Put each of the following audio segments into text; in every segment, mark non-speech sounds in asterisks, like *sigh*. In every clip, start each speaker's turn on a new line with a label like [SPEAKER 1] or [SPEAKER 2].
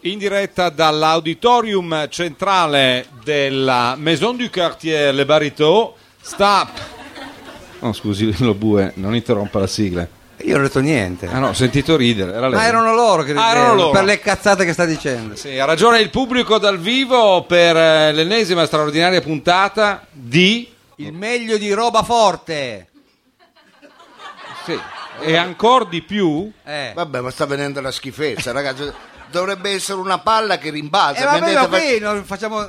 [SPEAKER 1] In diretta dall'auditorium centrale della Maison du Quartier Le Bariteau sta... No, Oh, scusi, lo bue, non interrompa la sigla.
[SPEAKER 2] Io non ho detto niente.
[SPEAKER 1] Ah no, ho sentito ridere, era lei.
[SPEAKER 2] Ma erano loro che
[SPEAKER 1] Ah, erano
[SPEAKER 2] ridevano
[SPEAKER 1] loro.
[SPEAKER 2] per le cazzate che sta dicendo.
[SPEAKER 1] Sì, ha ragione il pubblico dal vivo per eh, l'ennesima straordinaria puntata di...
[SPEAKER 2] Il meglio di roba forte.
[SPEAKER 1] Sì, e ancora di più...
[SPEAKER 2] Eh.
[SPEAKER 3] Vabbè, ma sta venendo una schifezza, ragazzi. Dovrebbe essere una palla che rimbalza.
[SPEAKER 2] Eh, vabbè, ma
[SPEAKER 3] vendete-
[SPEAKER 2] qui non facciamo...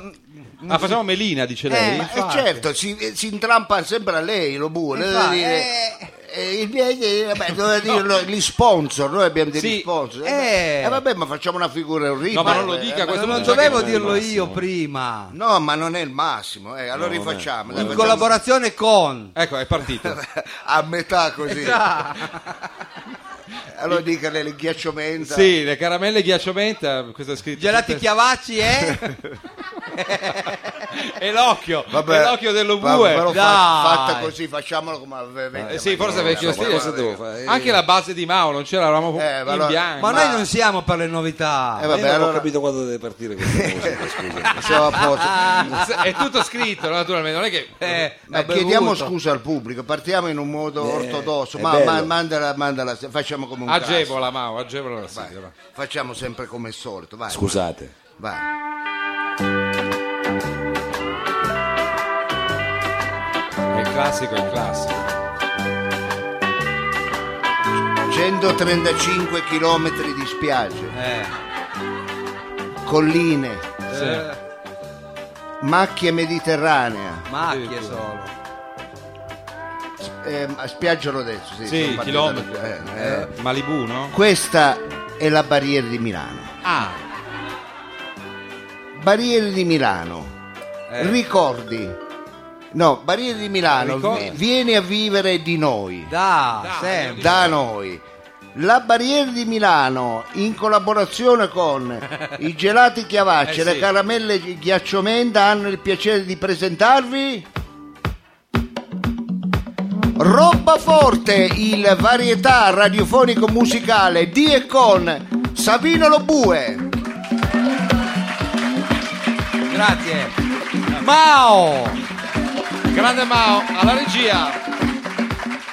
[SPEAKER 1] Ah, facciamo Melina, dice lei?
[SPEAKER 2] Eh,
[SPEAKER 3] Eh, certo, si, si intrampa sempre a lei, lo buono.
[SPEAKER 2] Infatti, eh.
[SPEAKER 3] Eh, vabbè, doveva dirlo, gli sponsor, noi abbiamo degli
[SPEAKER 1] Sì.
[SPEAKER 3] sponsor.
[SPEAKER 2] Eh.
[SPEAKER 3] Eh, vabbè, ma facciamo una figura orribile.
[SPEAKER 1] No, ma non lo
[SPEAKER 3] eh, ma-
[SPEAKER 1] dica, questo
[SPEAKER 2] Non
[SPEAKER 1] sa che
[SPEAKER 2] dovevo
[SPEAKER 1] non è il
[SPEAKER 2] dirlo io
[SPEAKER 1] massimo.
[SPEAKER 2] prima.
[SPEAKER 3] No, ma non è il massimo, eh, allora rifacciamo. dai,
[SPEAKER 2] In
[SPEAKER 3] facciamo-
[SPEAKER 2] collaborazione con...
[SPEAKER 1] Ecco, è partito.
[SPEAKER 3] *laughs* a metà
[SPEAKER 1] *laughs*
[SPEAKER 3] così. allora dica le ghiaccio menta.
[SPEAKER 1] Sì, le caramelle ghiaccio menta, questa è scritta.
[SPEAKER 2] Gelati Chiavacci, eh?
[SPEAKER 1] E l'occhio, e l'occhio dello
[SPEAKER 3] va-
[SPEAKER 1] bue.
[SPEAKER 3] però fa-
[SPEAKER 2] Dai.
[SPEAKER 3] fatta così, facciamolo come aveva.
[SPEAKER 1] Eh sì, forse vecchio stile
[SPEAKER 3] cosa
[SPEAKER 1] cosa devo fare? Anche la base di Mao, non c'era, eravamo
[SPEAKER 3] Eh, ma
[SPEAKER 1] in
[SPEAKER 3] allora-
[SPEAKER 1] bianco.
[SPEAKER 2] Ma
[SPEAKER 3] Ma-
[SPEAKER 2] noi non siamo per le novità.
[SPEAKER 1] Ah,
[SPEAKER 3] Eh, vabbè,
[SPEAKER 4] Io non ho
[SPEAKER 3] allora-
[SPEAKER 4] capito quando deve partire
[SPEAKER 3] *laughs*
[SPEAKER 4] questa musica, scusa.
[SPEAKER 3] Siamo a
[SPEAKER 1] *laughs*
[SPEAKER 3] posto.
[SPEAKER 1] È tutto scritto, naturalmente, non è che...
[SPEAKER 2] Eh,
[SPEAKER 3] Ma
[SPEAKER 2] ha bevuto.
[SPEAKER 3] chiediamo scusa al pubblico, partiamo in un modo ortodosso,
[SPEAKER 4] è
[SPEAKER 3] ma, ma-
[SPEAKER 4] bello.
[SPEAKER 3] mandala, mandala, facciamo come un
[SPEAKER 1] agevola Mao, agevola la
[SPEAKER 3] cast. Vai,
[SPEAKER 1] sigla.
[SPEAKER 3] Facciamo sempre come al solito, vai.
[SPEAKER 4] Scusate.
[SPEAKER 3] vai.
[SPEAKER 1] È il classico, è il classico.
[SPEAKER 3] 135 km di spiagge,
[SPEAKER 2] Eh,
[SPEAKER 3] colline,
[SPEAKER 2] eh,
[SPEAKER 3] macchie mediterranea,
[SPEAKER 2] macchie solo.
[SPEAKER 3] eh, a spiaggia Rodezzo, sì, sono
[SPEAKER 1] Sì,
[SPEAKER 3] partito
[SPEAKER 1] chilometri.
[SPEAKER 3] da- eh, eh.
[SPEAKER 1] Malibu, no?
[SPEAKER 3] Questa è la barriera di Milano.
[SPEAKER 1] Ah,
[SPEAKER 3] Barriere di Milano, ricordi. No, Barriere di Milano,
[SPEAKER 1] Ricordi.
[SPEAKER 3] vi- vieni a vivere di noi.
[SPEAKER 2] Da,
[SPEAKER 1] Da,
[SPEAKER 2] sempre.
[SPEAKER 3] da noi. La Barriere di Milano in collaborazione con i gelati Chiavacci
[SPEAKER 1] Eh
[SPEAKER 3] e le
[SPEAKER 1] sì.
[SPEAKER 3] caramelle di Ghiacciomenda hanno il piacere di presentarvi Roba Forte, il varietà radiofonico musicale di e con Savino Lobue.
[SPEAKER 2] Grazie. Mao,
[SPEAKER 1] grande Mao, alla regia.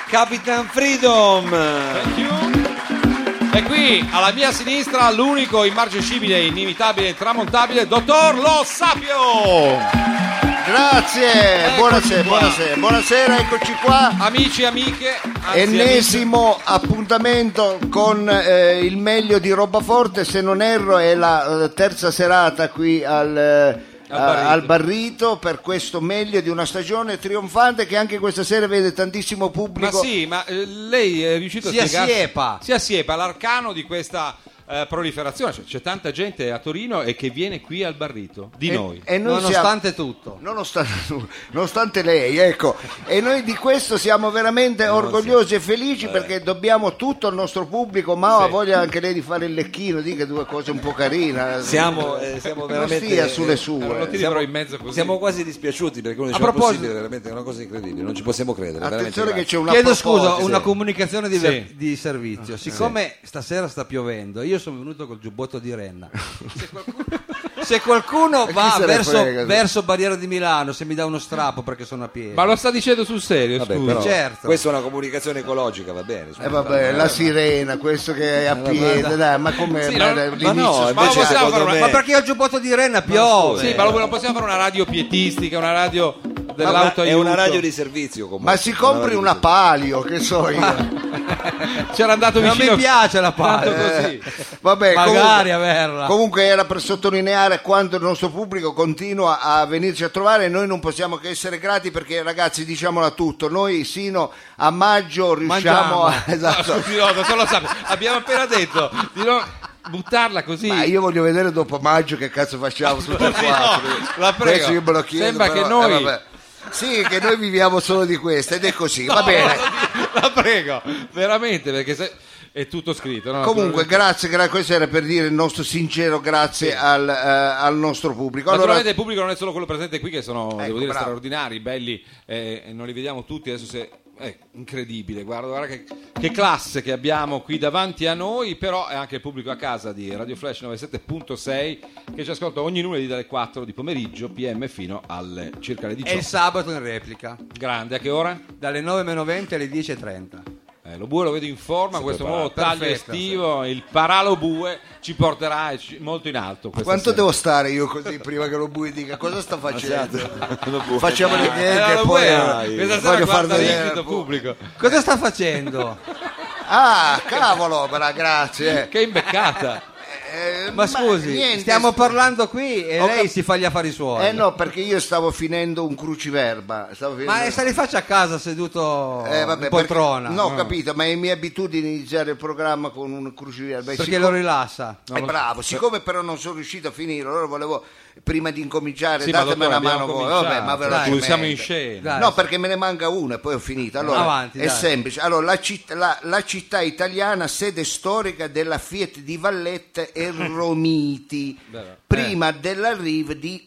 [SPEAKER 4] Capitan Freedom!
[SPEAKER 1] Thank you. E qui, alla mia sinistra, l'unico immarcescibile, inimitabile, intramontabile, dottor Lo Sapio.
[SPEAKER 3] Grazie,
[SPEAKER 1] Eccoci
[SPEAKER 3] buonasera,
[SPEAKER 1] qua.
[SPEAKER 3] buonasera, buonasera, eccoci qua.
[SPEAKER 1] Amici e amiche, anzi,
[SPEAKER 3] Ennesimo appuntamento con eh, il meglio di Roba Forte, se non erro è la eh, terza serata qui al, eh,
[SPEAKER 1] Al
[SPEAKER 3] a-
[SPEAKER 1] Barrito.
[SPEAKER 3] al Barrito per questo meglio di una stagione trionfante che anche questa sera vede tantissimo
[SPEAKER 1] Ma
[SPEAKER 3] pubblico.
[SPEAKER 1] sì, ma eh, lei è riuscito
[SPEAKER 2] Sia
[SPEAKER 1] a spiegare
[SPEAKER 2] siepa.
[SPEAKER 1] sia siepa l'arcano di questa eh, proliferazione. Cioè, c'è tanta gente a Torino e che viene qui al barrito di
[SPEAKER 3] E-
[SPEAKER 1] noi.
[SPEAKER 3] e noi siamo-
[SPEAKER 2] nonostante tutto.
[SPEAKER 3] Nonostante, nonostante lei, ecco, e noi di questo siamo veramente orgogliosi e felici perché dobbiamo tutto al nostro pubblico. Ma ha
[SPEAKER 1] Sì.
[SPEAKER 3] voglia anche lei di fare il lecchino, dica due cose un po' carine.
[SPEAKER 4] Siamo, eh, siamo veramente...
[SPEAKER 3] non stia sulle
[SPEAKER 1] Allora, Eh, lo
[SPEAKER 3] sue.
[SPEAKER 1] tiro in mezzo così.
[SPEAKER 4] Siamo quasi dispiaciuti perché non
[SPEAKER 2] A
[SPEAKER 4] ci è
[SPEAKER 2] proposito-
[SPEAKER 4] possibile, veramente è una cosa incredibile, non ci possiamo credere.
[SPEAKER 3] Attenzione che
[SPEAKER 4] veramente,
[SPEAKER 3] c'è una
[SPEAKER 2] Chiedo
[SPEAKER 3] proposta. Eh,
[SPEAKER 2] scusa, una
[SPEAKER 4] sì.
[SPEAKER 2] comunicazione di, ver-
[SPEAKER 1] Sì.
[SPEAKER 2] di servizio. Siccome stasera sta piovendo, io sono venuto col giubbotto
[SPEAKER 3] *laughs*
[SPEAKER 2] di renna. Se qualcuno, se qualcuno
[SPEAKER 3] chi
[SPEAKER 2] va
[SPEAKER 3] se ne
[SPEAKER 2] verso,
[SPEAKER 3] frega?
[SPEAKER 2] verso Barriera di Milano, se mi dà uno strappo perché sono a piedi.
[SPEAKER 1] Ma lo sta dicendo sul serio,
[SPEAKER 4] Vabbè,
[SPEAKER 1] scusi.
[SPEAKER 4] però,
[SPEAKER 2] certo.
[SPEAKER 4] Questa è una comunicazione ecologica, va bene. scusa.
[SPEAKER 3] Eh vabbè, la sirena, questo che è a piedi, dai, ma come
[SPEAKER 1] Sì,
[SPEAKER 3] ma-
[SPEAKER 1] no,
[SPEAKER 3] l'inizio-
[SPEAKER 4] ma no,
[SPEAKER 1] Ma lo
[SPEAKER 4] invece
[SPEAKER 1] possiamo fare
[SPEAKER 4] secondo
[SPEAKER 1] una-
[SPEAKER 4] me...
[SPEAKER 2] Ma perché ho il giubbotto di renna? Piove.
[SPEAKER 1] Sì, ma lo- non possiamo fare una radio pietistica, una radio dell'auto
[SPEAKER 4] è una radio di servizio comunque.
[SPEAKER 3] ma si compri
[SPEAKER 4] radio di
[SPEAKER 3] una palio, che so io.
[SPEAKER 1] C'era andato
[SPEAKER 2] Non
[SPEAKER 1] vicino.
[SPEAKER 2] mi piace la
[SPEAKER 1] Tanto
[SPEAKER 2] palla. eh.
[SPEAKER 1] così.
[SPEAKER 3] Vabbè,
[SPEAKER 2] Magari
[SPEAKER 3] Eh, comunque,
[SPEAKER 2] averla.
[SPEAKER 3] comunque era per sottolineare quanto il nostro pubblico continua a venirci a trovare e noi non possiamo che essere grati perché ragazzi diciamolo a tutto, noi sino a maggio riusciamo a... *laughs*
[SPEAKER 2] Mangiamo.
[SPEAKER 3] Esatto.
[SPEAKER 1] Scusi, no, non lo sappia. Abbiamo appena detto di non buttarla così.
[SPEAKER 3] Ma io voglio vedere dopo maggio che cazzo facciamo *laughs* tutti
[SPEAKER 1] No,
[SPEAKER 3] quattro.
[SPEAKER 1] la prego.
[SPEAKER 3] Questo io me lo chiedo,
[SPEAKER 1] Sembra
[SPEAKER 3] però-
[SPEAKER 1] che noi-
[SPEAKER 3] eh, vabbè. sì, che noi viviamo solo di questo ed è così, va bene.
[SPEAKER 1] La prego, veramente, perché se- è tutto scritto. no?
[SPEAKER 3] Comunque, grazie, gra- questo era per dire il nostro sincero grazie al, eh, al nostro pubblico. Allora, Ecco,
[SPEAKER 1] Naturalmente il pubblico non è solo quello presente qui, che sono, devo dire,
[SPEAKER 3] bravo.
[SPEAKER 1] straordinari, belli, eh, e non li vediamo tutti. Adesso se è incredibile, guarda, guarda che, che classe che abbiamo qui davanti a noi, però è anche il pubblico a casa di Radio Flash 97.6 che ci ascolta ogni lunedì dalle 4 di pomeriggio PM fino alle circa le
[SPEAKER 2] E il
[SPEAKER 1] 18.
[SPEAKER 2] sabato in replica,
[SPEAKER 1] Grande, a che ora?
[SPEAKER 2] dalle 9.20 alle 10.30.
[SPEAKER 1] Eh, lo bue lo vedo in forma, questo nuovo taglio
[SPEAKER 2] Perfetto,
[SPEAKER 1] estivo, il paralo bue ci porterà e ci- molto in alto. questa
[SPEAKER 3] Quanto
[SPEAKER 1] sera.
[SPEAKER 3] devo stare io così prima che lo bui dica cosa sta facendo? *laughs* Facciamo le
[SPEAKER 1] Eh,
[SPEAKER 3] niente,
[SPEAKER 1] lo
[SPEAKER 3] poi eh,
[SPEAKER 1] bue, questa sera
[SPEAKER 3] voglio far
[SPEAKER 1] guarda
[SPEAKER 3] vedere.
[SPEAKER 1] l'incito pubblico.
[SPEAKER 2] Cosa
[SPEAKER 3] *laughs*
[SPEAKER 2] sta facendo?
[SPEAKER 3] Ah, cavolo, bra, grazie.
[SPEAKER 1] Che imbeccata!
[SPEAKER 3] Eh,
[SPEAKER 2] Ma scusi,
[SPEAKER 3] niente,
[SPEAKER 2] stiamo parlando qui e
[SPEAKER 3] Ho
[SPEAKER 2] lei
[SPEAKER 3] cap-
[SPEAKER 2] si fa gli affari suoi.
[SPEAKER 3] Eh no, perché io stavo finendo un cruciverba. Stavo finendo...
[SPEAKER 2] Ma eh, se li faccia a casa seduto
[SPEAKER 3] Eh, vabbè, perché-
[SPEAKER 2] in poltrona. Mm.
[SPEAKER 3] No, ho capito, ma è mia abitudine iniziare il programma con un cruciverba. E
[SPEAKER 2] Perché
[SPEAKER 3] siccome-
[SPEAKER 2] lo rilassa. Eh,
[SPEAKER 3] è bravo, siccome però non sono riuscito a finire, allora volevo prima di incominciare
[SPEAKER 1] Sì, ma
[SPEAKER 3] datemi
[SPEAKER 1] dottore,
[SPEAKER 3] una
[SPEAKER 1] abbiamo
[SPEAKER 3] mano voi.
[SPEAKER 1] cominciato.
[SPEAKER 3] Vabbè, ma
[SPEAKER 1] Dai,
[SPEAKER 3] velocemente.
[SPEAKER 1] siamo in scena.
[SPEAKER 2] Dai.
[SPEAKER 3] No, perché me ne manca una e poi ho
[SPEAKER 1] Eh,
[SPEAKER 3] finito. Allora,
[SPEAKER 2] Avanti,
[SPEAKER 3] è
[SPEAKER 2] dai.
[SPEAKER 3] semplice. Allora, la città, la- la città italiana, sede storica della Fiat di Vallette
[SPEAKER 1] *laughs*
[SPEAKER 3] e Romiti,
[SPEAKER 1] eh.
[SPEAKER 3] prima dell'arrivo di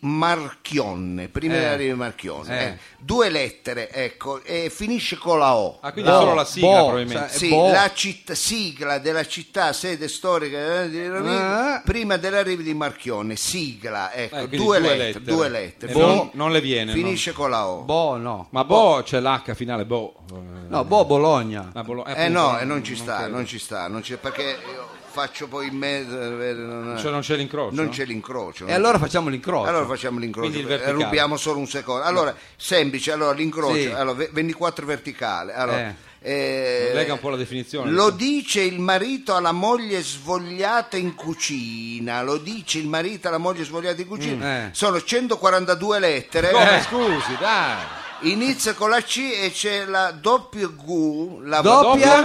[SPEAKER 3] Marchionne. Prima dell'arrivo di Marchionne.
[SPEAKER 2] Eh.
[SPEAKER 3] eh. Due lettere, ecco, e finisce con la O.
[SPEAKER 1] Ah, quindi eh,
[SPEAKER 2] Boh,
[SPEAKER 1] solo la sigla
[SPEAKER 2] boh,
[SPEAKER 1] probabilmente.
[SPEAKER 2] sa-
[SPEAKER 3] Sì,
[SPEAKER 2] boh.
[SPEAKER 3] la citt- sigla della città, sede storica eh, di Rovini,
[SPEAKER 2] Ah.
[SPEAKER 3] prima dell'arrivo di Marchione, sigla, ecco,
[SPEAKER 1] Eh, quindi
[SPEAKER 3] due, lettere, due lettere.
[SPEAKER 1] E
[SPEAKER 3] Fin-
[SPEAKER 1] non, non le viene. no?
[SPEAKER 3] Finisce con la O.
[SPEAKER 2] Boh, no.
[SPEAKER 1] Ma boh, c'è l'H finale, boh. Eh,
[SPEAKER 2] No, boh, Bologna.
[SPEAKER 1] ma Bologna-
[SPEAKER 3] eh
[SPEAKER 1] appunto,
[SPEAKER 3] no, e non ci sta,
[SPEAKER 1] credo.
[SPEAKER 3] non ci sta, non c'è- perché io faccio poi in mezzo, eh, non,
[SPEAKER 1] Cioè, non c'è l'incrocio.
[SPEAKER 3] non
[SPEAKER 1] no?
[SPEAKER 3] c'è l'incrocio.
[SPEAKER 2] E
[SPEAKER 3] non
[SPEAKER 2] allora facciamo l'incrocio.
[SPEAKER 3] Allora facciamo l'incrocio,
[SPEAKER 1] Quindi il
[SPEAKER 3] eh,
[SPEAKER 1] verticale.
[SPEAKER 3] rubiamo solo un secondo. Allora, semplice, allora l'incrocio,
[SPEAKER 2] Sì.
[SPEAKER 3] allora, ve- 24 verticale. Allora, eh,
[SPEAKER 1] Lega un po' la definizione.
[SPEAKER 3] Lo dice il marito alla moglie svogliata in cucina, lo dice il marito alla moglie svogliata in cucina.
[SPEAKER 2] Mm, eh.
[SPEAKER 3] Sono 142 lettere,
[SPEAKER 1] Come,
[SPEAKER 3] Eh.
[SPEAKER 1] scusi, dai.
[SPEAKER 3] inizia con la C e c'è la doppia G, la
[SPEAKER 2] Doppia?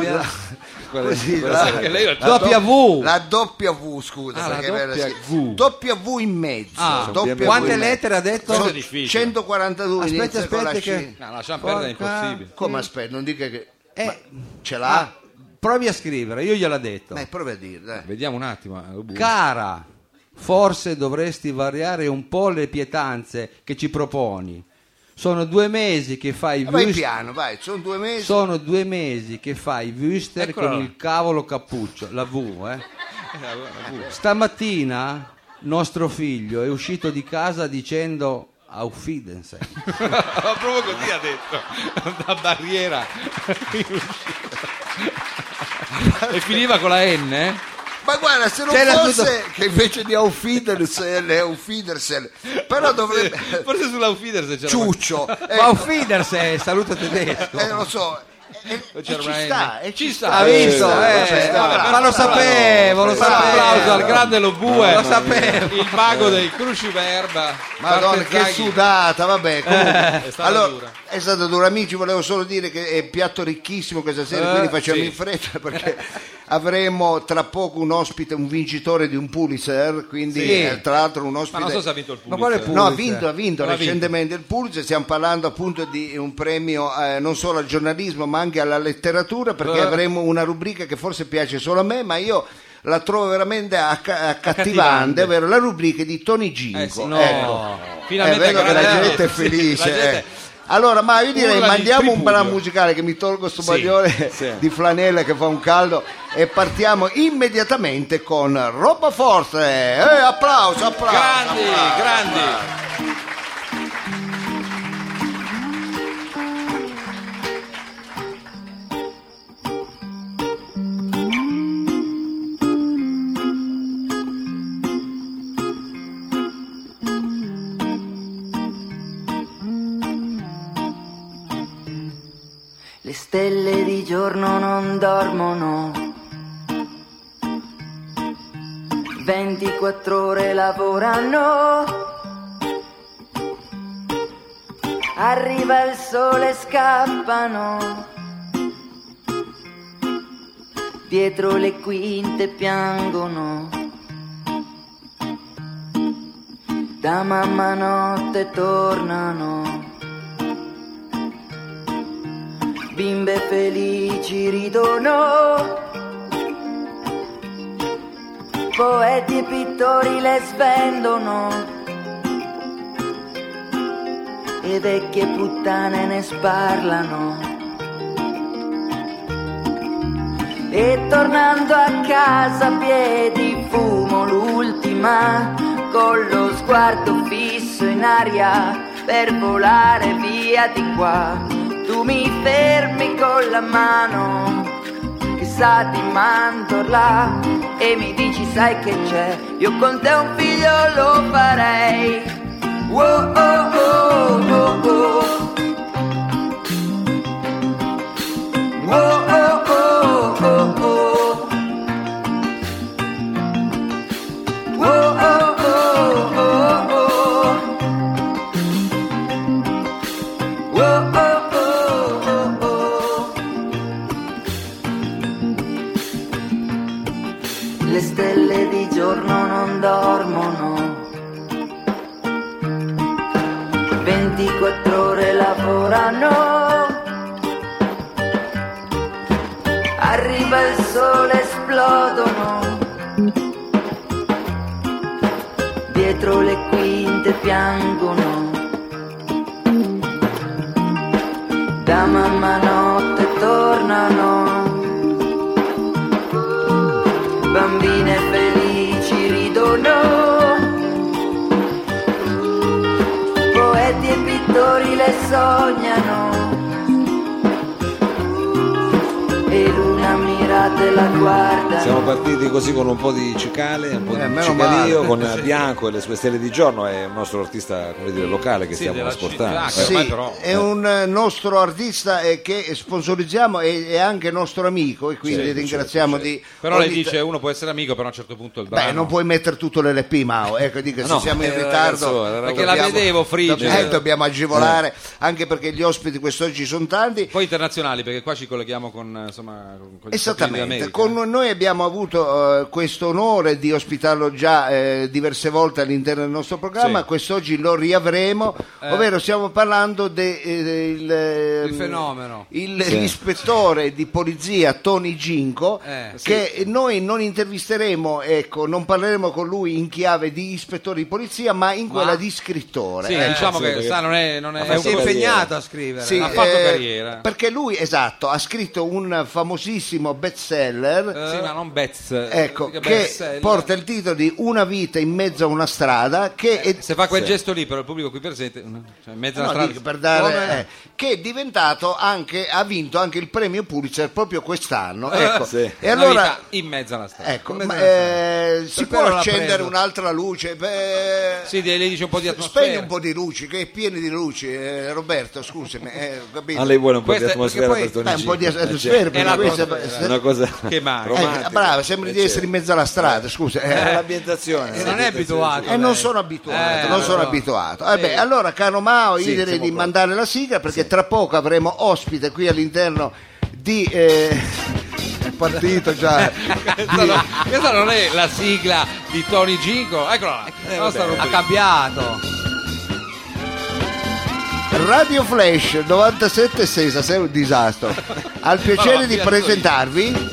[SPEAKER 3] Così,
[SPEAKER 1] Sa che
[SPEAKER 3] la,
[SPEAKER 1] lei lo-
[SPEAKER 2] Doppia V.
[SPEAKER 3] la doppia V, scusa,
[SPEAKER 1] Ah, la
[SPEAKER 3] perché era-
[SPEAKER 1] doppia
[SPEAKER 3] sì,
[SPEAKER 1] V.
[SPEAKER 3] doppia V in mezzo.
[SPEAKER 2] Ah,
[SPEAKER 3] doppia V
[SPEAKER 2] quante
[SPEAKER 3] in mezzo.
[SPEAKER 2] lettere ha detto?
[SPEAKER 1] Cosa
[SPEAKER 3] Sono
[SPEAKER 1] è difficile?
[SPEAKER 3] 142
[SPEAKER 2] Aspetta,
[SPEAKER 3] inizia con la
[SPEAKER 2] aspetta
[SPEAKER 3] C.
[SPEAKER 2] che...
[SPEAKER 1] No, lasciamo perdere,
[SPEAKER 2] Porca-
[SPEAKER 1] è impossibile.
[SPEAKER 3] Come aspetta, non dica che
[SPEAKER 2] Eh,
[SPEAKER 3] Ma ce l'ha?
[SPEAKER 2] ah, provi a scrivere, io gliel'ho detto.
[SPEAKER 3] Ma provi a dire, dai.
[SPEAKER 1] Vediamo un attimo. eh, lo bue.
[SPEAKER 2] Cara, forse dovresti variare un po' le pietanze che ci proponi. Sono due mesi che fai
[SPEAKER 3] Vai
[SPEAKER 2] wist-
[SPEAKER 3] piano, vai, sono due mesi.
[SPEAKER 2] Sono due mesi che fai Wüster
[SPEAKER 1] Eccola
[SPEAKER 2] con
[SPEAKER 1] là.
[SPEAKER 2] il cavolo cappuccio, la V, eh. Stamattina nostro figlio è uscito di casa dicendo Auf Wiedersehen.
[SPEAKER 1] Ma proprio così ha detto. Da barriera. *laughs* e finiva con la N, eh?
[SPEAKER 3] Ma guarda, se non
[SPEAKER 2] C'era
[SPEAKER 3] fosse che invece di Aufidersel è Aufidersel, però dovrebbe...
[SPEAKER 2] *laughs*
[SPEAKER 1] Forse sulla Ufider se c'era...
[SPEAKER 3] Ciuccio.
[SPEAKER 2] Ma
[SPEAKER 3] ecco,
[SPEAKER 2] Auf Wiedersehen, saluto tedesco.
[SPEAKER 3] eh, lo so. E, e
[SPEAKER 1] c'era
[SPEAKER 3] ci
[SPEAKER 1] una N.
[SPEAKER 3] sta, e ci,
[SPEAKER 1] Ci sta,
[SPEAKER 3] sta.
[SPEAKER 2] Ha
[SPEAKER 3] eh,
[SPEAKER 2] visto,
[SPEAKER 3] ci
[SPEAKER 2] eh,
[SPEAKER 3] sta, ci sta,
[SPEAKER 2] vabbè,
[SPEAKER 3] bravo.
[SPEAKER 2] ma lo sapevo, lo
[SPEAKER 1] Un applauso al
[SPEAKER 2] sapevo.
[SPEAKER 1] grande Lobue.
[SPEAKER 2] Lo sapevo.
[SPEAKER 1] Il mago dei cruciverba.
[SPEAKER 3] Madonna,
[SPEAKER 1] Parte
[SPEAKER 3] che
[SPEAKER 1] Zaghi. Eh,
[SPEAKER 3] sudata, vabbè. comunque.
[SPEAKER 1] è stata
[SPEAKER 3] allora,
[SPEAKER 1] dura.
[SPEAKER 3] È stata dura, amici. Volevo solo dire che è piatto ricchissimo questa sera,
[SPEAKER 1] Eh,
[SPEAKER 3] quindi facciamo
[SPEAKER 1] sì.
[SPEAKER 3] in fretta perché avremo tra poco un ospite, un vincitore di un Pulitzer. Quindi,
[SPEAKER 1] Sì.
[SPEAKER 3] eh, tra l'altro, un
[SPEAKER 1] Ma
[SPEAKER 3] ospite.
[SPEAKER 1] non so se ha vinto il
[SPEAKER 2] Ma
[SPEAKER 1] pubblico.
[SPEAKER 2] quale
[SPEAKER 3] No, ha
[SPEAKER 2] Pulitzer.
[SPEAKER 3] vinto, ha vinto
[SPEAKER 1] Ha vinto.
[SPEAKER 3] recentemente il Pulitzer, stiamo parlando appunto di un premio eh, non solo al giornalismo ma anche alla letteratura perché
[SPEAKER 1] Eh.
[SPEAKER 3] avremo una rubrica che forse piace solo a me ma io la trovo veramente acca- accattivante,
[SPEAKER 1] Accattivante.
[SPEAKER 3] ovvero la rubrica di Tony Ginko.
[SPEAKER 1] Eh sì,
[SPEAKER 2] no.
[SPEAKER 3] ecco.
[SPEAKER 1] Finalmente
[SPEAKER 3] Eh, vedo che la
[SPEAKER 1] aggradato.
[SPEAKER 3] gente è
[SPEAKER 1] Sì,
[SPEAKER 3] felice.
[SPEAKER 1] la gente-
[SPEAKER 3] eh. Allora, ma io direi
[SPEAKER 1] Urla di
[SPEAKER 3] mandiamo un brano
[SPEAKER 1] tripudio.
[SPEAKER 3] musicale che mi tolgo sto
[SPEAKER 1] Sì,
[SPEAKER 3] maglione
[SPEAKER 1] sì.
[SPEAKER 3] di flanella che fa un caldo e partiamo immediatamente con Roba Forte. Eh, applauso, applauso.
[SPEAKER 1] Grandi,
[SPEAKER 3] applauso.
[SPEAKER 1] grandi.
[SPEAKER 3] ah.
[SPEAKER 5] Le stelle di giorno non dormono. 24 ore lavorano. Arriva il sole e scappano. Dietro le quinte piangono. Da mamma notte tornano. Bimbe felici ridono, poeti e pittori le svendono e vecchie puttane ne sparlano. e tornando a casa a piedi fumo l'ultima con lo sguardo fisso in aria per volare via di qua. Tu mi fermi con la mano che sa di mandorla e mi dici sai che c'è, io con te un figlio lo farei. Oh, oh, oh, oh, oh. Oh, oh, oh, oh, oh. Oh, oh, oh, oh, oh. Oh, oh, oh, oh, oh. Le stelle di giorno non dormono. 24 ore lavorano. Arriva il sole, esplodono. Dietro le quinte piangono. Da mamma notte tornano. Bambine felici ridono. Poeti e pittori le sognano. E luna mirate la guarda.
[SPEAKER 4] Siamo partiti così con un po' di cicale, un po'
[SPEAKER 3] Eh,
[SPEAKER 4] di
[SPEAKER 3] meno
[SPEAKER 4] cicalio,
[SPEAKER 3] male.
[SPEAKER 4] con
[SPEAKER 3] *laughs*
[SPEAKER 4] Bianco e le sue stelle di giorno, è un nostro artista come dire, locale che
[SPEAKER 1] Sì,
[SPEAKER 4] stiamo
[SPEAKER 1] della
[SPEAKER 4] trasportando.
[SPEAKER 1] città,
[SPEAKER 4] Eh,
[SPEAKER 1] ormai
[SPEAKER 3] Sì,
[SPEAKER 1] però-
[SPEAKER 3] è un eh, nostro artista eh, che sponsorizziamo e è anche nostro amico e quindi
[SPEAKER 4] Certo,
[SPEAKER 3] ringraziamo
[SPEAKER 4] certo,
[SPEAKER 3] di...
[SPEAKER 1] Però lei
[SPEAKER 3] ogni-
[SPEAKER 1] dice uno può essere amico, però a un certo punto il brano.
[SPEAKER 3] Beh, non puoi mettere tutto l'LP, Mao, ecco, dica, se
[SPEAKER 4] No,
[SPEAKER 3] siamo in
[SPEAKER 4] era la
[SPEAKER 3] ritardo...
[SPEAKER 4] canzone, era la
[SPEAKER 1] Perché la
[SPEAKER 3] dobbiamo-
[SPEAKER 1] vedevo frigida.
[SPEAKER 3] Eh, dobbiamo agevolare, anche perché gli ospiti quest'oggi sono tanti.
[SPEAKER 1] Poi internazionali, perché qua ci colleghiamo con eh, insomma con- con gli Stati Uniti
[SPEAKER 3] Esattamente,
[SPEAKER 1] d'America.
[SPEAKER 3] con noi abbiamo avuto eh, questo onore di ospitarlo già eh, diverse volte all'interno del nostro programma,
[SPEAKER 1] Sì. Eh.
[SPEAKER 3] quest'oggi lo riavremo, ovvero stiamo parlando eh, del
[SPEAKER 2] Il fenomeno.
[SPEAKER 3] L'ispettore di polizia Tony Ginco,
[SPEAKER 2] Eh,
[SPEAKER 3] che noi non intervisteremo, ecco, non parleremo con lui in chiave di ispettore di polizia, ma in quella di scrittore.
[SPEAKER 1] Sì,
[SPEAKER 3] ecco.
[SPEAKER 1] diciamo
[SPEAKER 4] sì,
[SPEAKER 1] che
[SPEAKER 4] perché-
[SPEAKER 1] sa, non è, non è,
[SPEAKER 4] Ma
[SPEAKER 1] è un
[SPEAKER 2] Si è
[SPEAKER 4] sì,
[SPEAKER 1] po'
[SPEAKER 2] impegnato a scrivere.
[SPEAKER 3] Sì, eh,
[SPEAKER 1] Ha fatto carriera.
[SPEAKER 3] Perché lui, esatto, ha scritto un famosissimo bestseller.
[SPEAKER 1] sì, ma non Betz.
[SPEAKER 3] ecco,
[SPEAKER 1] Perché
[SPEAKER 3] che
[SPEAKER 1] Betz è il-
[SPEAKER 3] porta il titolo di Una vita in mezzo a una strada che è,
[SPEAKER 1] Eh, se fa quel gesto lì, però il pubblico qui presente, cioè in mezzo alla
[SPEAKER 3] no,
[SPEAKER 1] strada.
[SPEAKER 3] dico, per dare, eh, che è diventato anche, ha vinto anche il premio Pulitzer proprio quest'anno. Ecco.
[SPEAKER 4] sì.
[SPEAKER 3] E
[SPEAKER 1] Eh, Una
[SPEAKER 3] allora,
[SPEAKER 1] vita in mezzo alla strada.
[SPEAKER 3] ecco,
[SPEAKER 2] Come
[SPEAKER 3] ma,
[SPEAKER 2] deve
[SPEAKER 3] eh, si
[SPEAKER 2] Per
[SPEAKER 3] può
[SPEAKER 2] quello l'ha
[SPEAKER 3] accendere
[SPEAKER 2] preso.
[SPEAKER 3] un'altra luce? Beh,
[SPEAKER 1] Sì, lei lei dice un po' di atmosfera.
[SPEAKER 3] spegni un po' di luci, che è pieno di luci, eh, Roberto, scusami, eh, ho capito?
[SPEAKER 4] A lei vuole un po'
[SPEAKER 1] Questa-
[SPEAKER 4] di atmosfera
[SPEAKER 1] perché
[SPEAKER 4] per
[SPEAKER 1] poi-
[SPEAKER 4] Tony
[SPEAKER 3] Beh, un po' di
[SPEAKER 4] Gico, eh,
[SPEAKER 3] atmosfera,
[SPEAKER 1] È la
[SPEAKER 3] perché questa-
[SPEAKER 4] certo. una cosa
[SPEAKER 1] Che manca.
[SPEAKER 4] romantica.
[SPEAKER 3] Eh, brava, sembri
[SPEAKER 4] Eh,
[SPEAKER 3] di essere in mezzo alla strada, scusa. eh.
[SPEAKER 4] certo. Eh, l'ambientazione.
[SPEAKER 2] non è abituato.
[SPEAKER 3] E non sono abituato,
[SPEAKER 2] Eh,
[SPEAKER 3] non sono
[SPEAKER 2] allora.
[SPEAKER 3] abituato. Eh beh, allora, caro Mao, io
[SPEAKER 4] Sì,
[SPEAKER 3] direi di
[SPEAKER 4] siamo pronti.
[SPEAKER 3] mandare la sigla perché tra poco avremo ospite qui all'interno di. eh, *laughs* È partito già.
[SPEAKER 1] Questa, non, questa non è la sigla di Tony Ginko.
[SPEAKER 3] Eh,
[SPEAKER 1] Eccola là. la nostra
[SPEAKER 2] Eh, Ha
[SPEAKER 1] rubrica.
[SPEAKER 2] cambiato.
[SPEAKER 3] Radio Flash 97.6, stasera è un disastro. Al
[SPEAKER 1] No,
[SPEAKER 3] piacere di
[SPEAKER 1] piatto io.
[SPEAKER 3] presentarvi.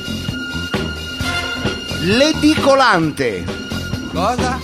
[SPEAKER 3] L'edicolante.
[SPEAKER 2] Cosa?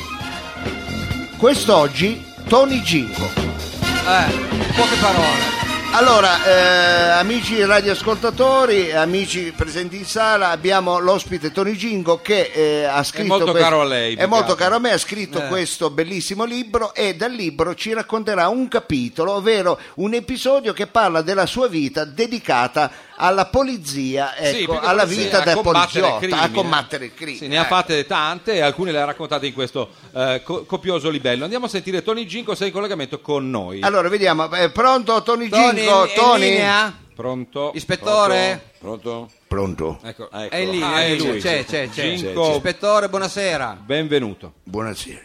[SPEAKER 3] Quest'oggi Tony Ginko.
[SPEAKER 2] Eh, poche parole.
[SPEAKER 3] Allora, eh, amici radioascoltatori, amici presenti in sala, abbiamo l'ospite Tony Gingo che eh, ha scritto...
[SPEAKER 1] molto caro a lei,
[SPEAKER 3] È
[SPEAKER 1] più
[SPEAKER 3] molto
[SPEAKER 1] che altro. Eh.
[SPEAKER 3] caro a me, ha scritto questo bellissimo libro e dal libro ci racconterà un capitolo, ovvero un episodio che parla della sua vita dedicata alla polizia,
[SPEAKER 1] Sì,
[SPEAKER 3] ecco,
[SPEAKER 1] più che
[SPEAKER 3] alla
[SPEAKER 1] forse
[SPEAKER 3] vita
[SPEAKER 1] a
[SPEAKER 3] da
[SPEAKER 1] combattere il
[SPEAKER 3] poliziotta, a
[SPEAKER 1] crimine.
[SPEAKER 3] combattere eh. il crimine.
[SPEAKER 1] Sì, ne ha fatte tante e alcune le ha raccontate in questo eh, co- copioso libello. Andiamo a sentire Tony Ginko, sei in collegamento con noi.
[SPEAKER 3] Allora, vediamo, eh, pronto Tony,
[SPEAKER 2] Tony,
[SPEAKER 3] Gingo?
[SPEAKER 2] è in
[SPEAKER 3] Tony?
[SPEAKER 2] linea?
[SPEAKER 1] Ecco. Pronto?
[SPEAKER 4] eh.
[SPEAKER 2] Ispettore?
[SPEAKER 4] Pronto?
[SPEAKER 3] Pronto,
[SPEAKER 1] Ecco.
[SPEAKER 4] Ah, ecco.
[SPEAKER 2] È in linea,
[SPEAKER 1] Ah,
[SPEAKER 2] è
[SPEAKER 1] è
[SPEAKER 2] in linea.
[SPEAKER 1] lui.
[SPEAKER 2] C'è, c'è, c'è.
[SPEAKER 1] Ginko.
[SPEAKER 2] Ispettore, buonasera.
[SPEAKER 1] Benvenuto.
[SPEAKER 3] buonasera.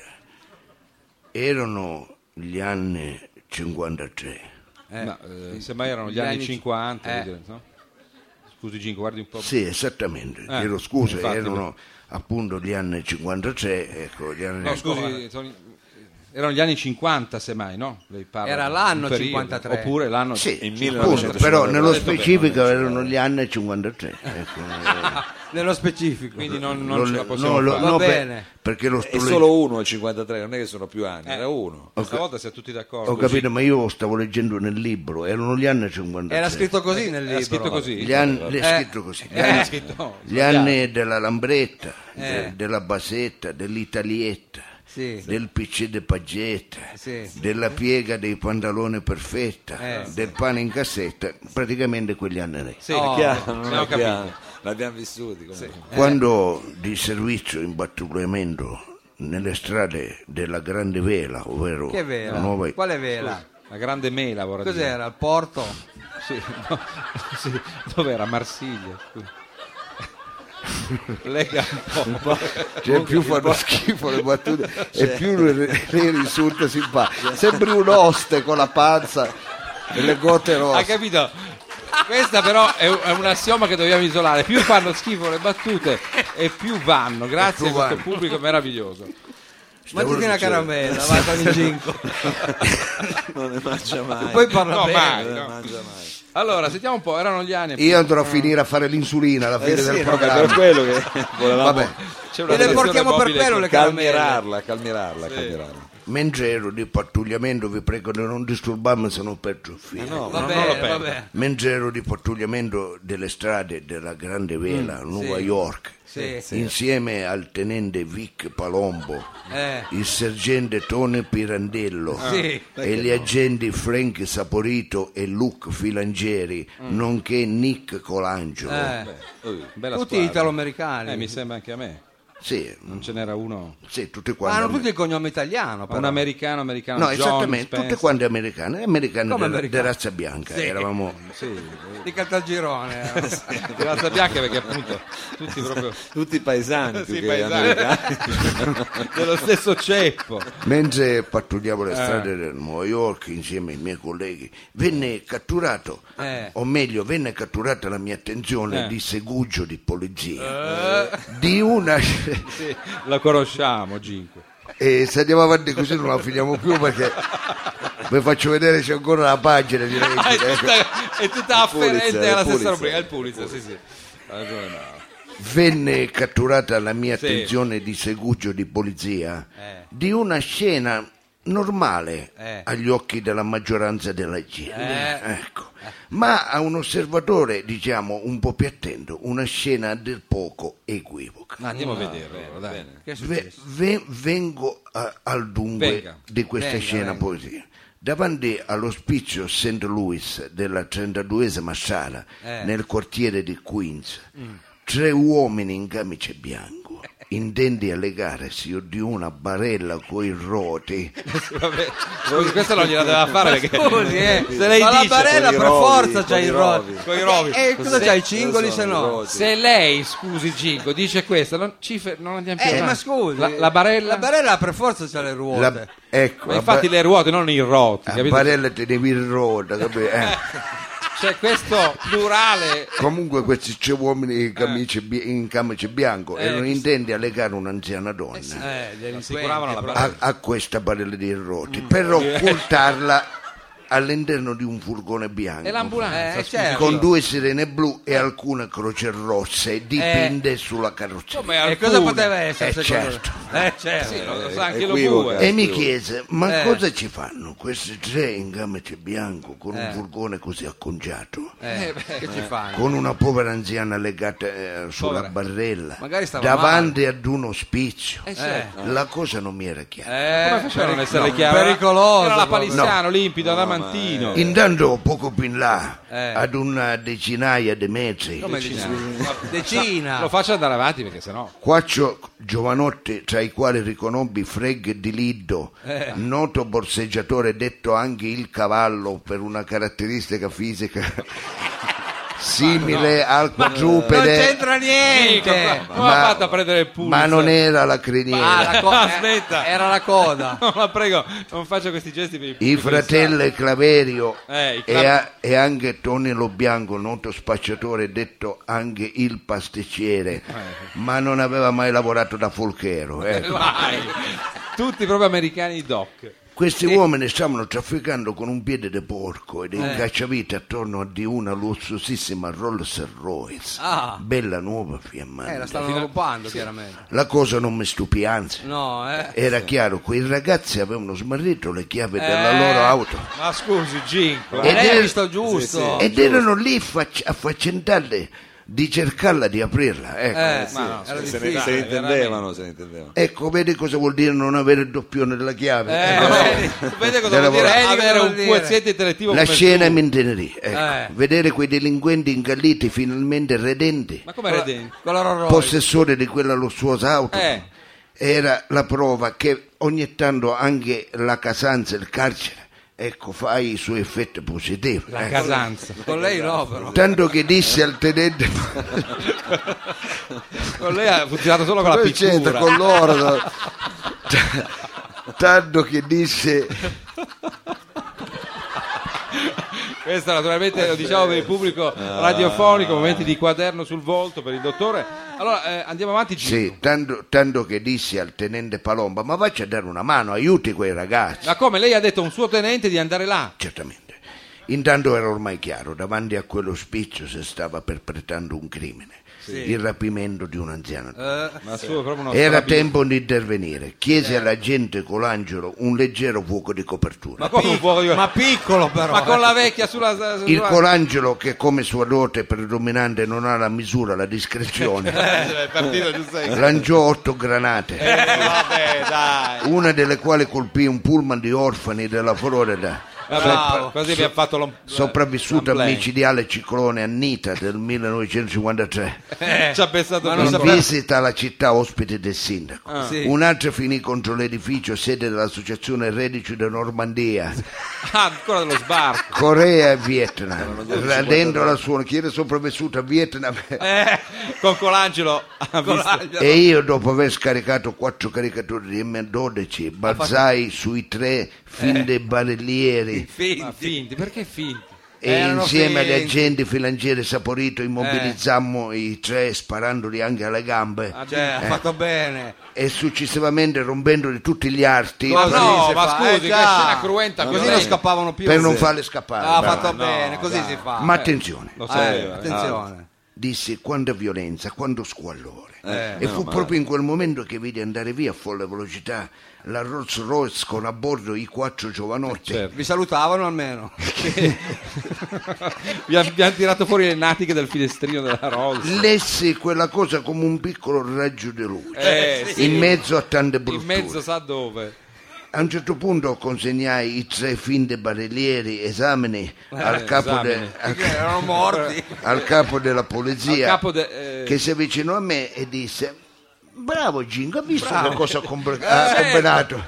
[SPEAKER 3] Erano gli anni 53.
[SPEAKER 1] Ma, eh, semmai erano gli,
[SPEAKER 2] gli
[SPEAKER 1] anni,
[SPEAKER 2] anni
[SPEAKER 1] 50.
[SPEAKER 2] eh.
[SPEAKER 1] vuol dire, no? Scusi Ginko, guardi un po'.
[SPEAKER 3] Sì, esattamente.
[SPEAKER 1] Eh,
[SPEAKER 3] Chiedo scusa,
[SPEAKER 1] infatti,
[SPEAKER 3] erano appunto gli anni 53, ecco, gli anni
[SPEAKER 1] No, scusi, Tony, Erano gli anni 50, semmai, no? Lei parla
[SPEAKER 2] Era
[SPEAKER 1] di un
[SPEAKER 2] l'anno
[SPEAKER 1] periodo,
[SPEAKER 2] 53.
[SPEAKER 1] Oppure l'anno
[SPEAKER 4] Sì,
[SPEAKER 3] In
[SPEAKER 4] appunto,
[SPEAKER 3] 1950,
[SPEAKER 4] però nello
[SPEAKER 1] detto
[SPEAKER 4] specifico erano gli anni 53. ecco.
[SPEAKER 2] Nello specifico.
[SPEAKER 1] Quindi non, non ce la
[SPEAKER 4] no,
[SPEAKER 1] possiamo
[SPEAKER 4] lo-
[SPEAKER 1] fare.
[SPEAKER 2] Va
[SPEAKER 4] no, per-
[SPEAKER 2] bene.
[SPEAKER 4] perché lo
[SPEAKER 3] È
[SPEAKER 4] sto
[SPEAKER 3] solo uno il 53, non è che sono più anni,
[SPEAKER 1] Eh.
[SPEAKER 3] era uno.
[SPEAKER 1] Questa volta siamo tutti d'accordo.
[SPEAKER 4] Ho capito, ma io stavo leggendo nel libro, erano gli anni 53.
[SPEAKER 2] Era scritto così nel libro.
[SPEAKER 1] Eh, Era scritto così.
[SPEAKER 4] Gli anni, è
[SPEAKER 2] Eh.
[SPEAKER 4] scritto così. Gli
[SPEAKER 1] Eh,
[SPEAKER 4] anni-
[SPEAKER 1] era scritto-
[SPEAKER 4] Gli anni della Lambretta, de-
[SPEAKER 2] Eh.
[SPEAKER 4] della Basetta, dell'Italietta,
[SPEAKER 2] Sì.
[SPEAKER 4] del PC de Pagetta,
[SPEAKER 2] Sì.
[SPEAKER 4] della piega dei pantaloni perfetta,
[SPEAKER 2] Eh,
[SPEAKER 4] del pane in cassetta, praticamente quegli anni lì.
[SPEAKER 1] Sì,
[SPEAKER 2] Oh,
[SPEAKER 3] Chiaro, non
[SPEAKER 1] abbiamo
[SPEAKER 3] è chiaro.
[SPEAKER 1] capito.
[SPEAKER 3] L'abbiamo vissuti comunque.
[SPEAKER 2] Eh.
[SPEAKER 4] Quando di servizio in pattugliamento nelle strade della Grande Vela, ovvero
[SPEAKER 2] Che
[SPEAKER 4] la
[SPEAKER 2] vela?
[SPEAKER 4] nuova
[SPEAKER 2] Quale vela?
[SPEAKER 1] La grande mela, vorrei dire.
[SPEAKER 2] Cos'era? Il porto?
[SPEAKER 1] Sì, no, sì, dov'era? Marsiglia. scusa. Lega un po'.
[SPEAKER 4] Cioè, più fanno schifo le
[SPEAKER 2] *laughs*
[SPEAKER 4] battute e più le, le risulta simpatico. Sembri un oste con la panza e le gote
[SPEAKER 1] Hai
[SPEAKER 4] rosse.
[SPEAKER 1] capito? Questa però è un, è un assioma che dobbiamo isolare. Più fanno schifo le battute e più vanno. Grazie
[SPEAKER 4] E
[SPEAKER 1] a
[SPEAKER 4] più
[SPEAKER 1] questo
[SPEAKER 4] vanno.
[SPEAKER 1] pubblico meraviglioso.
[SPEAKER 2] Mangiati una caramella, vai con il ginco.
[SPEAKER 3] *laughs* Non ne mangia mai.
[SPEAKER 2] Poi parla
[SPEAKER 1] No,
[SPEAKER 2] bene.
[SPEAKER 4] eh,
[SPEAKER 1] mai,
[SPEAKER 3] non ne
[SPEAKER 1] no.
[SPEAKER 3] mangia mai.
[SPEAKER 1] Allora, sentiamo un po'. Erano gli anni.
[SPEAKER 4] Io andrò a finire a fare l'insulina alla fine
[SPEAKER 3] Eh sì,
[SPEAKER 4] del
[SPEAKER 3] no, è per
[SPEAKER 4] programma.
[SPEAKER 3] quello che volevamo
[SPEAKER 4] Vabbè,
[SPEAKER 1] C'è
[SPEAKER 2] Ve le
[SPEAKER 1] sezione
[SPEAKER 2] portiamo per
[SPEAKER 1] mobile
[SPEAKER 2] quello
[SPEAKER 1] con-
[SPEAKER 2] le caramelle.
[SPEAKER 3] calmirarla, calmirarla, calmirarla. *laughs*
[SPEAKER 4] mentre ero di pattugliamento vi prego di non disturbarmi se non perdo il filo.
[SPEAKER 3] No,
[SPEAKER 2] Ah, Va
[SPEAKER 3] no,
[SPEAKER 1] non lo
[SPEAKER 2] bene, va
[SPEAKER 1] perdo.
[SPEAKER 2] bene.
[SPEAKER 4] Mentre ero di pattugliamento delle strade della Grande Vela, Nuova
[SPEAKER 2] Mm, sì.
[SPEAKER 4] York,
[SPEAKER 2] Sì, sì.
[SPEAKER 4] insieme al tenente Vic Palombo,
[SPEAKER 2] Eh.
[SPEAKER 4] il sergente Tone Pirandello
[SPEAKER 2] Sì.
[SPEAKER 4] e gli agenti Frank Saporito e Luke Filangieri, nonché Nick Colangelo.
[SPEAKER 2] Mm. Eh.
[SPEAKER 1] Uh, Bella
[SPEAKER 2] Tutti
[SPEAKER 1] squadra.
[SPEAKER 2] italo-americani.
[SPEAKER 1] Eh, mi sembra anche a me.
[SPEAKER 4] Sì, mm,
[SPEAKER 1] Non ce n'era uno.
[SPEAKER 4] sì, tutti
[SPEAKER 2] Ma
[SPEAKER 4] quanti.
[SPEAKER 2] hanno tutti il cognome italiano, però.
[SPEAKER 1] Un americano, americano.
[SPEAKER 4] No,
[SPEAKER 1] Ah, John
[SPEAKER 4] esattamente,
[SPEAKER 1] Spencer.
[SPEAKER 4] tutte quante americane, americane
[SPEAKER 2] Come
[SPEAKER 4] della- di
[SPEAKER 2] americane?
[SPEAKER 4] razza bianca, eravamo
[SPEAKER 1] Sì,
[SPEAKER 2] Di Caltagirone.
[SPEAKER 1] *laughs*
[SPEAKER 2] eh.
[SPEAKER 1] di razza bianca perché appunto tutti
[SPEAKER 2] *laughs*
[SPEAKER 1] proprio
[SPEAKER 3] Tutti paesani, più
[SPEAKER 1] Sì,
[SPEAKER 3] che
[SPEAKER 1] paesani.
[SPEAKER 3] americani.
[SPEAKER 1] dello stesso ceppo.
[SPEAKER 4] Mentre pattugliavo
[SPEAKER 1] Eh.
[SPEAKER 4] le strade del New York insieme ai miei colleghi, venne catturato,
[SPEAKER 2] Eh.
[SPEAKER 4] o meglio, venne catturata la mia attenzione
[SPEAKER 1] Eh.
[SPEAKER 4] di segugio di polizia. Di una.
[SPEAKER 1] Sì, la conosciamo, Ginco.
[SPEAKER 4] *laughs* e se andiamo avanti così non la finiamo più
[SPEAKER 1] *laughs*
[SPEAKER 4] perché vi faccio vedere c'è ancora la pagina di
[SPEAKER 1] *laughs* Ah, è
[SPEAKER 4] legge.
[SPEAKER 1] tutta, è tutta
[SPEAKER 3] Pulitzer, il
[SPEAKER 1] afferente alla stessa
[SPEAKER 3] Pulitzer.
[SPEAKER 1] rubrica, il Pulitzer, sì, sì. Ha ragione, no.
[SPEAKER 4] Venne catturata la mia attenzione di segugio di polizia
[SPEAKER 2] Eh.
[SPEAKER 4] di una scena normale
[SPEAKER 2] Eh.
[SPEAKER 4] agli occhi della maggioranza della gente.
[SPEAKER 2] Eh.
[SPEAKER 4] Ecco. Ma a un osservatore, diciamo, un po' più attento, una scena a dir poco equivoca.
[SPEAKER 1] Ma andiamo a vederlo, allora, dai.
[SPEAKER 2] Che è
[SPEAKER 4] Ve-
[SPEAKER 2] successo?
[SPEAKER 4] ve- vengo a- al dunque
[SPEAKER 1] Venga.
[SPEAKER 4] di questa
[SPEAKER 2] Venga,
[SPEAKER 4] scena
[SPEAKER 2] venga.
[SPEAKER 4] poesia. Davanti all'ospizio St. Louis della 32esima sala,
[SPEAKER 2] Eh.
[SPEAKER 4] nel quartiere di Queens,
[SPEAKER 1] Mm.
[SPEAKER 4] tre uomini in camice bianco,
[SPEAKER 1] *laughs*
[SPEAKER 4] intenti a legarsi di una barella coi roti,
[SPEAKER 1] *laughs* Vabbè, scusi, questa non gliela doveva fare perché
[SPEAKER 2] Scusi, eh.
[SPEAKER 1] *laughs* se lei
[SPEAKER 2] Ma la Eh,
[SPEAKER 1] dice
[SPEAKER 2] barella
[SPEAKER 3] con i
[SPEAKER 2] per
[SPEAKER 3] rovi,
[SPEAKER 2] forza
[SPEAKER 3] con
[SPEAKER 2] c'ha
[SPEAKER 3] i
[SPEAKER 2] il
[SPEAKER 3] rovi.
[SPEAKER 2] rovi.
[SPEAKER 1] con i rovi.
[SPEAKER 2] E cosa c'hai i cingoli
[SPEAKER 3] Cosa
[SPEAKER 2] se
[SPEAKER 3] sono i
[SPEAKER 2] no?
[SPEAKER 3] rovi?
[SPEAKER 1] Se lei, scusi Ginco, dice questa, non, ci fe- non andiamo più
[SPEAKER 2] Eh,
[SPEAKER 1] avanti.
[SPEAKER 2] ma scusi.
[SPEAKER 1] La, la barella?
[SPEAKER 2] La barella per forza c'ha le ruote. Eh,
[SPEAKER 4] la- ecco,
[SPEAKER 1] ma
[SPEAKER 4] la
[SPEAKER 1] infatti
[SPEAKER 4] ba-
[SPEAKER 1] le ruote, non i roti,
[SPEAKER 4] la
[SPEAKER 1] capito?
[SPEAKER 4] barella tenevi in roda, capito? Eh.
[SPEAKER 1] *laughs* Cioè questo plurale...
[SPEAKER 4] Comunque questi tre uomini in camice, bi- in camice bianco
[SPEAKER 1] Eh,
[SPEAKER 4] erano
[SPEAKER 1] chi-
[SPEAKER 4] intenti a legare un'anziana donna.
[SPEAKER 2] Eh, gli
[SPEAKER 1] Assicuravano la
[SPEAKER 2] delinquenti,
[SPEAKER 1] barella.
[SPEAKER 4] a, a questa barella di roti per occultarla all'interno di un furgone bianco
[SPEAKER 1] E l'ambulanza,
[SPEAKER 2] Eh,
[SPEAKER 1] scusi.
[SPEAKER 2] certo.
[SPEAKER 4] con due sirene blu e alcune croce rosse
[SPEAKER 2] Eh.
[SPEAKER 4] dipinte sulla carrozzeria.
[SPEAKER 1] Come
[SPEAKER 2] E
[SPEAKER 1] alcune.
[SPEAKER 2] cosa poteva essere
[SPEAKER 4] Eh,
[SPEAKER 2] secondo
[SPEAKER 4] certo.
[SPEAKER 2] me? Eh, certo.
[SPEAKER 1] Sì, lo
[SPEAKER 3] Eh,
[SPEAKER 1] sa anche lo
[SPEAKER 3] equivoca.
[SPEAKER 1] bue.
[SPEAKER 4] E mi chiese, ma
[SPEAKER 2] Eh.
[SPEAKER 4] cosa ci fanno questi tre in camice bianco con un furgone così acconciato?
[SPEAKER 2] Eh, che ci fanno?
[SPEAKER 4] Con una povera anziana legata eh, sulla
[SPEAKER 1] Povera.
[SPEAKER 4] barrella
[SPEAKER 2] Magari stava
[SPEAKER 4] davanti ad un ospizio.
[SPEAKER 1] Eh, certo.
[SPEAKER 4] La cosa non mi era chiara.
[SPEAKER 2] Eh,
[SPEAKER 1] Come faceva a non
[SPEAKER 2] peric-
[SPEAKER 1] essere
[SPEAKER 2] no,
[SPEAKER 1] chiaro? eh.
[SPEAKER 2] Pericoloso.
[SPEAKER 1] Era la
[SPEAKER 2] proprio.
[SPEAKER 1] Palisano, limpido, adamantino.
[SPEAKER 4] Intanto poco più in là,
[SPEAKER 2] Eh.
[SPEAKER 4] ad una decinaia di metri,
[SPEAKER 2] Come dici?
[SPEAKER 1] Vabbè.
[SPEAKER 2] Decina.
[SPEAKER 1] Lo faccia andare avanti perché sennò.
[SPEAKER 4] quattro giovanotti tra i quali riconobbi Freg di Liddo,
[SPEAKER 1] Eh.
[SPEAKER 4] noto
[SPEAKER 1] *laughs*
[SPEAKER 4] borseggiatore detto anche il cavallo per una caratteristica fisica simile al
[SPEAKER 3] Non
[SPEAKER 4] quadrupede,
[SPEAKER 3] c'entra niente.
[SPEAKER 1] Come ha fatto a prendere il pulso?
[SPEAKER 4] ma non era la criniera.
[SPEAKER 3] Ah, la co-
[SPEAKER 1] Aspetta.
[SPEAKER 3] eh, Era la
[SPEAKER 1] *laughs*
[SPEAKER 3] coda.
[SPEAKER 1] *laughs* No, ma prego, non faccio questi gesti per il
[SPEAKER 4] I
[SPEAKER 1] pubblico
[SPEAKER 4] fratelli Claverio
[SPEAKER 1] Eh, i Clav-
[SPEAKER 4] e, a- e anche Tonello Bianco, noto spacciatore, detto anche il pasticciere,
[SPEAKER 1] Eh.
[SPEAKER 4] ma non aveva mai lavorato da
[SPEAKER 1] *laughs*
[SPEAKER 4] folchero.
[SPEAKER 1] che
[SPEAKER 4] ecco.
[SPEAKER 1] sa. Eh, Vai. Tutti proprio americani doc.
[SPEAKER 4] Questi uomini stavano trafficando con un piede di porco ed
[SPEAKER 3] Eh.
[SPEAKER 4] incacciavite attorno a di una lussosissima Rolls Royce,
[SPEAKER 3] Ah.
[SPEAKER 4] bella nuova
[SPEAKER 3] Eh, la
[SPEAKER 4] fiammante.
[SPEAKER 3] stavano rubando, chiaramente.
[SPEAKER 4] La cosa non mi stupì, anzi.
[SPEAKER 3] No, eh.
[SPEAKER 4] Era chiaro, quei ragazzi avevano smarrito le chiavi
[SPEAKER 1] Eh,
[SPEAKER 4] della loro auto.
[SPEAKER 1] Ma scusi, Ginko.
[SPEAKER 3] Ma
[SPEAKER 4] Ed
[SPEAKER 3] lei ha
[SPEAKER 4] è-
[SPEAKER 3] visto Oh, giusto.
[SPEAKER 4] Ed erano lì facc- affaccendarle di cercarla di aprirla. Ecco.
[SPEAKER 3] Eh,
[SPEAKER 1] Ma no,
[SPEAKER 3] era
[SPEAKER 2] se,
[SPEAKER 3] difficile.
[SPEAKER 2] ne, se ne intendevano,
[SPEAKER 1] veramente.
[SPEAKER 2] se ne intendevano.
[SPEAKER 4] Ecco, vedi cosa vuol dire non avere il doppione della
[SPEAKER 1] Eh,
[SPEAKER 4] chiave. Ecco.
[SPEAKER 1] vedi, vedi cosa
[SPEAKER 4] Della
[SPEAKER 1] vuol dire
[SPEAKER 3] volontà.
[SPEAKER 1] avere
[SPEAKER 3] Vuol
[SPEAKER 1] un
[SPEAKER 3] dire.
[SPEAKER 1] quoziente intellettivo
[SPEAKER 4] La
[SPEAKER 1] come
[SPEAKER 4] scena
[SPEAKER 1] tu.
[SPEAKER 4] mi intenerì. ecco.
[SPEAKER 3] Eh.
[SPEAKER 4] Vedere quei delinquenti ingalliti finalmente redenti,
[SPEAKER 1] Ma come
[SPEAKER 2] Eh.
[SPEAKER 1] redenti?
[SPEAKER 3] Con la Rolls Royce.
[SPEAKER 4] possessori di quella lussuosa auto.
[SPEAKER 1] Eh.
[SPEAKER 4] Era la prova che ogni tanto anche la casanza, il carcere, ecco, fa i suoi effetti positivi.
[SPEAKER 1] La
[SPEAKER 4] ecco.
[SPEAKER 1] casanza.
[SPEAKER 3] Con lei no, però.
[SPEAKER 4] Tanto che disse al
[SPEAKER 1] *laughs*
[SPEAKER 4] tenente
[SPEAKER 1] Con lei ha funzionato solo con la
[SPEAKER 4] Poi c'entra
[SPEAKER 1] pittura.
[SPEAKER 4] con l'ordo. Tanto che disse
[SPEAKER 1] Questo naturalmente lo diciamo per il pubblico
[SPEAKER 4] Ah.
[SPEAKER 1] radiofonico, momenti di quaderno sul volto per il dottore. Allora eh, andiamo avanti, Ginko.
[SPEAKER 4] sì, tanto, tanto che disse al tenente Palomba: Ma vacci a dare una mano, aiuti quei ragazzi.
[SPEAKER 1] Ma come lei ha detto a un suo tenente di andare là?
[SPEAKER 4] Certamente. Intanto era ormai chiaro, davanti a quello spiccio si stava perpetrando un crimine, il rapimento di un anziano.
[SPEAKER 1] Ma suo proprio uno
[SPEAKER 4] Era
[SPEAKER 1] strabismo.
[SPEAKER 4] tempo di intervenire.
[SPEAKER 1] Eh.
[SPEAKER 4] Chiese alla gente con l'angelo un leggero fuoco di copertura.
[SPEAKER 1] Ma come un fuoco di
[SPEAKER 3] Ma piccolo però. eh.
[SPEAKER 1] Ma con la vecchia sulla, sulla-
[SPEAKER 4] Il colangelo, che come sua dote predominante non ha la misura, la discrezione,
[SPEAKER 1] *laughs* Eh, è partito giusto adesso.
[SPEAKER 4] lanciò otto granate,
[SPEAKER 1] Eh, vabbè, dai.
[SPEAKER 4] una delle quali colpì un pullman di orfani della Florida,
[SPEAKER 1] Vabbè,
[SPEAKER 3] Bravo.
[SPEAKER 1] così abbiamo fatto l'om-
[SPEAKER 4] sopravvissuta al
[SPEAKER 1] l'omplay.
[SPEAKER 4] micidiale ciclone Annita del 1953.
[SPEAKER 1] Ci ha pensato
[SPEAKER 3] Ma
[SPEAKER 1] per
[SPEAKER 3] non
[SPEAKER 4] in
[SPEAKER 3] so-
[SPEAKER 1] sapere.
[SPEAKER 4] visita alla città ospite del sindaco.
[SPEAKER 3] Sì.
[SPEAKER 4] Un'altra finì contro l'edificio sede dell'associazione Reduci da Normandia,
[SPEAKER 1] Ah, ancora dello sbarco.
[SPEAKER 4] Corea e Vietnam, radendo la sua chi era sopravvissuto a Vietnam.
[SPEAKER 1] Eh, con Colangelo ha visto.
[SPEAKER 4] E io dopo aver scaricato quattro caricature di M12 balzai sui tre fin
[SPEAKER 3] Eh.
[SPEAKER 4] dei barellieri
[SPEAKER 1] Finti. Ma finti, perché finti?
[SPEAKER 4] e
[SPEAKER 3] erano
[SPEAKER 4] insieme agli
[SPEAKER 3] finti.
[SPEAKER 4] agenti filangieri saporito immobilizzammo i tre sparandoli anche alle gambe
[SPEAKER 1] Ah,
[SPEAKER 3] Cioè, ha fatto bene.
[SPEAKER 4] e successivamente rompendoli tutti gli arti
[SPEAKER 1] Ma
[SPEAKER 3] Così
[SPEAKER 1] no,
[SPEAKER 3] si
[SPEAKER 1] ma
[SPEAKER 3] fa,
[SPEAKER 1] scusi,
[SPEAKER 3] eh,
[SPEAKER 1] che
[SPEAKER 3] già.
[SPEAKER 1] scena cruenta
[SPEAKER 3] Così
[SPEAKER 1] quella.
[SPEAKER 3] non scappavano più.
[SPEAKER 4] per non
[SPEAKER 3] Sì.
[SPEAKER 4] farli scappare.
[SPEAKER 3] Ah, ha
[SPEAKER 4] bravo.
[SPEAKER 3] fatto
[SPEAKER 1] no,
[SPEAKER 3] bene, così si fa.
[SPEAKER 4] Ma attenzione,
[SPEAKER 1] Lo
[SPEAKER 3] Eh,
[SPEAKER 1] sapeva.
[SPEAKER 3] attenzione.
[SPEAKER 4] disse quanta violenza, quanto squallore.
[SPEAKER 2] Eh,
[SPEAKER 4] e
[SPEAKER 2] meno
[SPEAKER 4] fu
[SPEAKER 2] male.
[SPEAKER 4] proprio in quel momento che vide andare via a folle velocità la Rolls Royce con a bordo i quattro giovanotti.
[SPEAKER 2] Ah.
[SPEAKER 1] Certo.
[SPEAKER 3] Vi salutavano
[SPEAKER 1] *laughs*
[SPEAKER 3] almeno.
[SPEAKER 1] Vi ha- vi hanno tirato fuori le natiche dal finestrino della Rolls.
[SPEAKER 4] Lessi quella cosa come un piccolo raggio di luce.
[SPEAKER 1] Eh, sì.
[SPEAKER 4] In mezzo a tante
[SPEAKER 1] In
[SPEAKER 4] brutture.
[SPEAKER 1] mezzo sa dove.
[SPEAKER 4] A un certo punto consegnai i tre finte barellieri esamini
[SPEAKER 1] Eh,
[SPEAKER 4] al, capo de-
[SPEAKER 1] esamini.
[SPEAKER 4] al-
[SPEAKER 3] Perché erano morti.
[SPEAKER 4] al capo della polizia
[SPEAKER 1] Al capo de- eh.
[SPEAKER 4] che si avvicinò a me e disse bravo Gingo ha visto che cosa ha compre- ha
[SPEAKER 1] certo.
[SPEAKER 4] combinato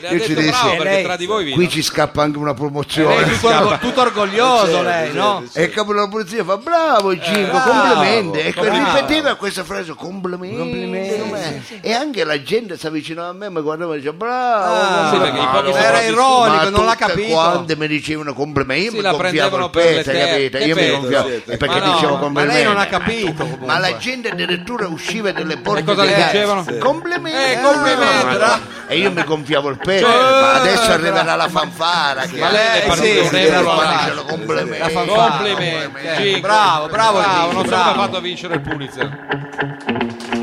[SPEAKER 1] Le ha
[SPEAKER 4] io ci
[SPEAKER 1] detto bravo Eh,
[SPEAKER 4] dissi
[SPEAKER 1] perché tra di voi vi
[SPEAKER 4] qui ci scappa anche una
[SPEAKER 3] Lei
[SPEAKER 4] promozione
[SPEAKER 3] tutto, orgo- tutto orgoglioso lei, no?
[SPEAKER 4] e il capo della polizia fa bravo Gingo
[SPEAKER 3] bravo,
[SPEAKER 4] complimenti e que-
[SPEAKER 3] bravo.
[SPEAKER 4] ripeteva questa frase complimenti, com'è?" e anche la gente si avvicinava a me mi guardava e diceva bravo
[SPEAKER 3] Ah,
[SPEAKER 1] sì, perché i pochi
[SPEAKER 4] bravo."
[SPEAKER 1] sono
[SPEAKER 3] Era ironico,
[SPEAKER 4] Ma
[SPEAKER 3] non l'ha
[SPEAKER 4] tutte
[SPEAKER 3] capito.
[SPEAKER 4] quante mi dicevano complimenti io
[SPEAKER 1] Sì,
[SPEAKER 4] mi
[SPEAKER 1] la
[SPEAKER 4] gonfiavo
[SPEAKER 1] prendevano
[SPEAKER 4] il
[SPEAKER 1] per le
[SPEAKER 4] pezzo
[SPEAKER 1] terre.
[SPEAKER 4] capito
[SPEAKER 1] Che
[SPEAKER 4] io mi
[SPEAKER 1] pezzo,
[SPEAKER 4] gonfiavo
[SPEAKER 2] sì, sì.
[SPEAKER 4] perché
[SPEAKER 1] Ma no,
[SPEAKER 4] dicevo
[SPEAKER 1] ma
[SPEAKER 3] Ma
[SPEAKER 4] complimenti
[SPEAKER 3] lei non ha capito. comunque.
[SPEAKER 4] ma la gente addirittura usciva dalle porte
[SPEAKER 1] E cosa
[SPEAKER 4] di
[SPEAKER 1] le
[SPEAKER 4] casa.
[SPEAKER 1] dicevano?
[SPEAKER 4] Complimenti.
[SPEAKER 1] Eh, complimenti.
[SPEAKER 4] Ah, E io mi gonfiavo il pezzo. ma adesso arriverà la fanfara. che
[SPEAKER 1] Ma lei è
[SPEAKER 4] eh,
[SPEAKER 1] partito
[SPEAKER 4] sì,
[SPEAKER 1] un
[SPEAKER 4] sì,
[SPEAKER 1] euro
[SPEAKER 4] ma
[SPEAKER 1] alla-
[SPEAKER 4] dicelo, complimenti.
[SPEAKER 3] La fanfara.
[SPEAKER 1] Complimenti.
[SPEAKER 3] Eh,
[SPEAKER 1] Ginko.
[SPEAKER 3] bravo, bravo, Ginko,
[SPEAKER 1] non so come ha
[SPEAKER 3] bravo.
[SPEAKER 1] fatto a vincere il Pulitzer.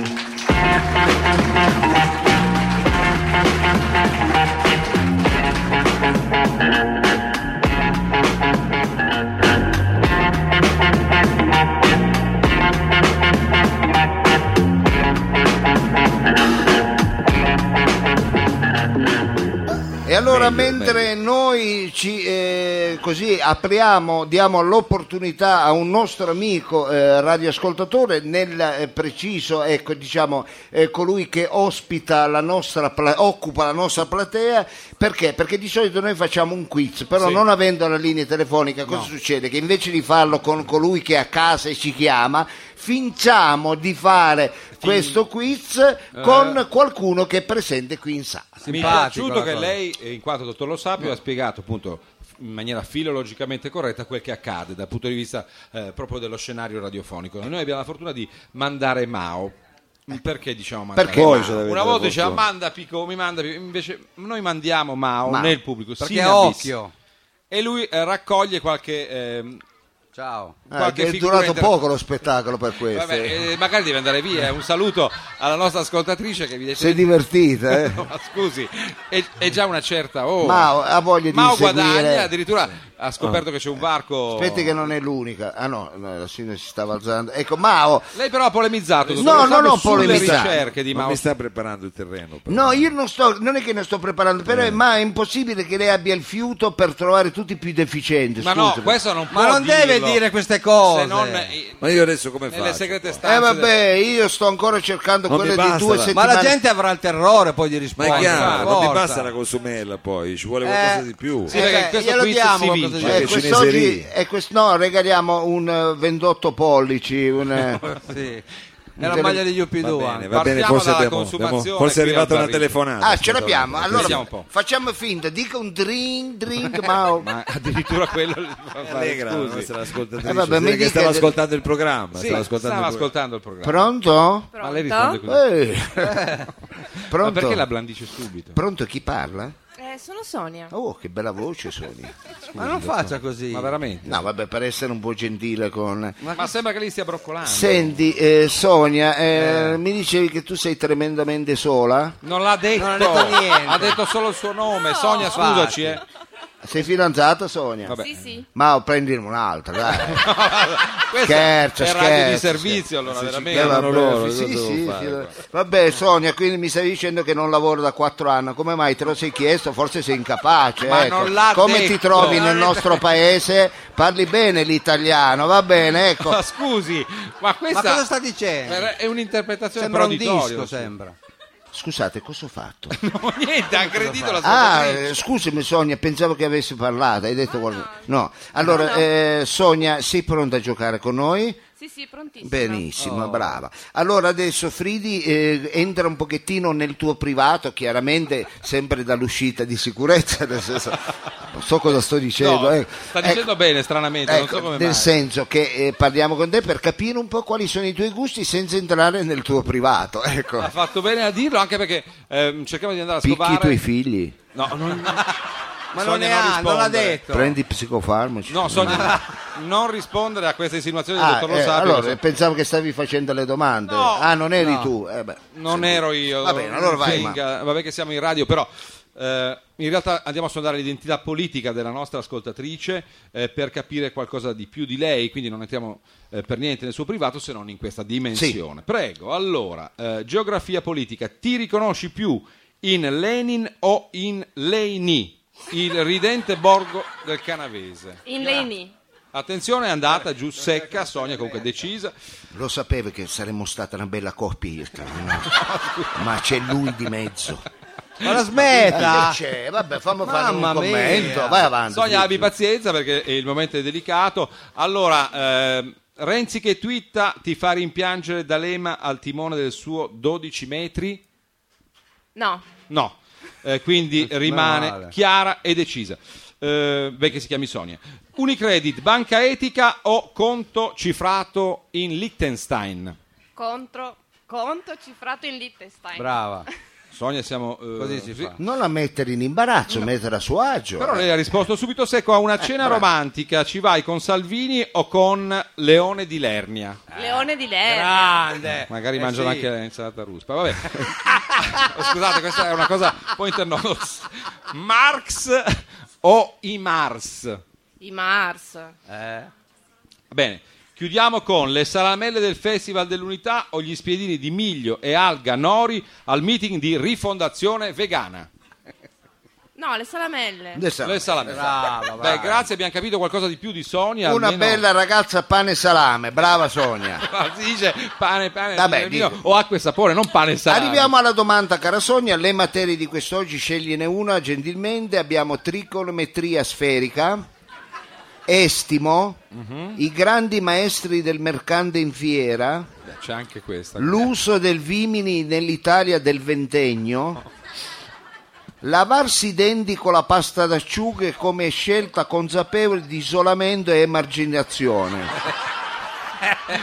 [SPEAKER 3] E allora
[SPEAKER 1] Meglio,
[SPEAKER 3] mentre noi ci eh, così apriamo, diamo l'opportunità a un nostro amico eh, radioascoltatore, nel eh, preciso, ecco, diciamo, eh, colui che ospita la nostra pla- occupa la nostra platea, perché? Perché di solito noi facciamo un quiz, però
[SPEAKER 1] Sì.
[SPEAKER 3] non avendo la linea telefonica, cosa succede? Che invece di farlo con colui che è a casa e ci chiama, Finciamo di fare questo quiz
[SPEAKER 1] Eh.
[SPEAKER 3] con qualcuno che è presente qui in sala.
[SPEAKER 1] Mi è
[SPEAKER 2] Simpatico
[SPEAKER 1] piaciuto
[SPEAKER 2] la
[SPEAKER 1] che
[SPEAKER 2] cosa.
[SPEAKER 1] lei, eh, in quanto dottor Lo Sapio, ha spiegato appunto in maniera filologicamente corretta quel che accade dal punto di vista eh, proprio dello scenario radiofonico. Noi abbiamo la fortuna di mandare Mao. Perché diciamo mandare
[SPEAKER 3] Perché
[SPEAKER 1] Mao?
[SPEAKER 3] Voi ce
[SPEAKER 4] l'avete
[SPEAKER 1] Una
[SPEAKER 4] la
[SPEAKER 1] volta diceva
[SPEAKER 4] fortuna.
[SPEAKER 1] manda Picco, mi manda Picco. Invece noi mandiamo Mao,
[SPEAKER 3] Mao.
[SPEAKER 1] nel pubblico.
[SPEAKER 2] Perché
[SPEAKER 1] sin
[SPEAKER 2] ha
[SPEAKER 1] bis.
[SPEAKER 2] occhio.
[SPEAKER 1] E lui eh, raccoglie qualche... ehm,
[SPEAKER 2] Ciao.
[SPEAKER 3] Ah,
[SPEAKER 1] qualche
[SPEAKER 3] è
[SPEAKER 1] figura
[SPEAKER 3] durato
[SPEAKER 1] inter-
[SPEAKER 3] poco lo spettacolo per questo.
[SPEAKER 1] Vabbè, eh, magari deve andare via. Un saluto alla nostra ascoltatrice che
[SPEAKER 3] Si è
[SPEAKER 1] evidentemente...
[SPEAKER 3] divertita,
[SPEAKER 1] *laughs*
[SPEAKER 3] eh?
[SPEAKER 1] Ma scusi, è, è già una certa oh. ora.
[SPEAKER 3] Mao ha voglia di
[SPEAKER 1] Mao
[SPEAKER 3] inseguire.
[SPEAKER 1] guadagna, addirittura ha scoperto che c'è un varco.
[SPEAKER 3] Aspetti che non è l'unica. Ah no, no, la signora si stava alzando. Ecco, Mao,
[SPEAKER 1] Lei però ha polemizzato dottor
[SPEAKER 3] No,
[SPEAKER 1] Lo Sapio,
[SPEAKER 3] non ho
[SPEAKER 1] sulle
[SPEAKER 3] polemizzato.
[SPEAKER 1] ricerche di
[SPEAKER 4] Ma
[SPEAKER 1] Mao.
[SPEAKER 4] mi sta preparando il terreno. però.
[SPEAKER 3] No, io non sto, non è che ne sto preparando, però
[SPEAKER 1] Eh.
[SPEAKER 3] è- ma è impossibile che lei abbia il fiuto per trovare tutti i più deficienti.
[SPEAKER 1] Ma no,
[SPEAKER 3] scusi.
[SPEAKER 1] questo non può
[SPEAKER 2] Ma non deve
[SPEAKER 1] dirlo,
[SPEAKER 2] dire queste cose.
[SPEAKER 1] Se non eh,
[SPEAKER 4] Ma io adesso come faccio?
[SPEAKER 1] nelle segrete stanze.
[SPEAKER 3] Eh vabbè, io sto ancora cercando
[SPEAKER 4] Non
[SPEAKER 3] quelle
[SPEAKER 4] mi
[SPEAKER 3] di
[SPEAKER 4] basta,
[SPEAKER 3] due
[SPEAKER 4] la-
[SPEAKER 2] Ma
[SPEAKER 3] settimane.
[SPEAKER 2] la gente avrà il terrore poi di
[SPEAKER 4] Ma è
[SPEAKER 2] rispondere.
[SPEAKER 4] chiaro, non mi
[SPEAKER 2] forza.
[SPEAKER 4] basta la consumella poi, ci vuole qualcosa di più.
[SPEAKER 1] Eh, Sì, perché
[SPEAKER 3] beh,
[SPEAKER 1] questo
[SPEAKER 2] glielo
[SPEAKER 1] quiz
[SPEAKER 2] diamo
[SPEAKER 1] si
[SPEAKER 2] qualcosa
[SPEAKER 1] vince.
[SPEAKER 4] di-
[SPEAKER 3] Eh,
[SPEAKER 4] che
[SPEAKER 3] quest'oggi
[SPEAKER 4] cineserie.
[SPEAKER 3] eh, quest- no, regaliamo un eh, 28 pollici,
[SPEAKER 4] *laughs*
[SPEAKER 3] un, eh,
[SPEAKER 1] *laughs*
[SPEAKER 2] Sì. È la maglia degli
[SPEAKER 4] Va
[SPEAKER 2] UP2
[SPEAKER 4] bene,
[SPEAKER 2] anche.
[SPEAKER 4] va bene,
[SPEAKER 1] Partiamo
[SPEAKER 4] forse,
[SPEAKER 1] dalla
[SPEAKER 4] abbiamo-
[SPEAKER 1] consumazione
[SPEAKER 4] abbiamo- forse è
[SPEAKER 1] qui al
[SPEAKER 4] arrivata una
[SPEAKER 1] barril.
[SPEAKER 4] telefonata.
[SPEAKER 3] Ah, ce l'abbiamo.
[SPEAKER 4] Aspetta,
[SPEAKER 3] Allora
[SPEAKER 1] Vediamo un po'.
[SPEAKER 3] facciamo finta, dica un drink,
[SPEAKER 1] *laughs*
[SPEAKER 3] drink, Mao.
[SPEAKER 1] Ma addirittura quello gli fa fare,
[SPEAKER 4] Allegra, la
[SPEAKER 1] scusi.
[SPEAKER 4] nostra ascoltatrice,
[SPEAKER 3] Eh, vabbè, mi
[SPEAKER 4] dire che
[SPEAKER 3] dica-
[SPEAKER 4] stava ascoltando il programma.
[SPEAKER 1] Sì,
[SPEAKER 4] stava ascoltando
[SPEAKER 1] stava
[SPEAKER 4] il programma.
[SPEAKER 1] ascoltando il programma.
[SPEAKER 3] Pronto?
[SPEAKER 1] Ma lei risponde così.
[SPEAKER 3] Eh.
[SPEAKER 1] *laughs* Ma
[SPEAKER 3] Pronto?
[SPEAKER 1] perché la blandisce subito?
[SPEAKER 3] Pronto chi parla?
[SPEAKER 6] Eh, sono Sonia.
[SPEAKER 3] Oh, che bella voce suoni.
[SPEAKER 2] Ma non faccia così.
[SPEAKER 1] Ma veramente?
[SPEAKER 3] No, vabbè, per essere un po' gentile con...
[SPEAKER 1] Ma, sembra che lei stia broccolando.
[SPEAKER 3] Senti, eh, Sonia, eh, mi dicevi che tu sei tremendamente sola?
[SPEAKER 1] Non l'ha detto,
[SPEAKER 2] Non ha detto niente.
[SPEAKER 1] ha detto solo il suo nome. Sonia, scusaci, eh.
[SPEAKER 3] Sei fidanzata, Sonia?
[SPEAKER 1] Vabbè.
[SPEAKER 6] Sì, sì.
[SPEAKER 3] Ma prendine un'altra,
[SPEAKER 1] *laughs*
[SPEAKER 3] dai.
[SPEAKER 1] Questo
[SPEAKER 3] Scherzo,
[SPEAKER 1] è radio di
[SPEAKER 3] scherzo,
[SPEAKER 1] servizio, allora, veramente.
[SPEAKER 3] Eh, vabbè,
[SPEAKER 4] loro,
[SPEAKER 3] sì,
[SPEAKER 4] cosa devo
[SPEAKER 3] sì,
[SPEAKER 4] fare
[SPEAKER 3] sì,
[SPEAKER 4] qua?
[SPEAKER 3] vabbè, Sonia, quindi mi stai dicendo che non lavoro da quattro anni. Come mai te lo sei chiesto? Forse sei incapace.
[SPEAKER 1] Ma
[SPEAKER 3] ecco.
[SPEAKER 1] non l'ha
[SPEAKER 3] Come
[SPEAKER 1] detto.
[SPEAKER 3] ti trovi
[SPEAKER 1] Non
[SPEAKER 3] nel
[SPEAKER 1] l'ha
[SPEAKER 3] nostro paese? Parli bene l'italiano, va bene, ecco.
[SPEAKER 1] *laughs* Ma scusi, ma
[SPEAKER 2] Ma
[SPEAKER 1] questa
[SPEAKER 2] cosa sta dicendo?
[SPEAKER 1] è un'interpretazione
[SPEAKER 2] Sembra un
[SPEAKER 1] proditorio,
[SPEAKER 2] disco,
[SPEAKER 1] sì. *laughs*
[SPEAKER 2] sembra.
[SPEAKER 3] Scusate, cosa ho fatto?
[SPEAKER 1] No, niente, ha aggredito la sua
[SPEAKER 3] Ah, eh, scusami Sonia, pensavo che avessi parlato, hai detto qualcosa. No, allora
[SPEAKER 6] No, no.
[SPEAKER 3] eh, Sonia, sei pronta a giocare con noi?
[SPEAKER 6] Sì, sì, prontissima.
[SPEAKER 3] Benissimo,
[SPEAKER 1] Oh.
[SPEAKER 3] brava. Allora adesso Fridi eh, entra un pochettino nel tuo privato, chiaramente sempre dall'uscita di sicurezza, nel senso, non so cosa sto dicendo.
[SPEAKER 2] eh.
[SPEAKER 1] No,
[SPEAKER 3] ecco.
[SPEAKER 1] sta
[SPEAKER 3] Ecco,
[SPEAKER 1] dicendo bene, stranamente, non so
[SPEAKER 3] ecco,
[SPEAKER 1] come
[SPEAKER 3] nel
[SPEAKER 1] mai.
[SPEAKER 3] senso che eh, parliamo con te per capire un po' quali sono i tuoi gusti senza entrare nel tuo privato. Ecco.
[SPEAKER 1] Ha fatto bene a dirlo anche perché ehm, cercavo di andare a
[SPEAKER 3] Picchi i
[SPEAKER 1] scovare.
[SPEAKER 3] tuoi figli,
[SPEAKER 1] No, non...
[SPEAKER 2] *laughs* Ma non
[SPEAKER 1] Sonia,
[SPEAKER 2] ne ha, non l'ha
[SPEAKER 1] rispondere.
[SPEAKER 2] detto.
[SPEAKER 3] prendi psicofarmaci.
[SPEAKER 2] *laughs*
[SPEAKER 1] No, Sonia, non rispondere a queste insinuazioni del
[SPEAKER 3] Ah,
[SPEAKER 1] dottor Lo
[SPEAKER 3] eh,
[SPEAKER 1] Sapio.
[SPEAKER 3] allora pensavo che stavi facendo le domande.
[SPEAKER 1] No.
[SPEAKER 3] ah, non eri tu. Eh, beh.
[SPEAKER 1] Non ero io.
[SPEAKER 3] Va bene, allora vai,
[SPEAKER 1] Venga, Vabbè che siamo in radio, però eh, in realtà andiamo a sondare l'identità politica della nostra ascoltatrice eh, per capire qualcosa di più di lei, quindi non entriamo eh, per niente nel suo privato se non in questa dimensione. Prego, allora, eh, geografia politica, ti riconosci più in Lenin o in Leini, il ridente borgo del canavese?
[SPEAKER 6] In Leni.
[SPEAKER 1] Attenzione, è andata giù secca, Sonia comunque è decisa.
[SPEAKER 3] Lo sapevo che saremmo stata una bella coppia. io te- no. Ma c'è lui di mezzo.
[SPEAKER 2] Ma la smetta!
[SPEAKER 3] Che c'è? Vabbè, fammi fare un
[SPEAKER 2] Mamma
[SPEAKER 3] commento.
[SPEAKER 2] mia.
[SPEAKER 3] Vai avanti.
[SPEAKER 1] Sonia abbi
[SPEAKER 3] Fritz.
[SPEAKER 1] pazienza perché il momento è delicato. Allora, ehm, Renzi che twitta ti fa rimpiangere D'Alema al timone del suo 12 metri?
[SPEAKER 6] No.
[SPEAKER 1] No, Eh, quindi rimane
[SPEAKER 2] male.
[SPEAKER 1] chiara e decisa. Eh, beh, che si chiami Sonia. Unicredit, banca etica o conto cifrato in Liechtenstein?
[SPEAKER 6] Contro. Conto cifrato in Liechtenstein.
[SPEAKER 2] Brava.
[SPEAKER 1] Sonia, siamo... eh,
[SPEAKER 2] Ah, Così si
[SPEAKER 1] sì.
[SPEAKER 2] fa.
[SPEAKER 3] Non la mettere in imbarazzo, mettere a suo agio.
[SPEAKER 1] Però lei ha risposto subito secco a una
[SPEAKER 2] Eh,
[SPEAKER 1] cena romantica. Ci vai con Salvini o con Leone di Lernia?
[SPEAKER 6] Leone di Lerni.
[SPEAKER 2] Grande!
[SPEAKER 1] Magari
[SPEAKER 2] Eh
[SPEAKER 1] mangiano
[SPEAKER 2] sì.
[SPEAKER 1] anche l'insalata ruspa. Vabbè. *laughs* Oh, Scusate, questa è una cosa un po' internos. Marx o i Mars?
[SPEAKER 6] I Mars.
[SPEAKER 2] Eh.
[SPEAKER 1] Bene, chiudiamo con le salamelle del Festival dell'Unità o gli spiedini di miglio e alga nori al meeting di rifondazione vegana.
[SPEAKER 6] No, No, le salamelle.
[SPEAKER 3] Le sa-
[SPEAKER 1] Le salame.
[SPEAKER 2] Brava, brava.
[SPEAKER 1] Beh, grazie, abbiamo capito qualcosa di più di Sonia.
[SPEAKER 3] Una
[SPEAKER 1] almeno- *laughs* Ah,
[SPEAKER 3] bella ragazza pane e salame, brava Sonia.
[SPEAKER 1] Si dice pane, pane,
[SPEAKER 3] Vabbè,
[SPEAKER 1] pane mio,
[SPEAKER 3] dico.
[SPEAKER 1] o acqua e sapore, non pane e salame.
[SPEAKER 3] Arriviamo alla domanda, cara Sonia. Le materie di quest'oggi scegliene una gentilmente. Abbiamo trigonometria sferica, estimo, i grandi maestri del mercante in fiera,
[SPEAKER 1] C'è anche questa.
[SPEAKER 3] l'uso del vimini nell'Italia del ventennio, lavarsi i denti con la pasta d'acciughe come scelta consapevole di isolamento e emarginazione,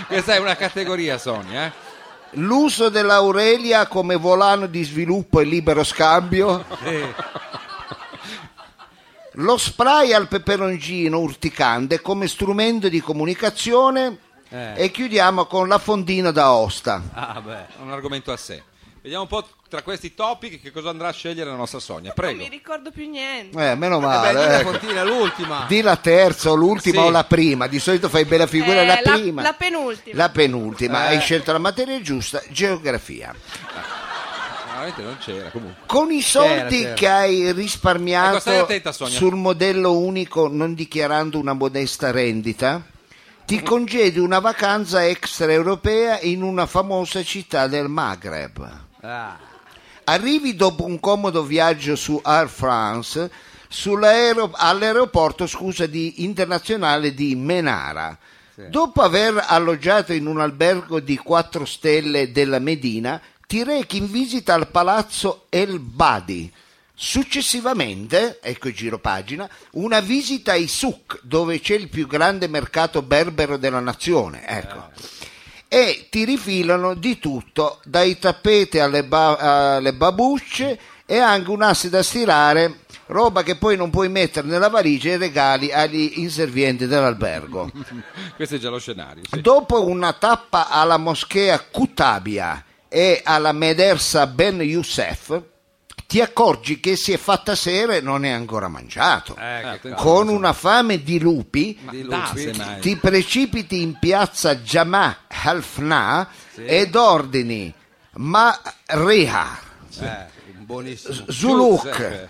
[SPEAKER 1] Questa è una categoria, Sonia. eh.
[SPEAKER 3] l'uso dell'Aurelia come volano di sviluppo e libero scambio. Lo spray al peperoncino urticante come strumento di comunicazione e chiudiamo con la fondina da osta.
[SPEAKER 1] Ah, beh, è un argomento a sé. Vediamo un po' tra questi topic che cosa andrà a scegliere la nostra Sonia.
[SPEAKER 6] Non
[SPEAKER 1] Prego.
[SPEAKER 6] mi ricordo più niente.
[SPEAKER 3] Eh, meno
[SPEAKER 2] Beh,
[SPEAKER 3] male.
[SPEAKER 2] dilla,
[SPEAKER 3] ecco.
[SPEAKER 2] continua, l'ultima.
[SPEAKER 3] Di la terza o l'ultima
[SPEAKER 1] Sì.
[SPEAKER 3] o la prima, di solito fai bella figura
[SPEAKER 6] Eh,
[SPEAKER 3] la prima.
[SPEAKER 6] La, penultima.
[SPEAKER 3] La penultima,
[SPEAKER 2] Eh.
[SPEAKER 3] hai scelto la materia giusta, geografia.
[SPEAKER 1] Veramente non c'era, comunque.
[SPEAKER 3] Con i soldi
[SPEAKER 2] c'era.
[SPEAKER 3] che hai
[SPEAKER 1] Ecco,
[SPEAKER 3] risparmiato
[SPEAKER 1] stai attenta, Sonia.
[SPEAKER 3] sul modello unico non dichiarando una modesta rendita, ti
[SPEAKER 2] Mm.
[SPEAKER 3] congedi una vacanza extraeuropea in una famosa città del Maghreb.
[SPEAKER 2] Ah,
[SPEAKER 3] Arrivi dopo un comodo viaggio su Air France sull'aero- all'aeroporto scusa, di- internazionale di Menara. Dopo aver alloggiato in un albergo di 4 stelle della Medina, ti rechi in visita al palazzo El Badi. Successivamente, ecco il giro pagina, una visita ai souk, dove c'è il più grande mercato berbero della nazione. Ecco e ti rifilano di tutto, dai tappeti alle, ba- alle babucce e anche un asse da stirare, roba che poi non puoi mettere nella valigia e regali agli inservienti dell'albergo.
[SPEAKER 1] Questo è già lo scenario. sì.
[SPEAKER 3] Dopo una tappa alla moschea Kutabia e alla medersa Ben Youssef, ti accorgi che si è fatta sera e non è ancora mangiato.
[SPEAKER 1] Eh, attenzione.
[SPEAKER 3] Con una fame di lupi,
[SPEAKER 1] Ma dà, semmai.
[SPEAKER 3] ti precipiti in piazza Jamaa Halfna ed ordini Ma Reha,
[SPEAKER 2] eh, buonissimo.
[SPEAKER 3] Zuluk,
[SPEAKER 1] Giuseppe.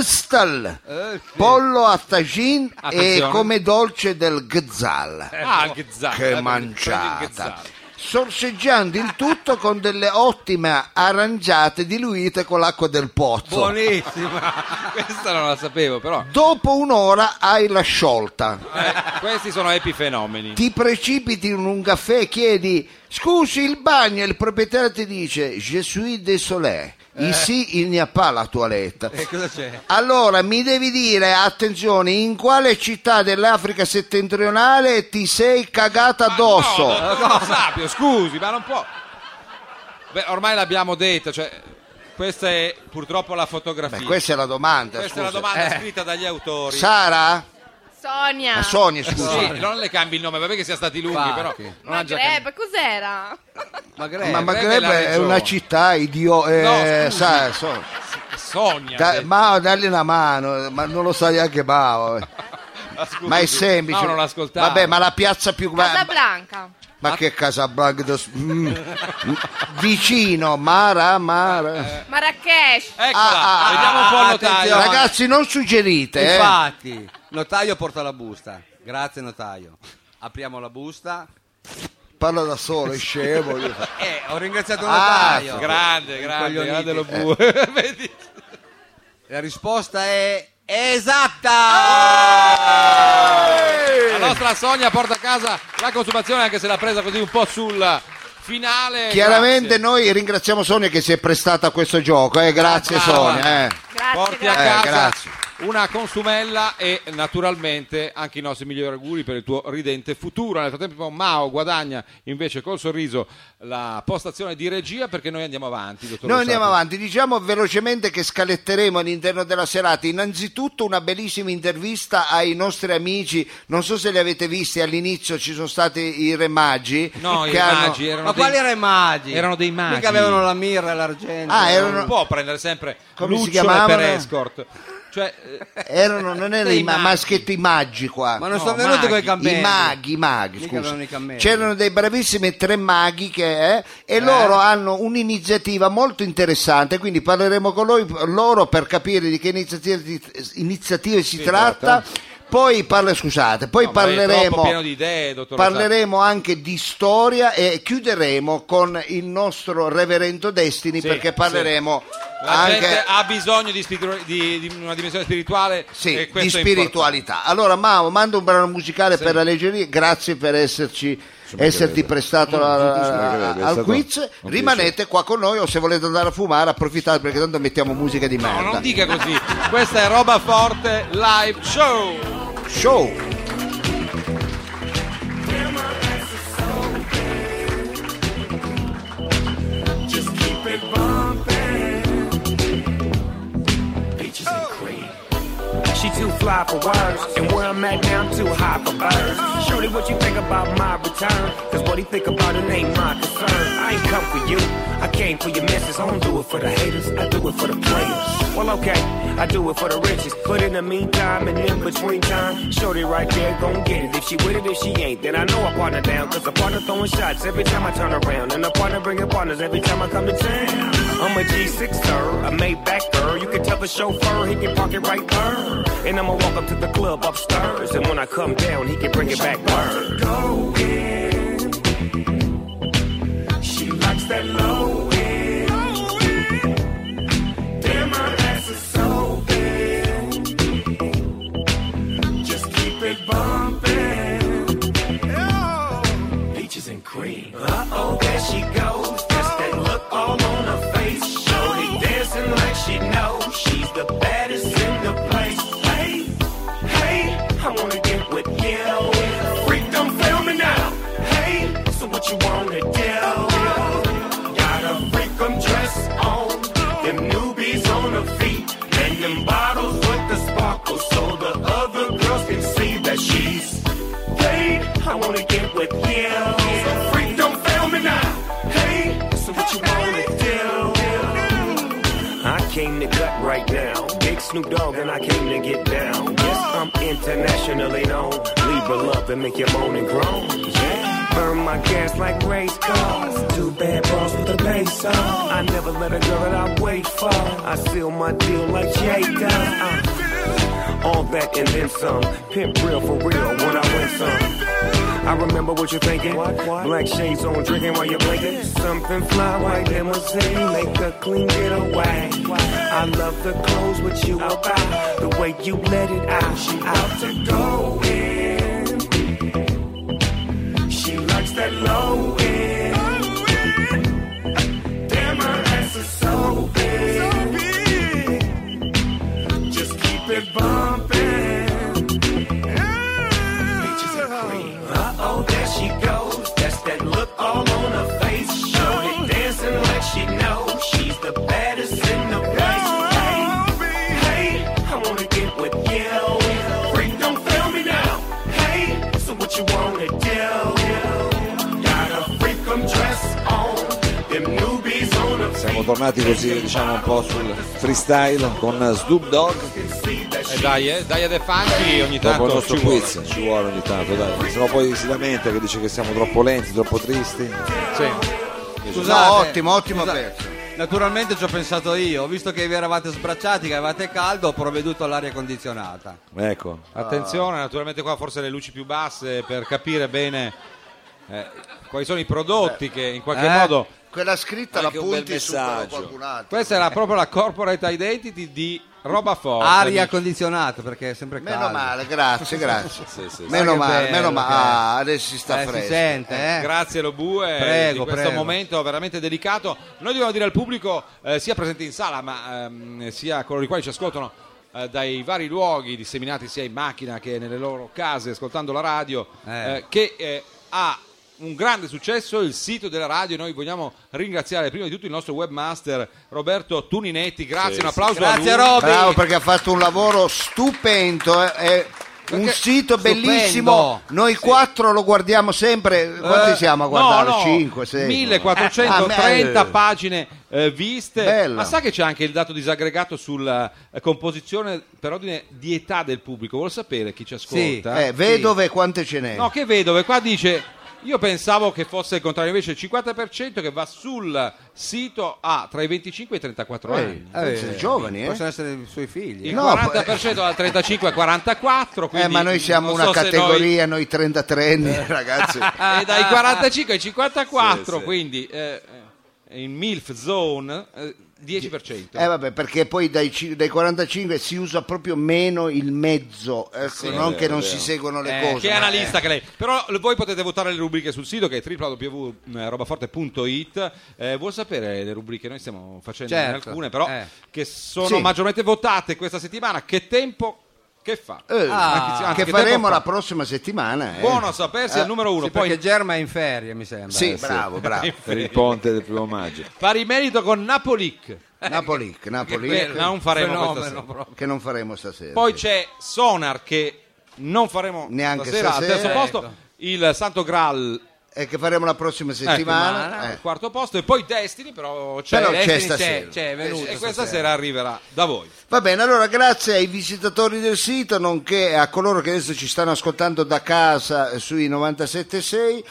[SPEAKER 3] Bstal,
[SPEAKER 2] Eh, sì.
[SPEAKER 3] pollo a tagine e
[SPEAKER 1] Attenzione.
[SPEAKER 3] come dolce del Gzal.
[SPEAKER 1] Ah, il ghezzal.
[SPEAKER 3] Che
[SPEAKER 1] Eh, prendi- prendi il
[SPEAKER 3] mangiata!
[SPEAKER 1] ghezzal.
[SPEAKER 3] Sorseggiando il tutto con delle ottime arangiate diluite con l'acqua del pozzo.
[SPEAKER 1] Buonissima. *laughs* Questa non la sapevo, però.
[SPEAKER 3] Dopo un'ora hai la sciolta.
[SPEAKER 1] Eh, questi sono epifenomeni.
[SPEAKER 3] ti precipiti in un caffè e chiedi scusi il bagno e il proprietario ti dice je suis désolé
[SPEAKER 1] Eh.
[SPEAKER 3] ici il n'y a pas la toilette
[SPEAKER 2] E cosa c'è?
[SPEAKER 3] allora mi devi dire attenzione in quale città dell'Africa settentrionale ti sei cagata addosso
[SPEAKER 1] No, dottor Sapio, scusi, ma non può. Beh, ormai l'abbiamo detto, cioè, questa è purtroppo la fotografia.
[SPEAKER 3] Beh, Eh, questa è la domanda
[SPEAKER 1] Questa è la
[SPEAKER 3] scusa.
[SPEAKER 1] domanda
[SPEAKER 3] Eh,
[SPEAKER 1] scritta dagli autori.
[SPEAKER 3] Sara
[SPEAKER 6] Sonia.
[SPEAKER 3] Ah, Sonia scusa
[SPEAKER 1] Eh, Sì, non le cambi il nome, vabbè che siano stati lunghi, però.
[SPEAKER 2] Infatti.
[SPEAKER 1] Non ha già
[SPEAKER 6] Maghreb, cos'era?
[SPEAKER 2] Maghreb.
[SPEAKER 3] ma Maghreb
[SPEAKER 1] Maghreb è la
[SPEAKER 3] è una
[SPEAKER 1] regione.
[SPEAKER 3] città idio eh,
[SPEAKER 1] No, scusi.
[SPEAKER 3] sa- so-
[SPEAKER 1] cambi- Sonia.
[SPEAKER 3] da-
[SPEAKER 1] ha detto.
[SPEAKER 3] ma dagli una mano ma non lo sa neanche eh. Bao
[SPEAKER 1] Ah, scusi,
[SPEAKER 3] Ma è
[SPEAKER 1] scusi.
[SPEAKER 3] semplice.
[SPEAKER 1] No, non l'ascoltavo.
[SPEAKER 3] Vabbè, ma la piazza più ma,
[SPEAKER 6] Casablanca.
[SPEAKER 3] ma che Casablanca dos- mm. vicino Mara Mara.
[SPEAKER 6] Marrakesh.
[SPEAKER 1] Eh, Eccola,
[SPEAKER 3] Ah, ah,
[SPEAKER 1] vediamo un
[SPEAKER 2] ah,
[SPEAKER 1] po' il
[SPEAKER 2] attenzione.
[SPEAKER 1] notaio.
[SPEAKER 3] Ragazzi, non suggerite, eh.
[SPEAKER 2] Infatti, notaio porta la busta. Grazie notaio. Apriamo la busta.
[SPEAKER 3] Parla da solo, è scemo. io.
[SPEAKER 2] Eh, ho ringraziato il
[SPEAKER 3] Ah,
[SPEAKER 2] notaio.
[SPEAKER 1] Grande, grande,
[SPEAKER 2] Incoglionite.
[SPEAKER 1] grande lo
[SPEAKER 3] eh.
[SPEAKER 1] bue. *laughs* Vedi?
[SPEAKER 2] La risposta è esatta.
[SPEAKER 3] Ah!
[SPEAKER 1] La nostra Sonia porta a casa la consumazione, anche se l'ha presa così un po' sul finale.
[SPEAKER 3] Chiaramente
[SPEAKER 1] *laughs* Grazie.
[SPEAKER 3] noi ringraziamo Sonia che si è prestata a questo gioco, eh. Grazie
[SPEAKER 1] Brava.
[SPEAKER 3] Sonia, eh.
[SPEAKER 6] Grazie,
[SPEAKER 1] Porti a
[SPEAKER 6] grazie.
[SPEAKER 3] Eh,
[SPEAKER 1] casa
[SPEAKER 3] grazie.
[SPEAKER 1] una consumella e naturalmente anche i nostri migliori auguri per il tuo ridente futuro. Nel frattempo Mao guadagna invece col sorriso la postazione di regia perché noi andiamo avanti. dottor
[SPEAKER 3] Noi
[SPEAKER 1] Rosati.
[SPEAKER 3] andiamo avanti, diciamo velocemente che scaletteremo all'interno della serata innanzitutto una bellissima intervista ai nostri amici, non so se li avete visti, all'inizio ci sono stati i Re Magi.
[SPEAKER 1] No, i
[SPEAKER 3] che hanno-
[SPEAKER 1] magi erano
[SPEAKER 2] Ma
[SPEAKER 1] dei-
[SPEAKER 2] quali erano i magi?
[SPEAKER 1] Erano dei magi.
[SPEAKER 2] Mica avevano la mirra e l'argento.
[SPEAKER 3] Ah, erano-
[SPEAKER 1] Non può prendere sempre
[SPEAKER 3] Come si
[SPEAKER 1] lucciole per
[SPEAKER 3] chiamavano?
[SPEAKER 1] escort. Cioè, eh,
[SPEAKER 3] Erano, non erano
[SPEAKER 1] *laughs* Dei
[SPEAKER 3] i ma-
[SPEAKER 1] maghi.
[SPEAKER 3] maschetti i maggi qua.
[SPEAKER 2] Ma non
[SPEAKER 1] No,
[SPEAKER 2] sono venuti
[SPEAKER 1] maghi,
[SPEAKER 2] con i cammelli.
[SPEAKER 3] I maghi, i maghi,
[SPEAKER 2] Mica
[SPEAKER 3] scusa.
[SPEAKER 2] erano i cammelli.
[SPEAKER 3] C'erano dei bravissimi tre maghi che, eh, e loro hanno un'iniziativa molto interessante, quindi parleremo con loro, loro per capire di che iniziative, iniziative si tratta. Poi parla- scusate, *laughs* poi
[SPEAKER 1] no, ma è troppo
[SPEAKER 3] parleremo
[SPEAKER 1] pieno di idee, dottor Rosato.
[SPEAKER 3] Parleremo anche di storia e chiuderemo con il nostro reverendo Destini
[SPEAKER 1] Sì,
[SPEAKER 3] perché parleremo
[SPEAKER 1] La gente
[SPEAKER 3] anche
[SPEAKER 1] ha bisogno di, spiritu- di- di una dimensione spirituale
[SPEAKER 3] sì,
[SPEAKER 1] e
[SPEAKER 3] di
[SPEAKER 1] questo è importante.
[SPEAKER 3] spiritualità. Allora Mao, manda un brano musicale per la leggeria, grazie per esserci, esserti prestato a-
[SPEAKER 4] Mm, ci mancherebbe, è
[SPEAKER 3] al
[SPEAKER 4] stato
[SPEAKER 3] quiz.
[SPEAKER 4] un
[SPEAKER 3] Rimanete qua con noi o se volete andare a fumare approfittate perché tanto mettiamo musica di
[SPEAKER 1] No,
[SPEAKER 3] merda.
[SPEAKER 1] non dica così. Questa è roba forte live show.
[SPEAKER 3] Show!
[SPEAKER 7] peaches and cream. She too fly for words, and where I'm at now, I'm too high for birds. Shorty, what you think about my return? Cause what he think about it ain't my concern. I ain't come for you, I came for your missus. I don't do it for the haters, I do it for the players. Well, okay, I do it for the riches. But in the meantime and in between time, Shorty right there gon' get it. If she with it, if she ain't, then I know I partner down. Cause a partner throwing shots every time I turn around. And a partner bringing partners every time I come to town. I'm a G6er, a Maybach girl. You can tell the chauffeur, he can park it right there. And I'ma walk up to the club upstairs. And when I come down, he can bring it back word. Go in. She likes that low end. Damn, her ass is so big. Just keep it bumping. Peaches and cream. Uh oh, there she goes. That's that look all on her face. Shorty dancing like she knows she's the baddest in the place. Hey, hey, I wanna get with you. Freak, don't fail me now. Hey, so what you wanna do? Got a freakum dress on, them newbies on her feet, and them bottles with the sparkle so the other girls can see that she's paid. I wanna get with you. So freak, don't fail me now. Hey, so what you wanna do? I came to gut right now. Big Snoop Dogg and I came to get down. Yes, I'm internationally known. Libra love and make you moan and groan. Yeah. Burn my gas like race cars. Two bad balls with a bass on. I never let a girl that I wait for. I seal my deal like Jay does. Uh, all that and then some. Pimp real for real when I win some. I remember what you're thinking. Black shades on, drinking while you're blinking. Something fly white limousine, make a clean getaway. I love the clothes with you about the way you let it out. She out to go in. She likes that low end. Damn, her ass is so big. Just keep it bumping. Peaches and cream. Uh-oh, there she goes. That's that look all on her face. Shorty dancing like she knows she's the baddest in the place. Hey, hey, I wanna get with you. Freak, don't fail me now. Hey, so what you wanna do? Got a freakum dress on. Them newbies on a
[SPEAKER 4] Siamo tornati così, diciamo, un po' sul freestyle con Snoop Dogg.
[SPEAKER 1] E dai, eh, dai a De Funky ogni
[SPEAKER 4] Dopo il
[SPEAKER 1] tanto
[SPEAKER 4] nostro
[SPEAKER 1] ci vuole.
[SPEAKER 4] quiz ci vuole ogni tanto, dai. Sennò poi si lamenta che dice che siamo troppo lenti, troppo tristi.
[SPEAKER 1] Sì.
[SPEAKER 2] Scusate,
[SPEAKER 3] No, ottimo, ottimo
[SPEAKER 2] scusa-
[SPEAKER 3] pezzo.
[SPEAKER 2] Naturalmente ci ho pensato io, ho visto che vi eravate sbracciati, che avevate caldo, ho provveduto all'aria condizionata.
[SPEAKER 4] Ecco.
[SPEAKER 1] Attenzione, naturalmente qua forse le luci più basse per capire bene eh, quali sono i prodotti che in qualche
[SPEAKER 2] Eh.
[SPEAKER 1] modo...
[SPEAKER 3] Quella scritta la
[SPEAKER 4] Anche un bel
[SPEAKER 3] punti su
[SPEAKER 4] messaggio.
[SPEAKER 3] qualcun altro.
[SPEAKER 1] Questa era proprio la corporate identity di roba forte.
[SPEAKER 2] Aria
[SPEAKER 1] amici.
[SPEAKER 2] condizionata perché è sempre caldo.
[SPEAKER 3] Meno male, grazie, grazie.
[SPEAKER 4] Sì, sì, sì.
[SPEAKER 3] Meno
[SPEAKER 2] che
[SPEAKER 3] male,
[SPEAKER 2] bello
[SPEAKER 3] meno
[SPEAKER 2] che è.
[SPEAKER 3] male. Ah, adesso si sta
[SPEAKER 2] Eh, si
[SPEAKER 3] fresco.
[SPEAKER 2] sente, eh?
[SPEAKER 1] Grazie Lobue
[SPEAKER 2] Prego,
[SPEAKER 1] di questo
[SPEAKER 2] prego.
[SPEAKER 1] momento veramente delicato. Noi dobbiamo dire al pubblico, eh, sia presente in sala, ma ehm, sia coloro i quali ci ascoltano eh, dai vari luoghi disseminati sia in macchina che nelle loro case, ascoltando la radio,
[SPEAKER 2] Eh.
[SPEAKER 1] eh, che eh, ha un grande successo il sito della radio. Noi vogliamo ringraziare prima di tutto il nostro webmaster Roberto Tuninetti. Grazie, un applauso a
[SPEAKER 2] Grazie
[SPEAKER 1] lui.
[SPEAKER 2] Robby.
[SPEAKER 3] Bravo perché ha fatto un lavoro stupendo eh, e un sito bellissimo.
[SPEAKER 2] Stupendo.
[SPEAKER 3] Noi quattro lo guardiamo sempre. Quanti siamo a guardarlo?
[SPEAKER 1] Eh, No, no,
[SPEAKER 3] 5, 6. Ah,
[SPEAKER 1] 1430 pagine eh, viste.
[SPEAKER 3] Bello.
[SPEAKER 1] Ma sa che c'è anche il dato disaggregato sulla eh, composizione per ordine di età del pubblico? Vuol sapere chi ci ascolta?
[SPEAKER 3] Eh, vedove quante ce n'è?
[SPEAKER 1] No, che vedove, qua dice... Io pensavo che fosse il contrario, invece il 50% che va sul sito ha tra i 25 e i 34 anni.
[SPEAKER 3] Eh, siete giovani, eh?
[SPEAKER 2] Possono essere i suoi figli.
[SPEAKER 1] Il
[SPEAKER 3] No,
[SPEAKER 1] 40% dal 35 al 44,
[SPEAKER 3] Eh,
[SPEAKER 1] quindi
[SPEAKER 3] ma noi siamo
[SPEAKER 1] non
[SPEAKER 3] una
[SPEAKER 1] so se noi- Eh.
[SPEAKER 3] categoria, noi, 33 anni, *laughs*
[SPEAKER 1] *laughs*
[SPEAKER 3] ragazzi.
[SPEAKER 1] Ah, e
[SPEAKER 4] *laughs*
[SPEAKER 1] dai 45 ai 54,
[SPEAKER 4] Sì, sì.
[SPEAKER 1] quindi eh, eh, in MILF Zone eh, 10%.
[SPEAKER 3] Eh vabbè, perché poi dai, ci- dai 45 si usa proprio meno il mezzo, ecco, non che non si seguono le
[SPEAKER 1] Eh,
[SPEAKER 3] cose.
[SPEAKER 1] che
[SPEAKER 3] ma-
[SPEAKER 1] analista che lei però l- voi potete votare le rubriche sul sito che è www.robaforte.it eh, vuol sapere le rubriche noi stiamo facendo
[SPEAKER 2] Certo,
[SPEAKER 1] alcune però
[SPEAKER 2] eh.
[SPEAKER 1] che sono
[SPEAKER 3] Sì.
[SPEAKER 1] maggiormente votate questa settimana che tempo che fa
[SPEAKER 3] Eh,
[SPEAKER 1] Anzi, anzi,
[SPEAKER 3] che
[SPEAKER 1] Ah, tempo
[SPEAKER 3] faremo
[SPEAKER 1] fa?
[SPEAKER 3] la prossima settimana. eh.
[SPEAKER 1] buono a sapersi è il numero uno
[SPEAKER 2] Sì,
[SPEAKER 1] poi
[SPEAKER 2] perché Germa è in ferie, mi sembra.
[SPEAKER 3] Sì,
[SPEAKER 2] Eh,
[SPEAKER 3] bravo,
[SPEAKER 1] *laughs*
[SPEAKER 3] bravo.
[SPEAKER 4] per il ponte del primo maggio.
[SPEAKER 1] pari merito con Napolic
[SPEAKER 3] Napoli, Napoli,
[SPEAKER 1] Beh, non faremo
[SPEAKER 2] fenomeno
[SPEAKER 1] questa sera.
[SPEAKER 2] proprio.
[SPEAKER 3] che non faremo stasera.
[SPEAKER 1] Poi c'è Sonar che non faremo
[SPEAKER 3] Neanche
[SPEAKER 1] stasera, al terzo
[SPEAKER 3] stasera.
[SPEAKER 1] posto, il Santo Graal
[SPEAKER 3] E che faremo la prossima settimana.
[SPEAKER 1] al
[SPEAKER 3] eh.
[SPEAKER 1] quarto posto e poi Destiny però c'è,
[SPEAKER 3] Però c'è
[SPEAKER 1] Destiny
[SPEAKER 3] stasera.
[SPEAKER 1] c'è, è venuto
[SPEAKER 2] Eh,
[SPEAKER 1] e questa sera arriverà da voi.
[SPEAKER 3] Va bene, allora grazie ai visitatori del sito, nonché a coloro che adesso ci stanno ascoltando da casa eh, sui 97.6.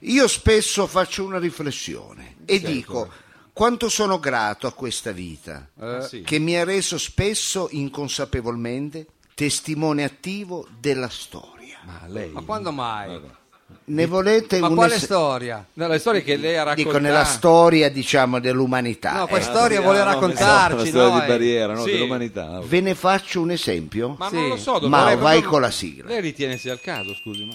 [SPEAKER 3] Io spesso faccio una riflessione e dico quanto sono grato a questa vita eh,
[SPEAKER 1] sì.
[SPEAKER 3] che mi ha reso spesso inconsapevolmente testimone attivo della storia.
[SPEAKER 1] Ma lei
[SPEAKER 2] Ma quando mai?
[SPEAKER 3] Ne volete
[SPEAKER 2] Ma
[SPEAKER 3] un
[SPEAKER 2] quale
[SPEAKER 3] es-
[SPEAKER 2] storia?
[SPEAKER 1] No, le storie che lei ha raccontato
[SPEAKER 3] Dico nella storia, diciamo, dell'umanità.
[SPEAKER 2] No,
[SPEAKER 3] eh.
[SPEAKER 2] quale storia vuole
[SPEAKER 4] Ah, no, pensavo alla
[SPEAKER 2] raccontarci
[SPEAKER 4] storia
[SPEAKER 2] noi?
[SPEAKER 4] di barriera, no?
[SPEAKER 1] Sì.
[SPEAKER 4] dell'umanità.
[SPEAKER 3] Eh, Ve ne faccio un esempio?
[SPEAKER 1] Ma
[SPEAKER 2] Sì.
[SPEAKER 1] non lo so, dopo
[SPEAKER 3] Mao,
[SPEAKER 1] lei
[SPEAKER 3] vai
[SPEAKER 1] proprio-
[SPEAKER 3] con la sigla.
[SPEAKER 1] Lei ritiene sia il caso, scusi, ma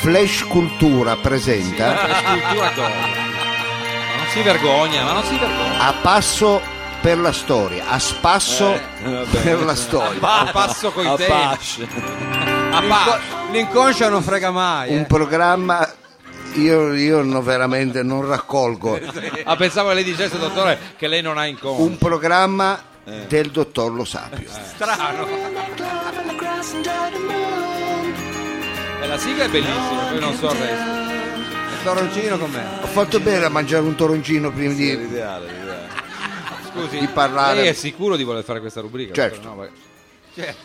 [SPEAKER 3] Flash Cultura presenta
[SPEAKER 1] la Eh, scultura cosa? Ma non si vergogna, ma non si vergogna.
[SPEAKER 3] a passo per la storia, a spasso
[SPEAKER 4] vabbè.
[SPEAKER 3] per la
[SPEAKER 1] A
[SPEAKER 3] storia.
[SPEAKER 1] pa- passo coi
[SPEAKER 4] A
[SPEAKER 1] tempi.
[SPEAKER 4] Pasce.
[SPEAKER 1] A pa-
[SPEAKER 2] L'inco- L'inconscio non frega mai.
[SPEAKER 1] *laughs*
[SPEAKER 3] Un
[SPEAKER 2] eh.
[SPEAKER 3] programma io, io no, veramente non raccolgo.
[SPEAKER 1] Ah, pensavo che lei dicesse, dottore, che lei non ha incontro.
[SPEAKER 3] Un programma del dottor Lo Sapio.
[SPEAKER 1] Eh, la sigla è bellissima, poi non so il resto.
[SPEAKER 2] Toroncino com'è?
[SPEAKER 3] Ho fatto bene a mangiare un toroncino prima di...
[SPEAKER 4] L'ideale, l'ideale.
[SPEAKER 1] Scusi,
[SPEAKER 3] Di parlare-
[SPEAKER 1] lei è sicuro di voler fare questa rubrica?
[SPEAKER 3] Certo.
[SPEAKER 1] Dottore? No, perché-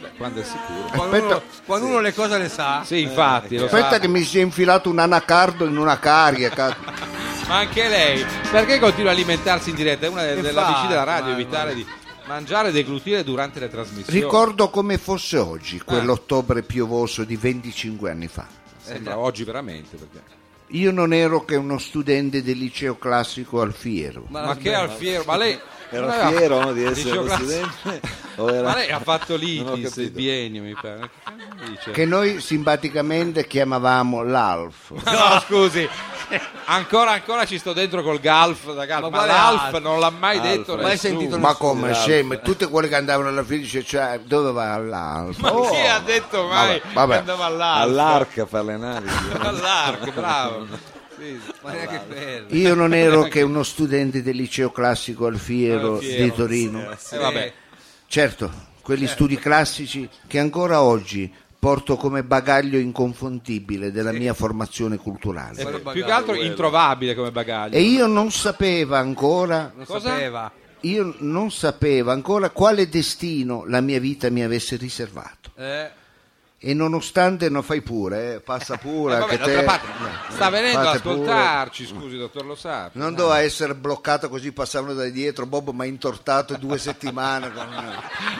[SPEAKER 1] Beh, quando è sicuro.
[SPEAKER 2] Quando, uno,
[SPEAKER 3] Aspetta.
[SPEAKER 2] quando uno le cose le sa,
[SPEAKER 1] Sì, infatti, lo
[SPEAKER 3] Aspetta
[SPEAKER 1] sa.
[SPEAKER 3] che mi sia infilato un anacardo in una carie. cazzo.
[SPEAKER 1] Ma anche lei, perché continua a alimentarsi in diretta? È una de- delle
[SPEAKER 2] fa?
[SPEAKER 1] amici della radio,
[SPEAKER 2] Ma-
[SPEAKER 1] evitare di mangiare e deglutire durante le trasmissioni.
[SPEAKER 3] Ricordo come fosse
[SPEAKER 1] Eh.
[SPEAKER 3] oggi, quell'ottobre piovoso di 25 anni fa.
[SPEAKER 1] Sembra Eh, oggi veramente. Perché...
[SPEAKER 3] Io non ero che uno studente del liceo classico Alfiero.
[SPEAKER 1] Ma, che alfiero, ma lei...
[SPEAKER 4] Era
[SPEAKER 1] non aveva-
[SPEAKER 4] fiero no, di essere
[SPEAKER 1] Liceo
[SPEAKER 4] uno
[SPEAKER 1] classico.
[SPEAKER 4] studente? O era-
[SPEAKER 1] Ma lei ha
[SPEAKER 4] Non
[SPEAKER 1] fatto
[SPEAKER 4] ho
[SPEAKER 1] l'ITIS, il
[SPEAKER 4] capito.
[SPEAKER 1] biennio, mi pare. Che cazzo dice?
[SPEAKER 3] che noi simpaticamente chiamavamo l'Alf.
[SPEAKER 1] No, scusi. Ancora, ancora ci sto dentro col Galf da Galf.
[SPEAKER 2] Ma
[SPEAKER 1] Ma,
[SPEAKER 2] quale
[SPEAKER 1] l'Alf
[SPEAKER 2] Alf?
[SPEAKER 1] non l'ha mai
[SPEAKER 4] Alf,
[SPEAKER 1] detto
[SPEAKER 2] mai
[SPEAKER 1] nessuno.
[SPEAKER 2] sentito
[SPEAKER 3] Ma come scemo, tutte quelle che andavano alla fine dicevano cioè, dove va l'Alf?
[SPEAKER 1] Ma
[SPEAKER 3] Oh,
[SPEAKER 1] chi ha detto mai
[SPEAKER 3] Vabbè,
[SPEAKER 1] che
[SPEAKER 3] vabbè.
[SPEAKER 1] andava all'Alf?
[SPEAKER 4] All'arca a fare le analisi.
[SPEAKER 3] *laughs*
[SPEAKER 1] All'arco, bravo. Sì, sì.
[SPEAKER 2] ma che bello.
[SPEAKER 3] Io non
[SPEAKER 1] *laughs*
[SPEAKER 3] ero che uno studente del liceo classico Alfiero
[SPEAKER 1] Alfiero,
[SPEAKER 3] di Torino.
[SPEAKER 1] Eh, vabbè.
[SPEAKER 3] Certo, quegli studi classici che ancora oggi porto come bagaglio inconfondibile della mia formazione
[SPEAKER 1] È
[SPEAKER 3] culturale.
[SPEAKER 1] più che altro introvabile come bagaglio.
[SPEAKER 3] E io non sapevo ancora
[SPEAKER 2] Non
[SPEAKER 1] Cosa?
[SPEAKER 2] sapeva.
[SPEAKER 3] io non sapevo ancora quale destino la mia vita mi avesse riservato.
[SPEAKER 2] Eh,
[SPEAKER 3] E nonostante non fai pure, eh,
[SPEAKER 1] *laughs*
[SPEAKER 3] passa pure.
[SPEAKER 1] Eh, vabbè,
[SPEAKER 3] anche
[SPEAKER 1] d'altra
[SPEAKER 3] te.
[SPEAKER 1] parte,
[SPEAKER 3] Eh,
[SPEAKER 1] sta venendo ad
[SPEAKER 3] passa pure.
[SPEAKER 1] ascoltarci, scusi, dottor Lo Sapio.
[SPEAKER 3] Non doveva essere bloccato così, passavano da dietro. Bob mi ha intortato
[SPEAKER 1] *laughs*
[SPEAKER 3] due settimane. con-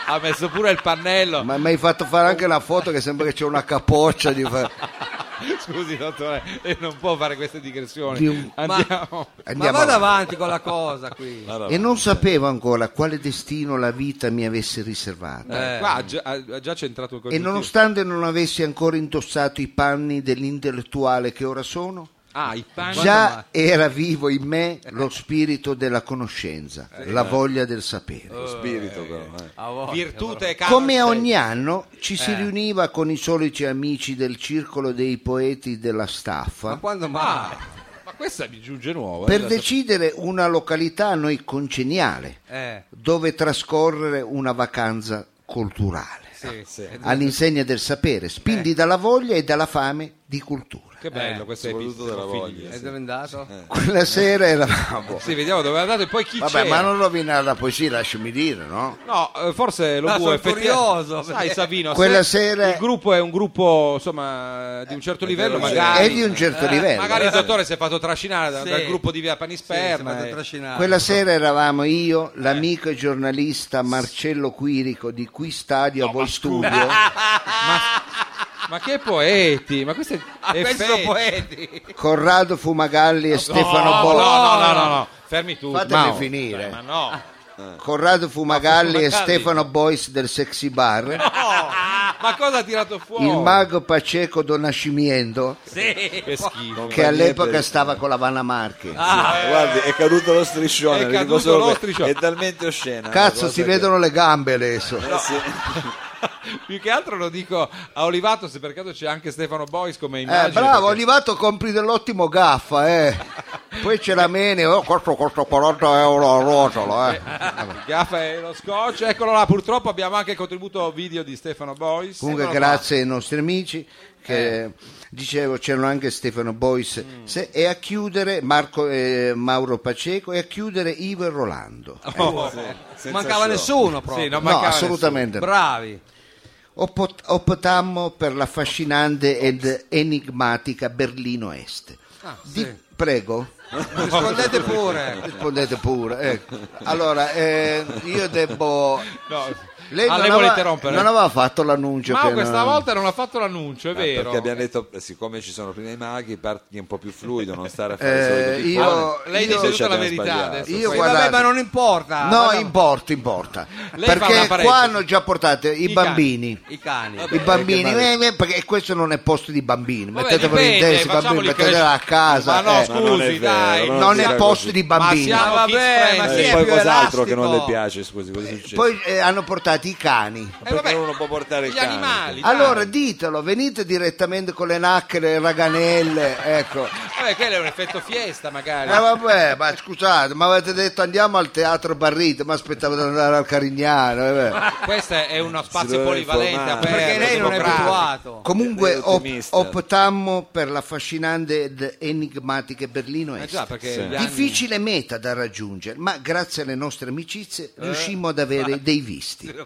[SPEAKER 1] Ha messo pure il pannello. *laughs*
[SPEAKER 3] Ma mi hai fatto fare anche una foto che sembra che c'è una capoccia di, fa-
[SPEAKER 1] Scusi, dottore, lei non può fare queste digressioni.
[SPEAKER 3] di un-
[SPEAKER 1] Andiamo.
[SPEAKER 2] Ma
[SPEAKER 3] Andiamo
[SPEAKER 2] vado
[SPEAKER 3] avanti.
[SPEAKER 2] avanti con la cosa qui.
[SPEAKER 3] E non sapevo ancora quale destino la vita mi avesse riservato.
[SPEAKER 2] Eh.
[SPEAKER 1] Qua ha già, ha già centrato il
[SPEAKER 3] E
[SPEAKER 1] congiuntivo.
[SPEAKER 3] nonostante non avessi ancora indossato i panni dell'intellettuale che ora sono,
[SPEAKER 1] Ah, i panni.
[SPEAKER 3] Già era vivo in me lo spirito della conoscenza,
[SPEAKER 2] Eh,
[SPEAKER 3] la voglia del sapere.
[SPEAKER 2] Oh,
[SPEAKER 4] Lo spirito però. eh.
[SPEAKER 2] A voi.
[SPEAKER 1] Virtute e caro
[SPEAKER 3] Come a ogni anno ci
[SPEAKER 2] Eh.
[SPEAKER 3] si riuniva con i soliti amici del circolo dei poeti della
[SPEAKER 2] Ma
[SPEAKER 3] staffa
[SPEAKER 2] quando mai?
[SPEAKER 1] Ma Questa mi giunge nuova.
[SPEAKER 3] Per
[SPEAKER 1] eh,
[SPEAKER 3] decidere una località a noi congeniale,
[SPEAKER 2] Eh,
[SPEAKER 3] dove trascorrere una vacanza culturale,
[SPEAKER 2] sì, sì.
[SPEAKER 3] all'insegna del sapere,
[SPEAKER 1] Eh.
[SPEAKER 3] spinti dalla voglia e dalla fame di cultura.
[SPEAKER 1] Che bello,
[SPEAKER 2] Eh,
[SPEAKER 1] questa è
[SPEAKER 4] soprattutto della voglia.
[SPEAKER 2] E dove è Eh, andato?
[SPEAKER 3] Quella sera eravamo...
[SPEAKER 1] Eh, Sì, vediamo dove è andato e poi chi
[SPEAKER 3] Vabbè,
[SPEAKER 1] c'era.
[SPEAKER 3] ma non rovinare la poesia, lasciami dire, no?
[SPEAKER 1] No, eh, forse lo
[SPEAKER 2] No,
[SPEAKER 1] vuoi
[SPEAKER 2] Ah, sono
[SPEAKER 1] effettivamente-
[SPEAKER 2] curioso,
[SPEAKER 1] Sai
[SPEAKER 2] perché-
[SPEAKER 1] Savino,
[SPEAKER 3] Quella
[SPEAKER 1] se
[SPEAKER 3] sera-
[SPEAKER 1] il gruppo è un gruppo, insomma, di un certo
[SPEAKER 2] Eh,
[SPEAKER 1] livello,
[SPEAKER 3] È
[SPEAKER 1] magari. Eh,
[SPEAKER 3] di un certo livello.
[SPEAKER 1] Magari il dottore si è fatto trascinare da-
[SPEAKER 2] Sì.
[SPEAKER 1] dal gruppo di
[SPEAKER 2] Sì,
[SPEAKER 1] Via
[SPEAKER 2] si è
[SPEAKER 1] Panisperma. eh.
[SPEAKER 2] fatto
[SPEAKER 1] e-
[SPEAKER 2] trascinare.
[SPEAKER 3] Quella sera eravamo io,
[SPEAKER 1] Eh.
[SPEAKER 3] l'amico e giornalista Marcello Quirico di Qui Stadio a Voi Studio.
[SPEAKER 1] Ma che poeti! Ma questo è
[SPEAKER 2] Ah,
[SPEAKER 1] è
[SPEAKER 2] questo
[SPEAKER 1] fake.
[SPEAKER 2] poeti.
[SPEAKER 3] Corrado Fumagalli e Stefano
[SPEAKER 1] no,
[SPEAKER 3] Bolla.
[SPEAKER 1] No, no, no, no, no. fermi tu.
[SPEAKER 3] Fatemi
[SPEAKER 1] Mao.
[SPEAKER 3] finire.
[SPEAKER 1] Dai, Ma no.
[SPEAKER 3] Corrado Fumagalli e
[SPEAKER 1] Fumagalli. Eh,
[SPEAKER 3] Stefano Boyce del Sexy Bar,
[SPEAKER 1] Ma cosa ha tirato fuori?
[SPEAKER 3] il mago Paceco Donascimiento
[SPEAKER 1] Che schifo.
[SPEAKER 3] che all'epoca stava con la Vanna Marche.
[SPEAKER 1] Ah,
[SPEAKER 4] Ah, Guardi, è caduto lo striscione.
[SPEAKER 1] È
[SPEAKER 4] le dico
[SPEAKER 1] caduto
[SPEAKER 4] solo
[SPEAKER 1] lo
[SPEAKER 4] che-
[SPEAKER 1] striscione.
[SPEAKER 4] È talmente oscena.
[SPEAKER 3] Cazzo,
[SPEAKER 4] una
[SPEAKER 3] si
[SPEAKER 4] cosa
[SPEAKER 3] vedono le gambe adesso.
[SPEAKER 4] che- Eh, sì.
[SPEAKER 1] *laughs* Più che altro lo dico a Olivato se per caso c'è anche Stefano Bois come immagine.
[SPEAKER 3] Eh, bravo,
[SPEAKER 1] perché-
[SPEAKER 3] Olivato compri dell'ottimo gaffa, eh. Poi c'è la mene, oh, questo costa 40 euro a rotolo, eh.
[SPEAKER 1] Gaffa e lo scotch, eccolo là. Purtroppo abbiamo anche il contributo video di Stefano Bois.
[SPEAKER 3] Comunque
[SPEAKER 1] Eccolo
[SPEAKER 3] grazie ai nostri amici che dicevo c'erano anche Stefano Bois se- e a chiudere Marco, eh, Mauro Paceco e a chiudere Ivo e Rolando.
[SPEAKER 1] qua. Oh, sì,
[SPEAKER 4] Senza
[SPEAKER 2] Mancava
[SPEAKER 4] show.
[SPEAKER 2] nessuno proprio.
[SPEAKER 1] non
[SPEAKER 3] no,
[SPEAKER 1] mancava
[SPEAKER 3] assolutamente. no.
[SPEAKER 2] Bravi.
[SPEAKER 3] Oppo- optammo per l'affascinante ed enigmatica Berlino Est.
[SPEAKER 2] Ah,
[SPEAKER 3] Di-
[SPEAKER 1] *laughs*
[SPEAKER 3] Prego.
[SPEAKER 2] Rispondete pure.
[SPEAKER 3] Rispondete pure. ecco. Allora, eh, io devo...
[SPEAKER 1] nessuno. No.
[SPEAKER 3] Lei
[SPEAKER 1] Ah,
[SPEAKER 3] non,
[SPEAKER 1] lei vuole
[SPEAKER 3] aveva,
[SPEAKER 1] interrompere?
[SPEAKER 3] non aveva fatto l'annuncio.
[SPEAKER 1] Ma
[SPEAKER 3] che non-
[SPEAKER 1] questa volta non ha fatto l'annuncio, è
[SPEAKER 4] Ah,
[SPEAKER 1] vero.
[SPEAKER 4] Perché abbiamo detto, eh, siccome ci sono prima i maghi, parti un po' più fluido, non stare a fare
[SPEAKER 3] Eh,
[SPEAKER 4] solito
[SPEAKER 3] io-
[SPEAKER 4] piccone.
[SPEAKER 1] Lei
[SPEAKER 4] Invece
[SPEAKER 1] dice tutta la
[SPEAKER 4] abbiamo
[SPEAKER 1] verità
[SPEAKER 4] sbagliato.
[SPEAKER 1] adesso.
[SPEAKER 3] Io
[SPEAKER 2] Sì,
[SPEAKER 3] guardate-
[SPEAKER 2] vabbè, ma non importa.
[SPEAKER 3] No,
[SPEAKER 2] Madonna.
[SPEAKER 3] importa, importa.
[SPEAKER 1] Lei fa una
[SPEAKER 3] perché
[SPEAKER 1] parentesi.
[SPEAKER 3] qua hanno già portato i,
[SPEAKER 1] I
[SPEAKER 3] bambini.
[SPEAKER 2] I cani.
[SPEAKER 3] I bambini, eh, eh, perché questo non è posto di bambini,
[SPEAKER 1] Vabbè,
[SPEAKER 3] mettetevelo in
[SPEAKER 1] dipende,
[SPEAKER 3] testa, i bambini,
[SPEAKER 1] facciamoli
[SPEAKER 3] mettetela a
[SPEAKER 1] crescere.
[SPEAKER 3] casa.
[SPEAKER 1] Ma no,
[SPEAKER 3] eh.
[SPEAKER 4] Ma non è
[SPEAKER 1] scusi,
[SPEAKER 4] vero,
[SPEAKER 1] dai.
[SPEAKER 4] non
[SPEAKER 3] non
[SPEAKER 4] si
[SPEAKER 3] è
[SPEAKER 4] era
[SPEAKER 3] posto
[SPEAKER 4] così.
[SPEAKER 3] di
[SPEAKER 1] Ma
[SPEAKER 3] bambini.
[SPEAKER 2] Ah,
[SPEAKER 1] siamo
[SPEAKER 2] vabbè, ma
[SPEAKER 1] kids
[SPEAKER 2] chi
[SPEAKER 4] Eh,
[SPEAKER 2] è
[SPEAKER 4] poi
[SPEAKER 2] più
[SPEAKER 4] cos'altro che non le
[SPEAKER 2] elastico?
[SPEAKER 4] piace, scusi, cosa succede?
[SPEAKER 3] Poi eh, hanno portato i cani.
[SPEAKER 1] Eh, vabbè,
[SPEAKER 4] Perché uno può portare il
[SPEAKER 1] gli
[SPEAKER 4] cane.
[SPEAKER 1] animali. dai.
[SPEAKER 3] Allora ditelo, venite direttamente con le nacchere, le raganelle, ecco.
[SPEAKER 1] Vabbè, Eh, quello è un effetto fiesta, magari.
[SPEAKER 3] Eh, vabbè, ma scusate, ma avete detto andiamo al teatro Barrito, ma aspettavo di andare al Carignano. eh, vabbè.
[SPEAKER 1] Questo è uno spazio
[SPEAKER 4] doveva
[SPEAKER 1] polivalente
[SPEAKER 4] informare.
[SPEAKER 1] aperto.
[SPEAKER 2] Perché lei non è
[SPEAKER 1] democratico.
[SPEAKER 2] abituato.
[SPEAKER 3] Comunque
[SPEAKER 4] Eh,
[SPEAKER 3] op-
[SPEAKER 4] ottimista.
[SPEAKER 3] optammo per l'affascinante ed enigmatica Berlino
[SPEAKER 1] Eh
[SPEAKER 3] Est.
[SPEAKER 1] già, perché gli anni-
[SPEAKER 3] Difficile meta da raggiungere, ma grazie alle nostre amicizie riuscimmo ad avere dei visti.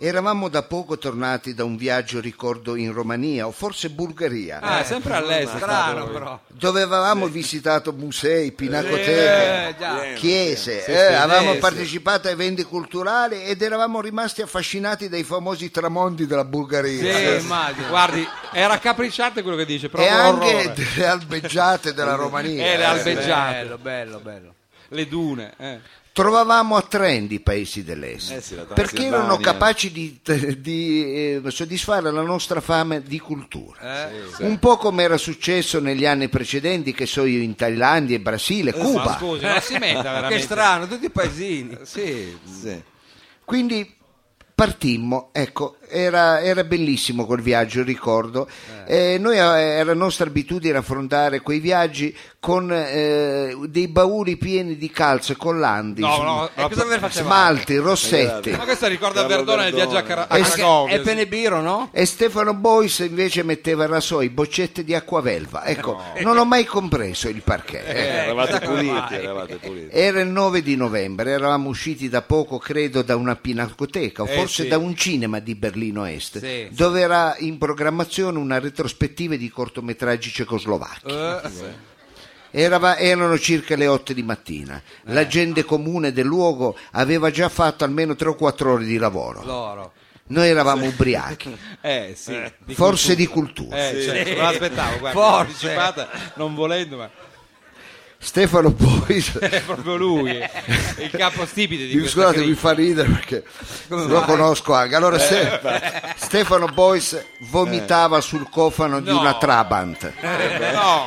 [SPEAKER 3] Eravamo da poco tornati da un viaggio, ricordo, in Romania o forse Bulgaria,
[SPEAKER 1] Ah, è sempre all'estero.
[SPEAKER 2] Strano però.
[SPEAKER 3] dove avevamo visitato musei,
[SPEAKER 2] Eh,
[SPEAKER 3] pinacoteche.
[SPEAKER 2] già.
[SPEAKER 4] Eh,
[SPEAKER 3] Chiese, eh,
[SPEAKER 2] sì,
[SPEAKER 3] avevamo
[SPEAKER 2] sì.
[SPEAKER 3] partecipato a eventi culturali ed eravamo rimasti affascinati dai famosi tramonti della Bulgaria. Eh,
[SPEAKER 2] Sì, immagino.
[SPEAKER 1] Eh, Guardi, è raccapricciante quello che dice,
[SPEAKER 3] e
[SPEAKER 1] proprio
[SPEAKER 3] anche
[SPEAKER 1] orrore.
[SPEAKER 3] delle albeggiate della Romania.
[SPEAKER 1] Eh, le albeggiate,
[SPEAKER 2] Bello, bello, bello.
[SPEAKER 1] le dune. eh.
[SPEAKER 3] Trovavamo attraenti i paesi dell'est
[SPEAKER 4] Eh sì, la
[SPEAKER 3] perché
[SPEAKER 4] Transilvania.
[SPEAKER 3] erano capaci di, *laughs* di, eh, soddisfare la nostra fame di cultura.
[SPEAKER 1] Eh,
[SPEAKER 3] Un po' come era successo negli anni precedenti, che so io, in Thailandia, in Brasile,
[SPEAKER 1] Eh, Ma
[SPEAKER 3] Cuba.
[SPEAKER 1] scusi, non
[SPEAKER 3] *laughs*
[SPEAKER 1] si metta veramente.
[SPEAKER 2] Che strano, tutti i paesini.
[SPEAKER 1] Sì.
[SPEAKER 4] Sì.
[SPEAKER 3] Quindi partimmo, ecco, era, era bellissimo quel viaggio, ricordo. Eh, noi eh, era nostra abitudine affrontare quei viaggi con eh, dei bauli pieni di calze, collandi,
[SPEAKER 1] No, no,
[SPEAKER 2] E cosa ve ne facevate?
[SPEAKER 3] smalti, rossetti.
[SPEAKER 1] Ma questa ricorda
[SPEAKER 4] Carlo
[SPEAKER 1] Verdone nel viaggio
[SPEAKER 4] Verdone.
[SPEAKER 1] a, Car- a
[SPEAKER 3] E-
[SPEAKER 1] Cracovia.
[SPEAKER 2] È Penebiro, no?
[SPEAKER 3] E Stefano Bois invece metteva il rasoio, boccette di acquavelva. Ecco, non ho mai compreso il perché.
[SPEAKER 4] Eh, eravate puliti, eravate puliti.
[SPEAKER 3] Era il 9 di novembre, eravamo usciti da poco, credo, da una pinacoteca o
[SPEAKER 1] Eh,
[SPEAKER 3] forse
[SPEAKER 1] sì.
[SPEAKER 3] da un cinema di Berlino Est,
[SPEAKER 2] Sì, sì.
[SPEAKER 3] dove era in programmazione una retrospettiva di cortometraggi cecoslovacchi.
[SPEAKER 1] Eh,
[SPEAKER 3] Eh. Erava- erano circa le 8 di mattina.
[SPEAKER 1] Eh.
[SPEAKER 3] La gente comune del luogo aveva già fatto almeno 3 o 4 ore di lavoro.
[SPEAKER 2] Loro.
[SPEAKER 3] Noi eravamo ubriachi,
[SPEAKER 1] Eh, sì. *laughs* Di
[SPEAKER 3] forse di cultura.
[SPEAKER 1] Eh, cioè, non l'aspettavo, guarda,
[SPEAKER 2] Forse.
[SPEAKER 1] anticipata, non volendo, ma
[SPEAKER 3] Stefano
[SPEAKER 1] *laughs*
[SPEAKER 3] Bois
[SPEAKER 1] è proprio lui, il capostipite di
[SPEAKER 3] Mi
[SPEAKER 1] questa
[SPEAKER 3] scusate, mi
[SPEAKER 1] crisi. Eh,
[SPEAKER 3] fa ridere perché lo conosco anche. Allora, Ste- Stefano Bois vomitava sul cofano di
[SPEAKER 1] Eh. No.
[SPEAKER 3] una Trabant,
[SPEAKER 1] Eh, No,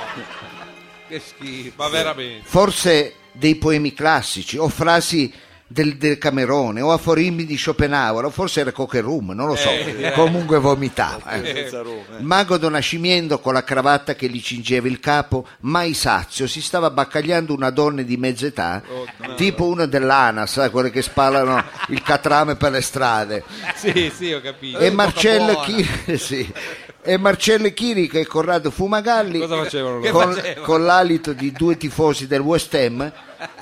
[SPEAKER 2] Che schifo.
[SPEAKER 1] ma veramente.
[SPEAKER 3] forse dei poemi classici o frasi del, del Camerone o aforismi di Schopenhauer o forse era Cocherum, non lo so,
[SPEAKER 1] Eh,
[SPEAKER 3] comunque vomitava. eh.
[SPEAKER 4] Senza Roma, eh.
[SPEAKER 3] Mago do Nascimento, con la cravatta che gli cingeva il capo, mai sazio, si stava baccagliando una donna di mezza età,
[SPEAKER 1] Oh,
[SPEAKER 3] tipo una dell'ANAS, sai, quelle che spalano il catrame per le strade.
[SPEAKER 1] Sì, sì, ho capito.
[SPEAKER 3] E Marcello, Chiri, *laughs* sì. e Marcello Chirica e Corrado Fumagalli,
[SPEAKER 1] Cosa facevano loro?
[SPEAKER 3] con, con l'alito di due tifosi del West Ham,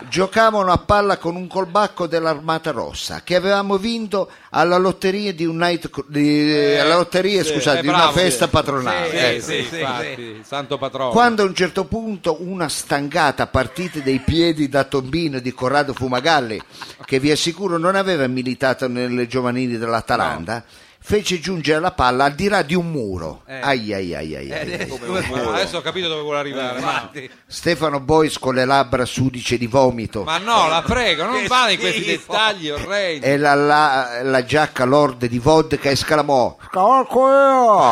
[SPEAKER 3] giocavano a palla con un colbacco dell'Armata Rossa che avevamo vinto alla lotteria di un night, cru- di- alla lotteria, scusate,
[SPEAKER 1] Eh,
[SPEAKER 3] di una
[SPEAKER 1] bravo, sì.
[SPEAKER 3] festa patronale.
[SPEAKER 1] Sì,
[SPEAKER 3] ecco.
[SPEAKER 1] Eh, sì, infatti, santo patrono.
[SPEAKER 3] Quando a un certo punto una stangata partita dei piedi da tombino di Corrado Fumagalli, che vi assicuro non aveva militato nelle giovanili dell'Atalanta, fece giungere la palla al di là di un muro. Ai ai ai ai ai.
[SPEAKER 1] Eh. Ma adesso ho capito dove vuole arrivare. Ma,
[SPEAKER 3] Stefano Bois con le labbra sudice di vomito
[SPEAKER 1] ma no, la prego, non vada in questi dettagli orrendi.
[SPEAKER 3] e la, la- la giacca lord di vodka esclamò "Scavalco io!"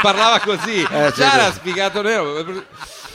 [SPEAKER 1] Parlava così.
[SPEAKER 3] Eh, sì,
[SPEAKER 1] Già
[SPEAKER 3] sì.
[SPEAKER 1] l'ha spiegato nero.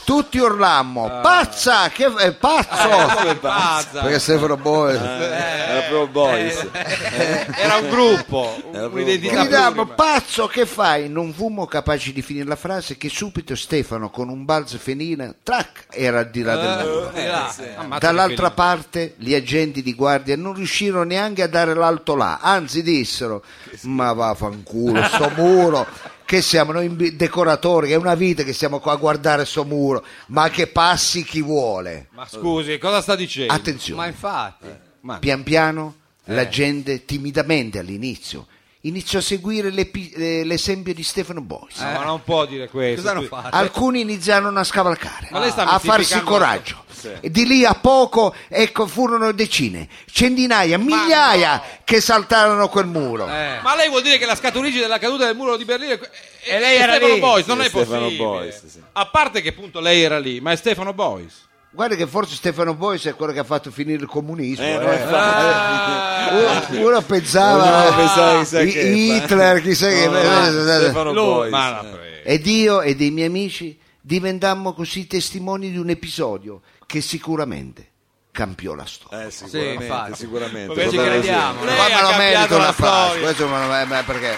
[SPEAKER 3] Tutti urlammo "Pazza! Che è
[SPEAKER 1] Eh.
[SPEAKER 3] pazzo!"
[SPEAKER 1] Come pazza.
[SPEAKER 3] Perché Stefano Bois
[SPEAKER 4] Era proprio Boys.
[SPEAKER 1] Era un gruppo,
[SPEAKER 4] Era proprio
[SPEAKER 1] un'identità
[SPEAKER 3] Gridavo,
[SPEAKER 1] plurima.
[SPEAKER 3] pazzo, che fai? Non fummo capaci di finire la frase che subito Stefano, con un balzo fenina, trac, era al di là Ah, del muro.
[SPEAKER 1] Eh, là. Ammazza
[SPEAKER 3] Dall'altra
[SPEAKER 1] che
[SPEAKER 3] parte gli agenti di guardia non riuscirono neanche a dare l'alto là, anzi dissero ma vaffanculo
[SPEAKER 1] *laughs*
[SPEAKER 3] sto muro che siamo noi imbi- decoratori, che è una vita che siamo qua a guardare sto muro, ma che passi chi vuole.
[SPEAKER 1] Ma scusi, cosa sta dicendo? Eh,
[SPEAKER 2] Ma
[SPEAKER 3] Attenzione,
[SPEAKER 2] infatti,
[SPEAKER 1] Ma-
[SPEAKER 3] pian piano
[SPEAKER 1] Eh.
[SPEAKER 3] la gente timidamente all'inizio iniziò a seguire l'epi- eh, l'esempio di Stefano Bois.
[SPEAKER 1] No, ma non può dire questo.
[SPEAKER 2] cosa hanno
[SPEAKER 1] Scusi.
[SPEAKER 2] fatto?
[SPEAKER 3] Alcuni iniziarono a scavalcare,
[SPEAKER 1] Ma lei sta
[SPEAKER 3] a farsi
[SPEAKER 1] mistificando-
[SPEAKER 3] coraggio. E Di lì a poco, ecco, furono decine, centinaia, migliaia che saltarono quel muro.
[SPEAKER 1] Eh. Ma lei vuol dire che la scaturigine della caduta del muro di Berlino è- è,
[SPEAKER 8] E lei
[SPEAKER 1] è
[SPEAKER 8] era
[SPEAKER 1] Stefano
[SPEAKER 8] lì.
[SPEAKER 1] Boys, non
[SPEAKER 4] Sì,
[SPEAKER 1] è
[SPEAKER 4] Stefano
[SPEAKER 1] possibile.
[SPEAKER 4] Boyce, sì.
[SPEAKER 1] A parte che appunto lei era lì, ma è Stefano Boys.
[SPEAKER 3] Guarda che forse Stefano Bois è quello che ha fatto finire il comunismo.
[SPEAKER 4] Eh,
[SPEAKER 3] eh.
[SPEAKER 4] no, infatti.
[SPEAKER 3] Uno, uno pensava
[SPEAKER 4] Ognuno pensava chissà
[SPEAKER 3] I-
[SPEAKER 4] che- eh.
[SPEAKER 3] Hitler, chissà che...
[SPEAKER 4] Stefano Boys. eh.
[SPEAKER 1] Ma la prego.
[SPEAKER 3] Ed io e dei miei amici diventammo così testimoni di un episodio che sicuramente cambiò la storia.
[SPEAKER 4] Eh,
[SPEAKER 2] Sì,
[SPEAKER 4] sicuramente,
[SPEAKER 2] infatti.
[SPEAKER 4] sicuramente.
[SPEAKER 8] Vabbè, ci
[SPEAKER 4] Vabbè,
[SPEAKER 8] crediamo.
[SPEAKER 4] sì.
[SPEAKER 1] Lei
[SPEAKER 3] Ma
[SPEAKER 1] ha
[SPEAKER 3] me lo
[SPEAKER 1] cambiato
[SPEAKER 3] merito
[SPEAKER 1] la
[SPEAKER 3] una frase,
[SPEAKER 1] storia.
[SPEAKER 3] questo me lo- eh, beh, perché...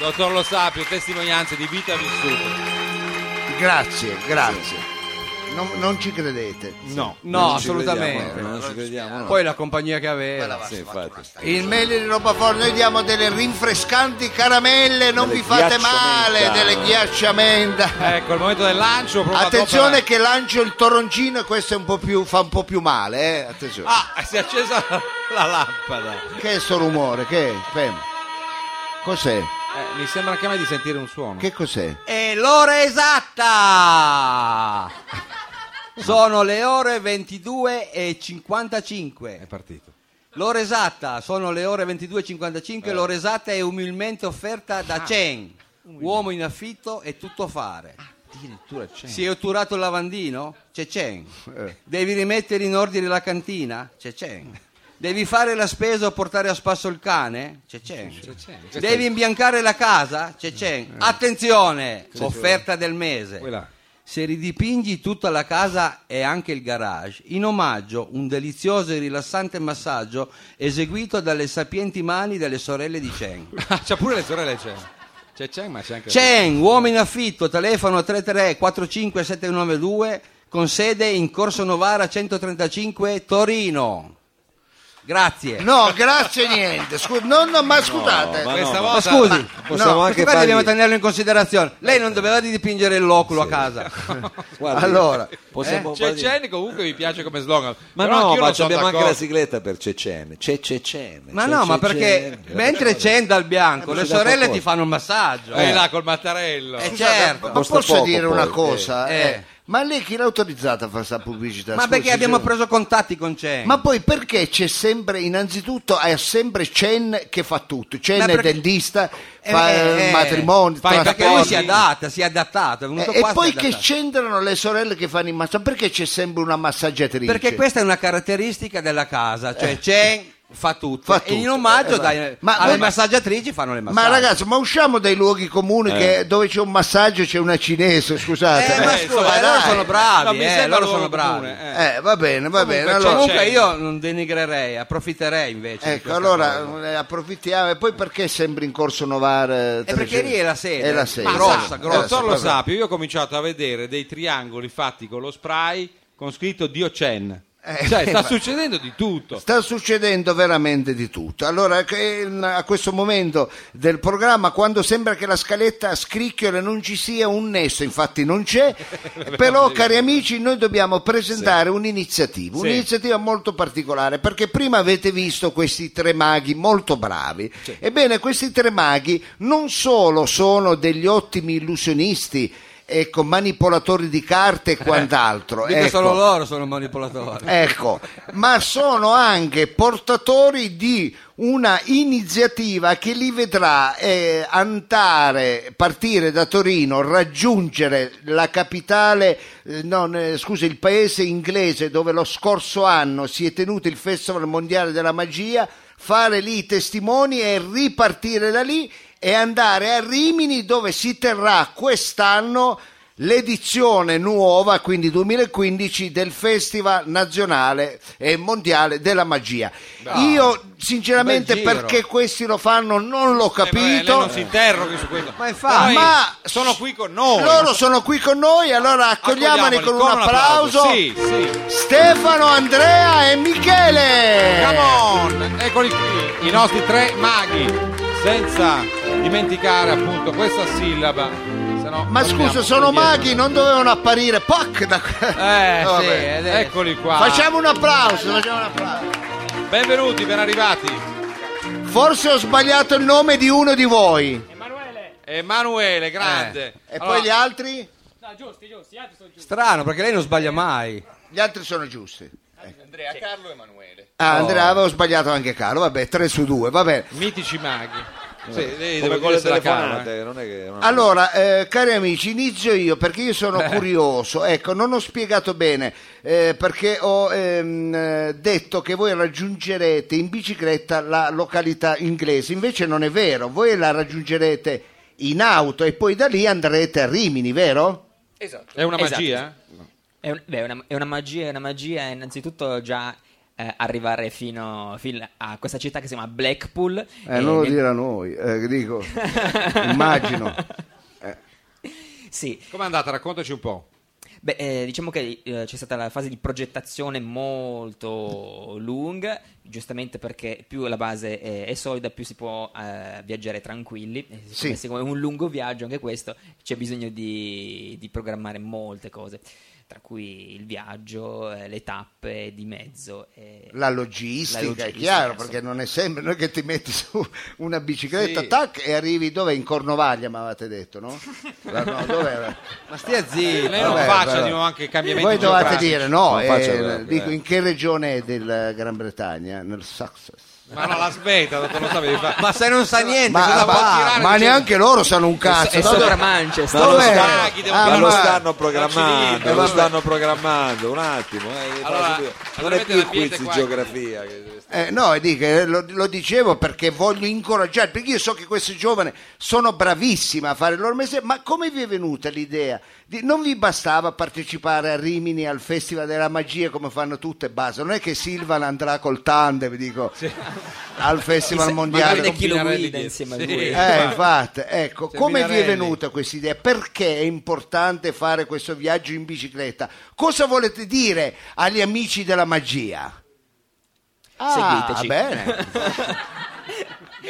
[SPEAKER 1] Dottor Lo Sapio, testimonianze di vita vissuta.
[SPEAKER 3] Grazie, grazie. Non, non ci credete.
[SPEAKER 1] No.
[SPEAKER 2] no,
[SPEAKER 4] Non ci
[SPEAKER 2] assolutamente.
[SPEAKER 4] crediamo, no, non ci crediamo, no.
[SPEAKER 2] Poi la compagnia che aveva.
[SPEAKER 4] Sì, infatti.
[SPEAKER 3] Il mele di Robafor, noi diamo delle rinfrescanti caramelle, non
[SPEAKER 4] Delle
[SPEAKER 3] vi fate male,
[SPEAKER 4] ghiacciamenta.
[SPEAKER 3] delle ghiacciamenta.
[SPEAKER 1] Ecco, il momento del lancio. prova
[SPEAKER 3] Attenzione
[SPEAKER 1] dopo
[SPEAKER 3] che lancio il toroncino e questo è un po' più, fa un po' più male, eh. Attenzione.
[SPEAKER 1] la- Ah, si è accesa la lampada.
[SPEAKER 3] Che è sto rumore? Che è? Fermo. Cos'è?
[SPEAKER 1] Eh, mi sembra anche a me di sentire un suono.
[SPEAKER 3] Che cos'è?
[SPEAKER 2] E l'ora esatta! Ah. Sono le ore 22 e 55.
[SPEAKER 1] È partito.
[SPEAKER 2] L'ora esatta, sono le ore 22.55, l'ora esatta è umilmente offerta da Chen, uomo in affitto e tutto fare.
[SPEAKER 1] Addirittura c'è.
[SPEAKER 2] Si è otturato il lavandino? C'è Chen. Devi rimettere in ordine la cantina? C'è Chen. Devi fare la spesa o portare a spasso il cane? C'è Chen. Devi imbiancare la casa? C'è Chen. Attenzione, offerta del mese.
[SPEAKER 1] Quella.
[SPEAKER 2] Se ridipingi tutta la casa e anche il garage, in omaggio un delizioso e rilassante massaggio eseguito dalle sapienti mani delle sorelle di Chen.
[SPEAKER 1] Ah, c'ha pure le sorelle c'è. C'è Chen, ma c'è anche
[SPEAKER 2] Chen, uomo in affitto, telefono 33 45 792 con sede in Corso Novara 135 Torino. Grazie.
[SPEAKER 3] No, grazie niente. Scu- no, no, ma scusate.
[SPEAKER 4] ma
[SPEAKER 1] Questa
[SPEAKER 4] no,
[SPEAKER 2] Ma
[SPEAKER 1] volta
[SPEAKER 2] scusi,
[SPEAKER 4] possiamo
[SPEAKER 2] no,
[SPEAKER 4] anche
[SPEAKER 2] questo qua
[SPEAKER 4] fargli-
[SPEAKER 2] dobbiamo tenerlo in considerazione. Lei non doveva dipingere l'oculo a *laughs* casa.
[SPEAKER 4] Guarda,
[SPEAKER 2] Allora,
[SPEAKER 4] possiamo
[SPEAKER 1] C'è
[SPEAKER 4] fare-
[SPEAKER 1] Chen comunque mi piace come slogan.
[SPEAKER 4] Ma
[SPEAKER 1] Però
[SPEAKER 4] no,
[SPEAKER 1] anch'io
[SPEAKER 4] ma
[SPEAKER 1] non sono
[SPEAKER 4] abbiamo anche
[SPEAKER 1] d'accordo.
[SPEAKER 4] la sigletta per Cecen. Cecen.
[SPEAKER 2] Ma no, ma perché mentre Cioè, c'è dal bianco,
[SPEAKER 4] Eh,
[SPEAKER 2] le
[SPEAKER 4] ma c'è da
[SPEAKER 2] sorelle ti
[SPEAKER 4] poco.
[SPEAKER 2] fanno un massaggio.
[SPEAKER 1] Vai là col mattarello.
[SPEAKER 2] Eh,
[SPEAKER 3] Scusate,
[SPEAKER 2] certo.
[SPEAKER 3] ma
[SPEAKER 4] Costa
[SPEAKER 3] posso
[SPEAKER 4] poco,
[SPEAKER 3] dire una
[SPEAKER 4] poi,
[SPEAKER 3] cosa?
[SPEAKER 2] eh.
[SPEAKER 3] Eh,
[SPEAKER 2] Eh.
[SPEAKER 3] Ma lei chi l'ha autorizzata a fare sta pubblicità?
[SPEAKER 2] Ma
[SPEAKER 3] Scusi,
[SPEAKER 2] perché abbiamo
[SPEAKER 3] signor.
[SPEAKER 2] preso contatti con Chen?
[SPEAKER 3] Ma poi perché c'è sempre, innanzitutto, è sempre Chen che fa tutto. Chen
[SPEAKER 2] Ma
[SPEAKER 3] è
[SPEAKER 2] perché-
[SPEAKER 3] dentista,
[SPEAKER 2] Eh,
[SPEAKER 3] fa
[SPEAKER 2] eh,
[SPEAKER 3] eh, matrimoni,
[SPEAKER 1] fa i
[SPEAKER 2] perché lui si
[SPEAKER 3] trasporti.
[SPEAKER 1] è
[SPEAKER 2] adatta, si è adattato. È venuto
[SPEAKER 3] Eh,
[SPEAKER 2] qua,
[SPEAKER 3] E
[SPEAKER 2] si è
[SPEAKER 3] poi che
[SPEAKER 2] adattato.
[SPEAKER 3] c'entrano le sorelle che fanno i massaggi? Perché c'è sempre una massaggiatrice?
[SPEAKER 2] Perché questa è una caratteristica della casa, cioè Chen fa tutto.
[SPEAKER 3] Eh. Fa
[SPEAKER 2] E in
[SPEAKER 3] tutto,
[SPEAKER 2] omaggio
[SPEAKER 3] eh,
[SPEAKER 2] dai,
[SPEAKER 3] va. Ma-
[SPEAKER 2] alle
[SPEAKER 3] ma-
[SPEAKER 2] massaggiatrici fanno le massaggi.
[SPEAKER 3] Ma ragazzi, ma usciamo dai luoghi comuni che- dove c'è un massaggio c'è una cinese, scusate.
[SPEAKER 2] eh, ma
[SPEAKER 1] Eh,
[SPEAKER 2] scusa,
[SPEAKER 1] insomma,
[SPEAKER 2] eh, loro
[SPEAKER 3] dai.
[SPEAKER 2] sono
[SPEAKER 1] No,
[SPEAKER 2] bravi,
[SPEAKER 1] mi
[SPEAKER 2] eh,
[SPEAKER 1] sembra
[SPEAKER 2] loro sono
[SPEAKER 1] loro
[SPEAKER 2] bravi.
[SPEAKER 1] comune, eh.
[SPEAKER 3] Eh, va bene, va bene.
[SPEAKER 1] c'è-
[SPEAKER 3] Allora,
[SPEAKER 1] c'è-
[SPEAKER 2] Comunque io non denigrerei, approfitterei invece. di
[SPEAKER 3] cioè, ecco,
[SPEAKER 2] questa cosa.
[SPEAKER 3] allora eh, approfittiamo. E poi perché sembri in corso Novar? eh,
[SPEAKER 2] Eh, perché
[SPEAKER 3] 300?
[SPEAKER 2] lì è la sede.
[SPEAKER 3] È la sede.
[SPEAKER 2] Ma grossa,
[SPEAKER 3] Eh,
[SPEAKER 2] grossa.
[SPEAKER 3] sì,
[SPEAKER 1] Dottor Lo
[SPEAKER 3] vabbè.
[SPEAKER 1] Sapio, io ho cominciato a vedere dei triangoli fatti con lo spray con scritto Diocen.
[SPEAKER 3] Eh,
[SPEAKER 1] cioè, sta
[SPEAKER 3] ma-
[SPEAKER 1] succedendo di
[SPEAKER 2] Certo.
[SPEAKER 1] tutto.
[SPEAKER 3] Sta succedendo veramente di tutto. Allora, che- a questo momento del programma, quando sembra che la scaletta scricchiola e non ci sia un nesso, infatti non
[SPEAKER 2] *laughs*
[SPEAKER 3] c'è, però, cari amici, noi dobbiamo presentare un'iniziativa,
[SPEAKER 1] Sì.
[SPEAKER 3] un'iniziativa molto particolare, perché prima avete visto questi tre maghi molto bravi. Ebbene, questi tre maghi non solo sono degli ottimi illusionisti, ecco, manipolatori di carte e
[SPEAKER 2] *laughs*
[SPEAKER 3] quant'altro.
[SPEAKER 2] Mica
[SPEAKER 3] ecco.
[SPEAKER 2] solo loro sono manipolatori.
[SPEAKER 3] Ecco, ma sono anche portatori di una iniziativa che li vedrà eh, andare, partire da Torino, raggiungere la capitale, eh, non, eh, scusa, il paese inglese dove lo scorso anno si è tenuto il Festival Mondiale della Magia, fare lì i testimoni e ripartire da lì e andare a Rimini dove si terrà quest'anno l'edizione nuova, quindi 2015, del Festival Nazionale e Mondiale della Magia. Io sinceramente
[SPEAKER 2] bel giro.
[SPEAKER 3] perché questi lo fanno non l'ho
[SPEAKER 1] Eh, vabbè, lei
[SPEAKER 3] capito. Ah,
[SPEAKER 1] non si interroghi su questo.
[SPEAKER 2] Ma infatti-
[SPEAKER 1] Noi
[SPEAKER 3] Ma-
[SPEAKER 1] sono qui con noi. Ah,
[SPEAKER 3] loro sono qui con noi, allora accogliamoli
[SPEAKER 1] Accogliamoli
[SPEAKER 3] con, un applauso.
[SPEAKER 1] Sì, sì.
[SPEAKER 3] Stefano, Andrea e Michele.
[SPEAKER 1] Come on! Eccoli qui, i nostri tre maghi, senza dimenticare appunto questa sillaba. se no
[SPEAKER 3] Ma
[SPEAKER 1] torniamo
[SPEAKER 3] scusa, sono
[SPEAKER 1] indietro.
[SPEAKER 3] maghi, non dovevano apparire. Poc da *laughs*
[SPEAKER 2] Eh,
[SPEAKER 3] Vabbè.
[SPEAKER 2] sì, ed è-
[SPEAKER 1] Eccoli qua.
[SPEAKER 3] Facciamo un applauso, facciamo un applauso.
[SPEAKER 1] Benvenuti, ben arrivati.
[SPEAKER 3] Forse ho sbagliato il nome di uno di voi.
[SPEAKER 1] Emanuele, grande.
[SPEAKER 3] E
[SPEAKER 1] Allora,
[SPEAKER 3] poi gli altri?
[SPEAKER 2] Strano, perché lei non sbaglia mai.
[SPEAKER 3] Gli altri sono giusti. Andrea, Carlo e Emanuele. Ah, Andrea, avevo sbagliato anche Carlo. Vabbè, 3 su 2, va bene.
[SPEAKER 1] Mitici maghi. Sì,
[SPEAKER 4] Come
[SPEAKER 1] lei deve
[SPEAKER 4] con le
[SPEAKER 1] godersi la cava. eh.
[SPEAKER 4] telefonate, non è che... non-
[SPEAKER 3] Allora, eh, cari amici, inizio io perché io sono curioso. Ecco, non ho spiegato bene eh, perché ho ehm, eh, detto che voi raggiungerete in bicicletta la località inglese. Invece non è vero, voi la raggiungerete in auto e poi da lì andrete a Rimini, vero?
[SPEAKER 1] È una
[SPEAKER 8] Esatto.
[SPEAKER 1] magia? eh?
[SPEAKER 8] È, un- beh, è una, è una magia, è una magia innanzitutto già eh, arrivare fino, fin a questa città che si chiama Blackpool.
[SPEAKER 3] Eh,
[SPEAKER 8] e
[SPEAKER 3] non lo
[SPEAKER 8] niente-
[SPEAKER 3] dire a noi, eh, dico,
[SPEAKER 8] *laughs*
[SPEAKER 3] immagino. Eh.
[SPEAKER 8] Sì,
[SPEAKER 1] Com'è andata? Raccontaci un po'.
[SPEAKER 8] beh, eh, diciamo che eh, c'è stata la fase di progettazione molto lunga, giustamente perché più la base è, è solida, più si può eh, viaggiare tranquilli. E siccome-
[SPEAKER 3] Sì.
[SPEAKER 8] siccome è un lungo viaggio, anche questo, c'è bisogno di, di programmare molte cose, tra cui il viaggio, eh, le tappe di mezzo. e-
[SPEAKER 3] La logistica,
[SPEAKER 8] La logistica,
[SPEAKER 3] è chiaro,
[SPEAKER 8] insomma.
[SPEAKER 3] perché non è sempre noi che ti metti su una bicicletta,
[SPEAKER 1] Sì.
[SPEAKER 3] tac, e arrivi dove? In Cornovaglia, mi avevate detto, no? La-
[SPEAKER 8] *laughs*
[SPEAKER 3] no, dov'era?
[SPEAKER 2] Ma stia zitto.
[SPEAKER 1] Lei non
[SPEAKER 3] vabbè,
[SPEAKER 1] faccia
[SPEAKER 3] però-
[SPEAKER 1] di nuovo anche cambiamenti
[SPEAKER 3] Voi dovete
[SPEAKER 1] geografici.
[SPEAKER 3] dire no,
[SPEAKER 4] Non faccio
[SPEAKER 3] eh,
[SPEAKER 4] quello,
[SPEAKER 3] dico
[SPEAKER 4] eh.
[SPEAKER 3] in che regione è della Gran Bretagna? Nel Sussex.
[SPEAKER 1] Ma no, la smetta, dottor Lo Sapio, di fare-
[SPEAKER 2] Ma se non sa niente,
[SPEAKER 3] Ma,
[SPEAKER 2] cosa
[SPEAKER 3] ma-
[SPEAKER 2] fa?
[SPEAKER 1] tirare
[SPEAKER 3] ma
[SPEAKER 1] le
[SPEAKER 3] neanche loro sanno un cazzo.
[SPEAKER 8] è
[SPEAKER 3] dove-
[SPEAKER 8] sopra Manchester.
[SPEAKER 4] Ma lo,
[SPEAKER 3] Dov'è?
[SPEAKER 4] stanno,
[SPEAKER 1] devo
[SPEAKER 4] ma
[SPEAKER 3] dire.
[SPEAKER 4] lo
[SPEAKER 3] Ah,
[SPEAKER 4] stanno
[SPEAKER 1] Non ci
[SPEAKER 4] programmando,
[SPEAKER 1] dite,
[SPEAKER 4] lo
[SPEAKER 1] vabbè.
[SPEAKER 4] stanno programmando, un attimo. eh,
[SPEAKER 1] Allora,
[SPEAKER 4] fai subito. non
[SPEAKER 1] allora
[SPEAKER 4] è più il
[SPEAKER 1] mettete
[SPEAKER 4] quiz di
[SPEAKER 1] qua.
[SPEAKER 4] geografia. che-
[SPEAKER 3] Eh, no, e dico, eh, lo, lo dicevo perché voglio incoraggiare, perché io so che questi giovani sono bravissimi a fare il loro mestiere, ma come vi è venuta l'idea? Di- non vi bastava partecipare a Rimini al Festival della Magia come fanno tutte e basta, non è che Silvan andrà col tandem, dico, al Festival
[SPEAKER 8] Chissà,
[SPEAKER 3] Mondiale.
[SPEAKER 8] Magari chi lo
[SPEAKER 1] Combinare
[SPEAKER 8] guida
[SPEAKER 1] lì
[SPEAKER 8] insieme a
[SPEAKER 1] dietro.
[SPEAKER 8] lui.
[SPEAKER 3] *laughs*
[SPEAKER 1] Sì.
[SPEAKER 3] Eh, infatti, ecco,
[SPEAKER 1] C'è
[SPEAKER 3] come vi è
[SPEAKER 1] Minarelli.
[SPEAKER 3] venuta questa idea? Perché è importante fare questo viaggio in bicicletta? Cosa volete dire agli amici della magia? Ah,
[SPEAKER 8] Seguiteci.
[SPEAKER 1] *laughs*
[SPEAKER 3] bene.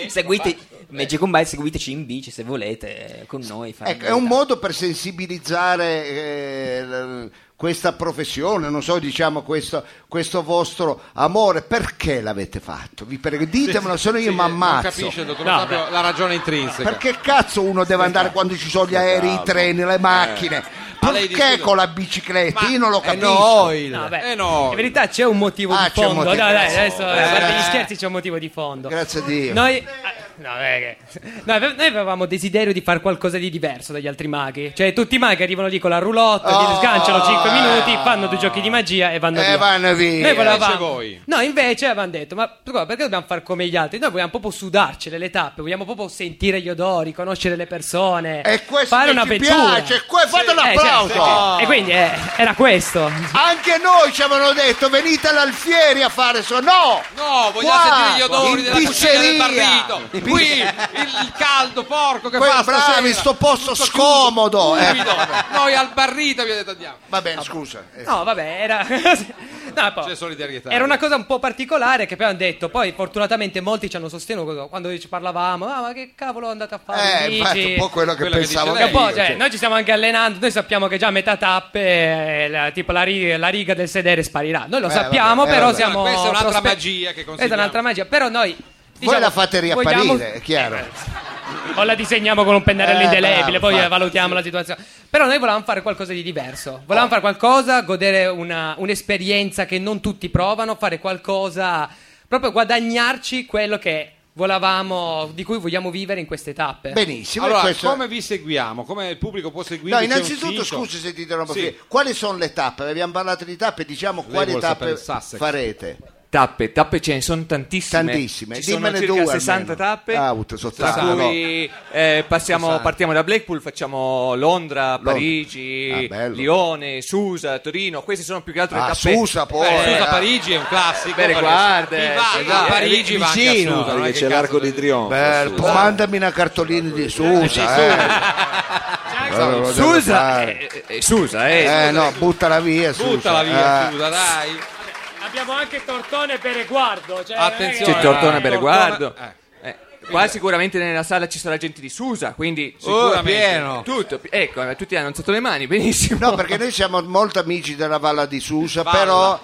[SPEAKER 8] Seguite eh, Magic on Bike, seguiteci in bici se volete eh, con noi. fare
[SPEAKER 3] Ecco, è un
[SPEAKER 8] un'attività.
[SPEAKER 3] modo per sensibilizzare eh, l- questa professione, non so, diciamo questo, questo vostro amore. Perché l'avete fatto? Vi prego, ditemelo, se no io
[SPEAKER 1] Sì, eh,
[SPEAKER 3] mi
[SPEAKER 1] Non capisce,
[SPEAKER 3] ammazzo.
[SPEAKER 1] il dottor Lo Sapio, la ragione intrinseca.
[SPEAKER 3] Perché cazzo uno deve andare quando ci sono gli aerei, i treni, le macchine?
[SPEAKER 1] Ma Eh. Ah, lei
[SPEAKER 3] Perché
[SPEAKER 1] dice-
[SPEAKER 3] con la bicicletta?
[SPEAKER 1] Ma-
[SPEAKER 3] Io non lo
[SPEAKER 2] È
[SPEAKER 3] capisco.
[SPEAKER 2] noi.
[SPEAKER 9] No, Ah, beh,
[SPEAKER 1] Eh no.
[SPEAKER 9] in verità c'è un motivo
[SPEAKER 3] Ah,
[SPEAKER 9] di
[SPEAKER 3] c'è un
[SPEAKER 9] fondo.
[SPEAKER 3] motivo.
[SPEAKER 9] No, dai, adesso, a parte
[SPEAKER 1] Eh.
[SPEAKER 9] gli scherzi, c'è un motivo di fondo.
[SPEAKER 3] Grazie a Dio.
[SPEAKER 9] Noi, eh, No, è che- no, ave- noi avevamo desiderio di fare qualcosa di diverso dagli altri maghi. Cioè, tutti i maghi arrivano lì con la roulotte,
[SPEAKER 3] Oh.
[SPEAKER 9] gli sganciano 5 minuti, fanno due giochi di magia e vanno
[SPEAKER 3] E
[SPEAKER 9] via.
[SPEAKER 3] Eh, vanno via.
[SPEAKER 9] Noi volevamo-
[SPEAKER 1] Invece voi.
[SPEAKER 9] No, invece avevamo detto, ma scusa, perché dobbiamo fare come gli altri? Noi vogliamo proprio sudarcele le tappe, vogliamo proprio sentire gli odori, conoscere le persone,
[SPEAKER 3] E questo
[SPEAKER 9] fare
[SPEAKER 3] che ci
[SPEAKER 9] un'avventura.
[SPEAKER 3] piace, que- fate un
[SPEAKER 1] certo.
[SPEAKER 9] Eh, cioè,
[SPEAKER 3] applauso.
[SPEAKER 9] E quindi eh, era questo.
[SPEAKER 3] Anche noi ci avevano detto venite all'Alfieri a fare so no!
[SPEAKER 1] No, vogliamo
[SPEAKER 3] Qua,
[SPEAKER 1] sentire gli odori
[SPEAKER 3] in
[SPEAKER 1] della cucina del
[SPEAKER 3] pizzeria.
[SPEAKER 1] barrito. Qui il caldo porco che
[SPEAKER 3] Poi,
[SPEAKER 1] fa
[SPEAKER 3] bravi,
[SPEAKER 1] stasera.
[SPEAKER 3] sto posto
[SPEAKER 1] Tutto
[SPEAKER 3] scomodo, eh.
[SPEAKER 1] Umido. Noi al barrito abbiamo detto andiamo.
[SPEAKER 3] Va bene, scusa. eh.
[SPEAKER 9] No, vabbè, era. *laughs* no, poi-
[SPEAKER 1] C'è solidarietà.
[SPEAKER 9] Era una cosa un po' particolare che poi hanno detto, poi fortunatamente molti ci hanno sostenuto quando ci parlavamo, ah ma che cavolo andate a fare?
[SPEAKER 3] Eh, infatti,
[SPEAKER 9] amici?"
[SPEAKER 3] un po' quello che
[SPEAKER 1] Quello che
[SPEAKER 3] pensavo
[SPEAKER 1] dice
[SPEAKER 9] Che un po',
[SPEAKER 1] lei,
[SPEAKER 3] anch'io,
[SPEAKER 9] cioè,
[SPEAKER 3] cioè.
[SPEAKER 9] Noi ci stiamo anche allenando, noi sappiamo che già a metà tappe eh, la, tipo la, ri- la riga del sedere sparirà, noi lo
[SPEAKER 3] Eh,
[SPEAKER 9] sappiamo
[SPEAKER 3] vabbè, eh,
[SPEAKER 9] però
[SPEAKER 3] vabbè.
[SPEAKER 9] siamo...
[SPEAKER 1] Questa è un'altra
[SPEAKER 9] prospe-
[SPEAKER 1] magia che
[SPEAKER 9] Questa è un'altra
[SPEAKER 1] consigliamo.
[SPEAKER 9] magia, però noi...
[SPEAKER 3] Voi
[SPEAKER 9] diciamo,
[SPEAKER 3] la fate riapparire,
[SPEAKER 9] vogliamo-
[SPEAKER 3] è chiaro.
[SPEAKER 9] o la disegniamo con un pennarello
[SPEAKER 3] Eh,
[SPEAKER 9] indelebile,
[SPEAKER 3] bravo,
[SPEAKER 9] poi
[SPEAKER 3] infatti,
[SPEAKER 9] valutiamo la situazione. Però noi volevamo fare qualcosa di diverso.
[SPEAKER 3] Oh.
[SPEAKER 9] Volevamo fare qualcosa, godere una- un'esperienza che non tutti provano, fare qualcosa, proprio guadagnarci quello che volevamo, di cui vogliamo vivere in queste tappe.
[SPEAKER 3] Benissimo,
[SPEAKER 1] Allora,
[SPEAKER 3] questo-
[SPEAKER 1] come vi seguiamo? Come il pubblico può seguirvi?
[SPEAKER 3] No,
[SPEAKER 1] C'è un
[SPEAKER 3] innanzitutto
[SPEAKER 1] sito?
[SPEAKER 3] scusi se ti interrompo.
[SPEAKER 1] Sì.
[SPEAKER 3] Fede, Quali sono le tappe? Abbiamo parlato di tappe, diciamo quali
[SPEAKER 1] vuol sapere
[SPEAKER 3] tappe
[SPEAKER 1] il Sussex.
[SPEAKER 3] farete.
[SPEAKER 10] Tappe, tappe ce ne sono tantissime.
[SPEAKER 3] Tantissime,
[SPEAKER 10] Ci sono
[SPEAKER 3] dimmene
[SPEAKER 10] circa
[SPEAKER 3] due.
[SPEAKER 10] 60
[SPEAKER 3] almeno.
[SPEAKER 10] tappe.
[SPEAKER 3] Ah, avuto, sono
[SPEAKER 10] tra
[SPEAKER 3] tanti.
[SPEAKER 10] cui eh, passiamo-
[SPEAKER 3] 60.
[SPEAKER 10] partiamo da Blackpool, facciamo Londra, Parigi,
[SPEAKER 3] Ah, bello.
[SPEAKER 10] Lione, Susa, Torino. Queste sono più che altro le
[SPEAKER 3] Ah,
[SPEAKER 10] tappe.
[SPEAKER 3] Susa poi.
[SPEAKER 1] Eh, Susa
[SPEAKER 3] eh.
[SPEAKER 1] Parigi è un classico.
[SPEAKER 10] Bene,
[SPEAKER 1] perché
[SPEAKER 10] guarda,
[SPEAKER 1] chi va
[SPEAKER 10] esatto.
[SPEAKER 1] a Parigi va anche a
[SPEAKER 10] Vicino.
[SPEAKER 1] Susa, non è
[SPEAKER 4] perché
[SPEAKER 1] che
[SPEAKER 4] c'è
[SPEAKER 1] cazzo
[SPEAKER 4] l'arco di
[SPEAKER 1] deve-
[SPEAKER 4] trionfo.
[SPEAKER 3] Bel,
[SPEAKER 4] su.
[SPEAKER 3] Eh, po- mandami una cartolina di Susa, eh. Allora, lo devo
[SPEAKER 10] Susa,
[SPEAKER 3] fare.
[SPEAKER 10] eh, eh, Susa, eh.
[SPEAKER 3] Eh, no, buttala via, Susa.
[SPEAKER 1] Buttala via,
[SPEAKER 3] Eh,
[SPEAKER 1] Susa, dai.
[SPEAKER 9] Abbiamo anche Tortone per cioè, Eguardo.
[SPEAKER 1] Attenzione.
[SPEAKER 10] C'è Tortona Bereguardo.
[SPEAKER 1] Tortona-
[SPEAKER 10] Eh, Qua sicuramente nella sala ci sarà gente di Susa, quindi
[SPEAKER 1] Oh, è
[SPEAKER 10] sicuramente
[SPEAKER 1] pieno.
[SPEAKER 10] tutto, ecco, eh, tutti hanno alzato le mani, benissimo.
[SPEAKER 3] No, perché noi siamo molto amici della Valle di Susa,
[SPEAKER 1] Valla.
[SPEAKER 3] però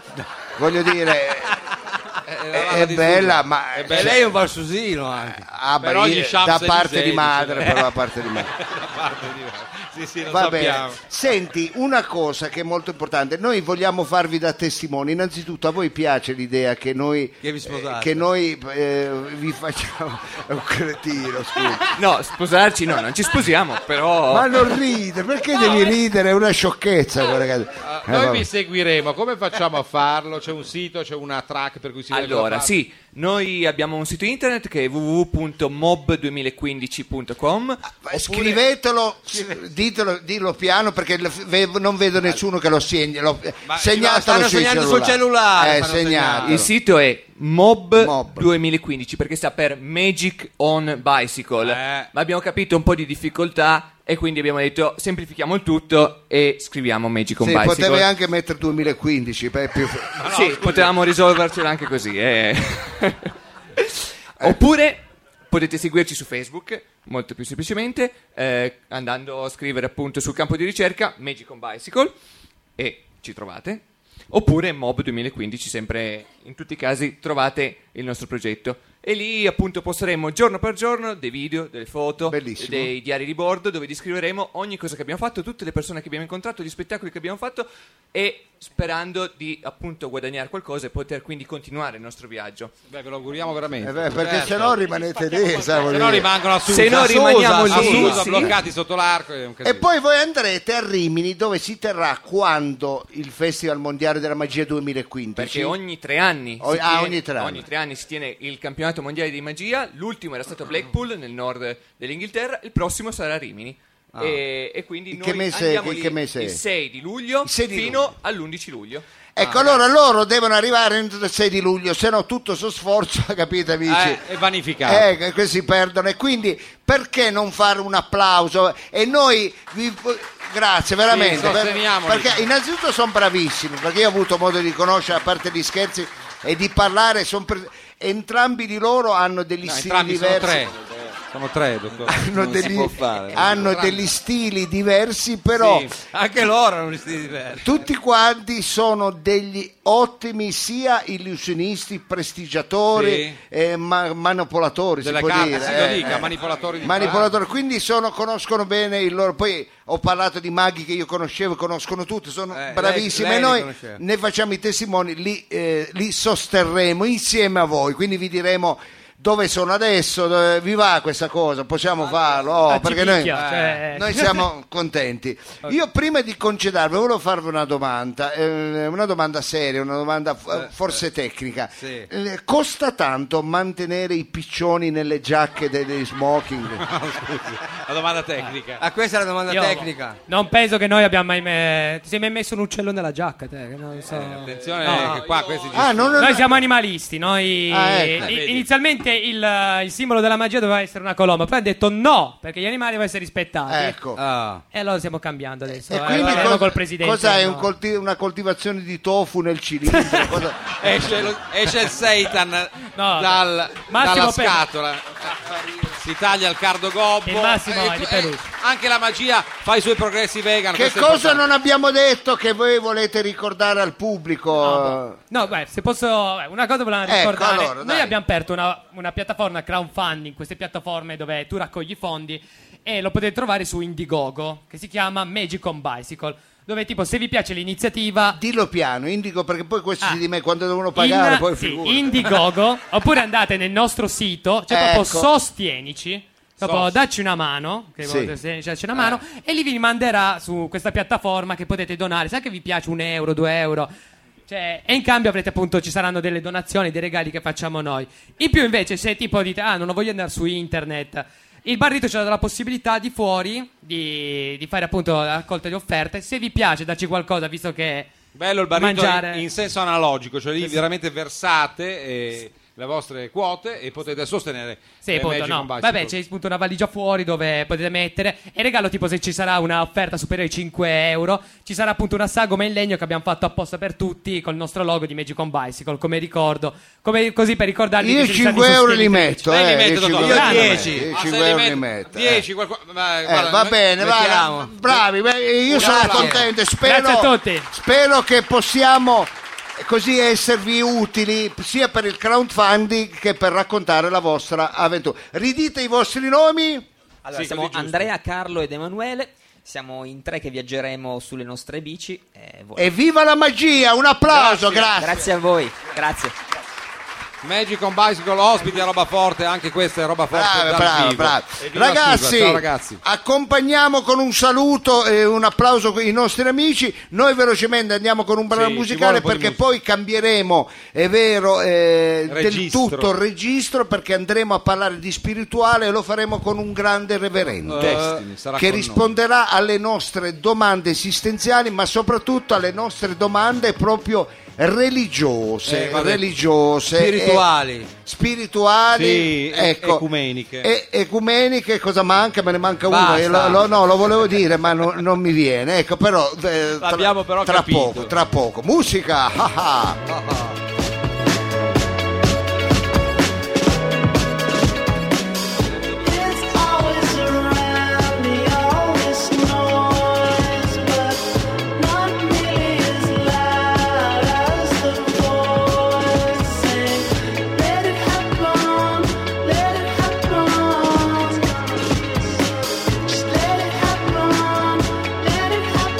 [SPEAKER 3] voglio
[SPEAKER 1] *laughs*
[SPEAKER 3] dire,
[SPEAKER 1] Eh, la
[SPEAKER 3] è,
[SPEAKER 1] Valle
[SPEAKER 3] è
[SPEAKER 1] di
[SPEAKER 3] bella,
[SPEAKER 1] Susa.
[SPEAKER 3] ma
[SPEAKER 1] È
[SPEAKER 3] cioè,
[SPEAKER 1] bella.
[SPEAKER 2] Lei è un valsusino anche.
[SPEAKER 3] ah, beh,
[SPEAKER 1] Però gli
[SPEAKER 3] io- da
[SPEAKER 1] Champs-Élysées,
[SPEAKER 3] parte di madre,
[SPEAKER 1] dice-
[SPEAKER 3] però da parte di madre.
[SPEAKER 1] Da parte di- Sì, sì, lo
[SPEAKER 3] Va
[SPEAKER 1] sappiamo.
[SPEAKER 3] bene. Senti, una cosa che è molto importante, noi vogliamo farvi da testimoni. Innanzitutto a voi piace l'idea che noi
[SPEAKER 2] Che vi sposate.
[SPEAKER 3] che noi eh, vi facciamo *laughs* è un cretino, scusa.
[SPEAKER 10] No, sposarci no, non ci sposiamo, però
[SPEAKER 3] Ma non ride, perché
[SPEAKER 2] eh.
[SPEAKER 3] devi ridere? È una sciocchezza, ragazzi.
[SPEAKER 1] Ah,
[SPEAKER 3] Eh,
[SPEAKER 1] Noi
[SPEAKER 3] vabbè.
[SPEAKER 1] vi seguiremo, come facciamo a farlo? C'è un sito, c'è una track per cui si deve
[SPEAKER 10] Allora,
[SPEAKER 1] fare?
[SPEAKER 10] sì, noi abbiamo un sito internet che è www.mob2015.com.
[SPEAKER 3] Scrivetelo, s- ditelo, dillo piano perché l- ve- non vedo nessuno che lo segna. Lo,
[SPEAKER 1] Ma-
[SPEAKER 3] segnatelo
[SPEAKER 2] no, Ah, stanno
[SPEAKER 3] sui
[SPEAKER 2] segnando sul
[SPEAKER 3] cellulari.
[SPEAKER 2] cellulare,
[SPEAKER 3] Eh,
[SPEAKER 2] stanno
[SPEAKER 3] segnatelo.
[SPEAKER 10] Il sito è mob,
[SPEAKER 3] Mob.
[SPEAKER 10] 2015 perché sta per Magic on Bicycle.
[SPEAKER 1] Eh.
[SPEAKER 10] Ma abbiamo capito un po' di difficoltà e quindi abbiamo detto semplifichiamo il tutto e scriviamo Magic on
[SPEAKER 3] Sì,
[SPEAKER 10] Bicycle.
[SPEAKER 3] potevi anche mettere 2015, beh, più-
[SPEAKER 1] *laughs*
[SPEAKER 10] sì, potevamo risolvercela anche così. eh. *laughs* Oppure potete seguirci su Facebook, molto più semplicemente, eh, andando a scrivere appunto sul campo di ricerca Magic on Bicycle e ci trovate. Oppure Mob 2015, sempre in tutti i casi trovate il nostro progetto. E lì appunto posteremo giorno per giorno dei video, delle foto,
[SPEAKER 3] Bellissimo.
[SPEAKER 10] dei diari di bordo dove descriveremo ogni cosa che abbiamo fatto, tutte le persone che abbiamo incontrato, gli spettacoli che abbiamo fatto e sperando di appunto guadagnare qualcosa e poter quindi continuare il nostro viaggio.
[SPEAKER 1] Beh, ve lo auguriamo veramente.
[SPEAKER 3] Eh, beh, perché
[SPEAKER 1] Certo.
[SPEAKER 3] se no rimanete lì, sai, voglio
[SPEAKER 1] Se no
[SPEAKER 3] dire.
[SPEAKER 1] rimangono a Susa.
[SPEAKER 10] Se no
[SPEAKER 1] A
[SPEAKER 10] rimaniamo
[SPEAKER 1] Susa, a
[SPEAKER 10] lì,
[SPEAKER 1] Susa,
[SPEAKER 10] sì.
[SPEAKER 1] bloccati sotto l'arco. è un casino.
[SPEAKER 3] E poi voi andrete a Rimini dove si terrà quando il Festival Mondiale della Magia 2015.
[SPEAKER 10] Perché ogni tre anni,
[SPEAKER 3] O-
[SPEAKER 10] si
[SPEAKER 3] ah,
[SPEAKER 10] tiene-
[SPEAKER 3] ogni tre anni.
[SPEAKER 10] si tiene il campionato mondiale di magia. L'ultimo era stato a Blackpool nel nord dell'Inghilterra, il prossimo sarà a Rimini. E, e quindi
[SPEAKER 3] Ah. In
[SPEAKER 10] noi
[SPEAKER 3] che mese-
[SPEAKER 10] andiamo
[SPEAKER 3] in
[SPEAKER 10] lì
[SPEAKER 3] che mese è?
[SPEAKER 10] il 6 di luglio
[SPEAKER 3] Il 6 di
[SPEAKER 10] fino
[SPEAKER 3] luglio.
[SPEAKER 10] all'11 luglio.
[SPEAKER 3] Ecco, allora loro devono arrivare entro il 6 di luglio, se no tutto questo sforzo, *laughs* capite amici?
[SPEAKER 1] Eh, è vanificato.
[SPEAKER 3] Eh, che questi perdono e quindi perché non fare un applauso? E noi vi grazie veramente
[SPEAKER 1] Sì, sosteniamoli.
[SPEAKER 3] perché innanzitutto sono bravissimi, perché io ho avuto modo di conoscere a parte gli scherzi e di parlare, son pre- entrambi di loro hanno degli
[SPEAKER 1] No,
[SPEAKER 3] stili
[SPEAKER 1] entrambi sono
[SPEAKER 3] diversi.
[SPEAKER 1] tre. Sono tre,
[SPEAKER 3] *laughs*
[SPEAKER 1] dottore.
[SPEAKER 3] Hanno,
[SPEAKER 4] Non si
[SPEAKER 3] degli,
[SPEAKER 4] può fare.
[SPEAKER 3] hanno degli stili diversi, *laughs* però
[SPEAKER 1] Sì.
[SPEAKER 2] Anche loro hanno gli stili diversi.
[SPEAKER 3] tutti quanti sono degli ottimi sia illusionisti, prestigiatori,
[SPEAKER 1] Sì.
[SPEAKER 3] eh, ma- manipolatori,
[SPEAKER 1] Della
[SPEAKER 3] si può
[SPEAKER 1] carta,
[SPEAKER 3] dire.
[SPEAKER 1] si lo
[SPEAKER 3] eh,
[SPEAKER 1] dica,
[SPEAKER 3] eh.
[SPEAKER 1] manipolatori di
[SPEAKER 3] Manipolatori, quindi sono- conoscono bene il loro. Poi ho parlato di maghi che io conoscevo, conoscono tutti, sono
[SPEAKER 2] Eh,
[SPEAKER 3] bravissimi.
[SPEAKER 2] lei-
[SPEAKER 3] e
[SPEAKER 2] lei li
[SPEAKER 3] noi
[SPEAKER 2] conosceva.
[SPEAKER 3] ne facciamo i testimoni, li, eh, li sosterremo insieme a voi. Quindi vi diremo dove sono adesso, Dove- vi va questa cosa, possiamo farlo, Oh,
[SPEAKER 11] ah, ci
[SPEAKER 3] perché noi,
[SPEAKER 11] picchia,
[SPEAKER 3] eh,
[SPEAKER 11] cioè-
[SPEAKER 3] noi
[SPEAKER 9] *laughs*
[SPEAKER 3] siamo contenti. Io prima di congedarvi volevo farvi una domanda, eh, una domanda seria, una domanda f-
[SPEAKER 9] Eh,
[SPEAKER 3] forse tecnica.
[SPEAKER 2] Sì.
[SPEAKER 3] Eh, costa tanto mantenere i piccioni nelle giacche dei, dei smoking?
[SPEAKER 1] La domanda
[SPEAKER 10] Eh.
[SPEAKER 1] tecnica.
[SPEAKER 2] Ah, questa è la domanda
[SPEAKER 9] Io-
[SPEAKER 2] tecnica.
[SPEAKER 9] Non penso che noi abbiamo mai. me- Ti sei mai messo un uccello nella giacca, te? Che non so.
[SPEAKER 3] Eh,
[SPEAKER 1] Attenzione
[SPEAKER 9] No.
[SPEAKER 1] che qua questi
[SPEAKER 9] Ah,
[SPEAKER 1] non
[SPEAKER 9] noi siamo animalisti, noi
[SPEAKER 1] Ah, ecco.
[SPEAKER 9] i-
[SPEAKER 1] Eh, vedi.
[SPEAKER 9] inizialmente il, il simbolo della magia doveva essere una colomba, poi ha detto no, perché gli animali devono essere rispettati.
[SPEAKER 3] Ecco.
[SPEAKER 1] Ah.
[SPEAKER 9] E allora stiamo cambiando adesso.
[SPEAKER 3] E
[SPEAKER 9] eh,
[SPEAKER 3] quindi
[SPEAKER 9] parliamo
[SPEAKER 3] cosa-
[SPEAKER 9] col presidente.
[SPEAKER 3] cosa è
[SPEAKER 9] no.
[SPEAKER 3] un colti- una coltivazione di tofu
[SPEAKER 9] *laughs*
[SPEAKER 3] nel cilindro? Cosa-
[SPEAKER 1] esce, lo- esce il
[SPEAKER 10] *laughs*
[SPEAKER 1] seitan dal-
[SPEAKER 9] Massimo
[SPEAKER 1] dalla
[SPEAKER 9] Pe-
[SPEAKER 1] scatola. Si taglia il cardo gobbo.
[SPEAKER 9] Il Massimo
[SPEAKER 1] E-
[SPEAKER 9] è di
[SPEAKER 1] e-
[SPEAKER 9] Perugia.
[SPEAKER 1] anche la magia fa i suoi progressi vegan.
[SPEAKER 3] Che
[SPEAKER 1] questo è
[SPEAKER 3] cosa
[SPEAKER 1] importante.
[SPEAKER 3] non abbiamo detto che voi volete ricordare al pubblico?
[SPEAKER 9] No, boh. beh, se posso, beh, una cosa volevamo
[SPEAKER 3] Ecco,
[SPEAKER 9] ricordare.
[SPEAKER 3] allora,
[SPEAKER 9] Noi
[SPEAKER 3] dai.
[SPEAKER 9] abbiamo aperto una, una piattaforma crowdfunding, queste piattaforme dove tu raccogli fondi e lo potete trovare su Indiegogo, che si chiama Magic on Bicycle, dove tipo se vi piace l'iniziativa
[SPEAKER 3] Dillo piano, indico perché poi questi di me quando devono
[SPEAKER 9] Ah. in-
[SPEAKER 3] pagare poi
[SPEAKER 9] sì,
[SPEAKER 3] figurati.
[SPEAKER 9] Indiegogo, oppure andate nel nostro sito, c'è proprio
[SPEAKER 3] Ecco.
[SPEAKER 9] sostienici. Proprio
[SPEAKER 3] Sost-
[SPEAKER 9] dacci una mano, che
[SPEAKER 3] Sì. Eh.
[SPEAKER 9] vuol dire se- cioè, c'è una mano e lì vi rimanderà su questa piattaforma che potete donare. Sai che vi piace un euro, due euro? Cioè, e in cambio avrete appunto ci saranno delle donazioni, dei regali che facciamo noi. In più, invece, se tipo dite ah, non voglio andare su internet. Il barrito ci dà la possibilità di fuori di, di fare appunto la raccolta di offerte. Se vi piace, darci qualcosa, visto che
[SPEAKER 1] Bello il barito
[SPEAKER 9] mangiare-
[SPEAKER 1] in, in senso analogico, cioè lì veramente versate eh, le vostre quote e potete sostenere
[SPEAKER 9] Sì,
[SPEAKER 1] eh,
[SPEAKER 9] punto,
[SPEAKER 1] Magic
[SPEAKER 9] no.
[SPEAKER 1] on Bicycle.
[SPEAKER 9] Vabbè, c'è appunto una valigia fuori dove potete mettere. E regalo, tipo, se ci sarà un'offerta superiore ai 5 euro, ci sarà appunto una sagoma in legno che abbiamo fatto apposta per tutti col nostro logo di Magic on Bicycle, come ricordo. Come- così per ricordarvi
[SPEAKER 3] Io
[SPEAKER 9] che ci sono
[SPEAKER 3] 5
[SPEAKER 9] i
[SPEAKER 3] euro li
[SPEAKER 9] sosteniteci.
[SPEAKER 3] metto,
[SPEAKER 9] Lei
[SPEAKER 3] eh,
[SPEAKER 9] li mette,
[SPEAKER 3] io
[SPEAKER 9] Totò?
[SPEAKER 3] 5
[SPEAKER 9] Grande.
[SPEAKER 3] euro li metto,
[SPEAKER 1] Ah,
[SPEAKER 3] io 5 euro li metto. eh.
[SPEAKER 1] 10, qualcosa. ma,
[SPEAKER 3] Eh,
[SPEAKER 1] guarda,
[SPEAKER 3] va
[SPEAKER 1] me-
[SPEAKER 3] bene, va,
[SPEAKER 1] mettiamo.
[SPEAKER 3] bravi, beh, io
[SPEAKER 1] Grazie.
[SPEAKER 3] sono contento, spero,
[SPEAKER 1] Grazie a tutti.
[SPEAKER 3] spero che possiamo eh, così esservi utili sia per il crowdfunding che per raccontare la vostra avventura. Ridite i vostri nomi?
[SPEAKER 8] Allora, siamo Andrea, Carlo ed Emanuele. Siamo in tre che viaggeremo sulle nostre bici. E voi.
[SPEAKER 3] Evviva la magia, un applauso, grazie.
[SPEAKER 8] Grazie a voi, grazie.
[SPEAKER 1] Magic on Bicycle ospite, roba forte, anche questa è roba forte.
[SPEAKER 3] Bravo,
[SPEAKER 1] dal
[SPEAKER 3] bravo,
[SPEAKER 1] vivo.
[SPEAKER 3] bravo.
[SPEAKER 1] Evviva
[SPEAKER 3] Ragazzi,
[SPEAKER 1] Susa, ciao ragazzi.
[SPEAKER 3] accompagniamo con un saluto e un applauso i nostri amici. Noi velocemente andiamo con un brano
[SPEAKER 1] Sì, ci vuole
[SPEAKER 3] musicale
[SPEAKER 1] un po' di
[SPEAKER 3] perché poi cambieremo, è vero, eh, del
[SPEAKER 1] Registro.
[SPEAKER 3] tutto il registro perché andremo a parlare di spirituale e lo faremo con un grande reverente
[SPEAKER 1] Destiny, sarà
[SPEAKER 3] Eh, che
[SPEAKER 1] con noi.
[SPEAKER 3] risponderà alle nostre domande esistenziali ma soprattutto alle nostre domande proprio religiose,
[SPEAKER 2] Eh, vabbè.
[SPEAKER 3] religiose eh,
[SPEAKER 2] Spirituali.
[SPEAKER 3] spirituali,
[SPEAKER 1] Sì, e-
[SPEAKER 3] ecco,
[SPEAKER 1] ecumeniche.
[SPEAKER 3] E, ecumeniche, cosa manca? Me ne manca uno.
[SPEAKER 1] Basta.
[SPEAKER 3] Io lo, lo- no, lo volevo dire, ma no- non mi viene. Ecco, però, eh, tra,
[SPEAKER 1] L'abbiamo però
[SPEAKER 3] tra
[SPEAKER 1] capito.
[SPEAKER 3] poco, tra poco. Musica! *laughs* ah, ah.
[SPEAKER 7] It's always around me, all this noise, but not nearly as loud as the voice saying, "Let it happen, let it happen, just let it happen, let it happen."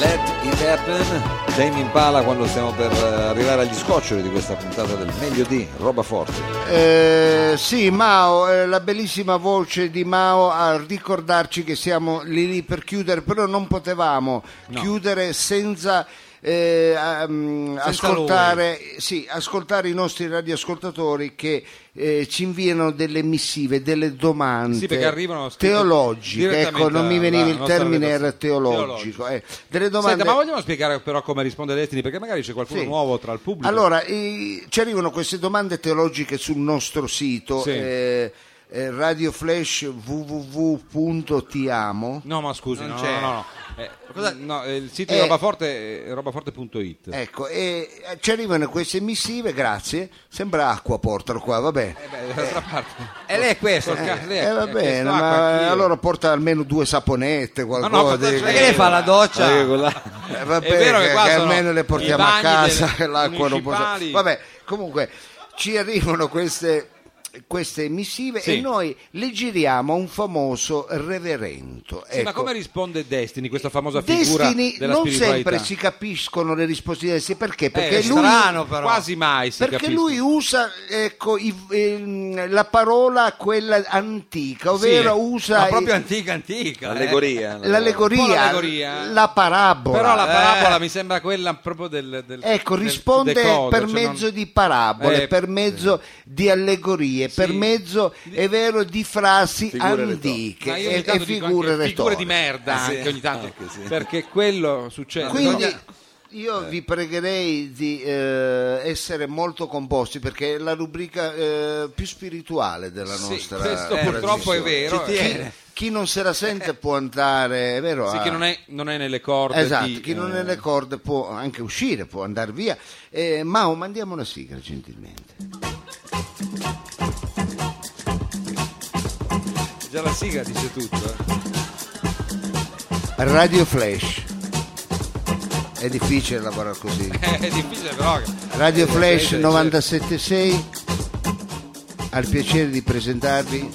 [SPEAKER 4] Let it happen. Tame Impala quando stiamo per eh, arrivare agli scoccioli di questa puntata del meglio di roba forte.
[SPEAKER 3] Eh, sì, Mao, eh, la bellissima voce di Mao a ricordarci che siamo lì lì per chiudere, però non potevamo chiudere senza. eh, a- mm, ascoltare, sì, ascoltare i nostri radioascoltatori che eh, ci inviano delle missive, delle domande
[SPEAKER 1] Sì, perché arrivano scritte
[SPEAKER 3] teologiche.
[SPEAKER 1] direttamente
[SPEAKER 3] Ecco, non mi
[SPEAKER 1] alla
[SPEAKER 3] veniva il
[SPEAKER 1] nostra
[SPEAKER 3] termine
[SPEAKER 1] redazione.
[SPEAKER 3] era teologico. eh. delle domande.
[SPEAKER 1] Senta, ma vogliamo spiegare però come risponde Destiny? Perché magari c'è qualcuno
[SPEAKER 3] Sì.
[SPEAKER 1] nuovo tra il pubblico.
[SPEAKER 3] Allora, eh, ci arrivano queste domande teologiche sul nostro sito.
[SPEAKER 1] Sì.
[SPEAKER 3] eh, eh, Radio Flash www.tiamo.
[SPEAKER 1] No, ma scusi,
[SPEAKER 3] Non
[SPEAKER 1] no,
[SPEAKER 3] c'è.
[SPEAKER 1] no, no, no. Eh, no, eh, il sito
[SPEAKER 3] Eh.
[SPEAKER 1] di Robaforte è robaforte.it. *laughs*
[SPEAKER 3] Ecco, e eh, ci arrivano queste missive, grazie. Sembra acqua portalo qua, vabbè.
[SPEAKER 1] Beh, dall'altra parte.
[SPEAKER 2] E lei è questo.
[SPEAKER 1] Porca-
[SPEAKER 2] eh.
[SPEAKER 1] lei
[SPEAKER 3] Eh, va
[SPEAKER 1] ha
[SPEAKER 3] bene,
[SPEAKER 1] chiesto acqua
[SPEAKER 3] ma
[SPEAKER 1] anch'io.
[SPEAKER 3] allora porta almeno due saponette,
[SPEAKER 1] Ma
[SPEAKER 3] qualcosa.
[SPEAKER 1] no, cosa c'è?
[SPEAKER 2] Perché lei fa la doccia?
[SPEAKER 1] Eh, quella-
[SPEAKER 3] Eh, vabbè,
[SPEAKER 1] È vero che
[SPEAKER 3] che,
[SPEAKER 1] qua
[SPEAKER 3] che
[SPEAKER 1] sono
[SPEAKER 3] almeno le
[SPEAKER 1] i
[SPEAKER 3] portiamo a
[SPEAKER 1] bagni
[SPEAKER 3] casa
[SPEAKER 1] delle-
[SPEAKER 3] l'acqua non può
[SPEAKER 1] municipali.
[SPEAKER 3] vabbè comunque ci arrivano queste queste missive
[SPEAKER 1] Sì.
[SPEAKER 3] e noi le giriamo a un famoso reverendo
[SPEAKER 1] Sì, ma
[SPEAKER 3] Ecco,
[SPEAKER 1] come risponde Destiny, questa famosa figura
[SPEAKER 3] Destiny
[SPEAKER 1] della
[SPEAKER 3] non
[SPEAKER 1] spiritualità?
[SPEAKER 3] sempre si capiscono le risposte di Destiny, perché? Perché
[SPEAKER 1] Eh,
[SPEAKER 3] lui
[SPEAKER 1] strano, però. quasi mai si
[SPEAKER 3] perché
[SPEAKER 1] capiscono.
[SPEAKER 3] lui usa ecco, i- ehm, la parola quella antica, ovvero
[SPEAKER 2] Sì,
[SPEAKER 3] usa
[SPEAKER 2] ma proprio
[SPEAKER 3] i-
[SPEAKER 2] antica, antica. eh.
[SPEAKER 4] Allegoria.
[SPEAKER 1] Un po'
[SPEAKER 3] l'allegoria,
[SPEAKER 1] l'allegoria. eh.
[SPEAKER 3] la parabola.
[SPEAKER 1] Però la
[SPEAKER 2] Eh.
[SPEAKER 1] parabola mi sembra quella proprio del, del
[SPEAKER 3] Ecco,
[SPEAKER 1] del
[SPEAKER 3] risponde
[SPEAKER 1] decodo,
[SPEAKER 3] per
[SPEAKER 1] cioè
[SPEAKER 3] mezzo
[SPEAKER 1] non-
[SPEAKER 3] di parabole,
[SPEAKER 1] Eh,
[SPEAKER 3] per mezzo di allegorie, per mezzo, è vero, di frasi
[SPEAKER 4] Figure
[SPEAKER 3] antiche
[SPEAKER 1] Ma io
[SPEAKER 3] e,
[SPEAKER 1] ogni tanto
[SPEAKER 3] e figure
[SPEAKER 1] dico anche figure di
[SPEAKER 3] retoriche. Eh,
[SPEAKER 1] merda cioè,
[SPEAKER 4] Sì,
[SPEAKER 1] anche ogni tanto
[SPEAKER 4] anche sì.
[SPEAKER 1] perché quello succede
[SPEAKER 3] Quindi
[SPEAKER 1] Però-
[SPEAKER 3] io
[SPEAKER 1] Eh.
[SPEAKER 3] vi pregherei di eh, essere molto composti perché è la rubrica eh, più spirituale della
[SPEAKER 1] Sì,
[SPEAKER 3] nostra eh,
[SPEAKER 1] questo
[SPEAKER 3] trasmissione.
[SPEAKER 1] purtroppo è vero
[SPEAKER 2] Ci
[SPEAKER 1] eh.
[SPEAKER 2] tiene.
[SPEAKER 3] Chi, chi non se la sente può andare, è vero?
[SPEAKER 1] Sì,
[SPEAKER 3] a-
[SPEAKER 1] che non è, non è nelle corde
[SPEAKER 3] Ah. Esatto,
[SPEAKER 1] di,
[SPEAKER 3] chi non è
[SPEAKER 1] eh,
[SPEAKER 3] nelle corde può anche uscire, può andare via. Eh, Mao, mandiamo una sigla gentilmente.
[SPEAKER 1] eh, già la sigla dice tutto eh. *laughs*
[SPEAKER 3] Radio Flash. È difficile lavorare così.
[SPEAKER 1] è difficile però che-
[SPEAKER 3] Radio Flash
[SPEAKER 1] certo.
[SPEAKER 3] 976 ha il piacere di presentarvi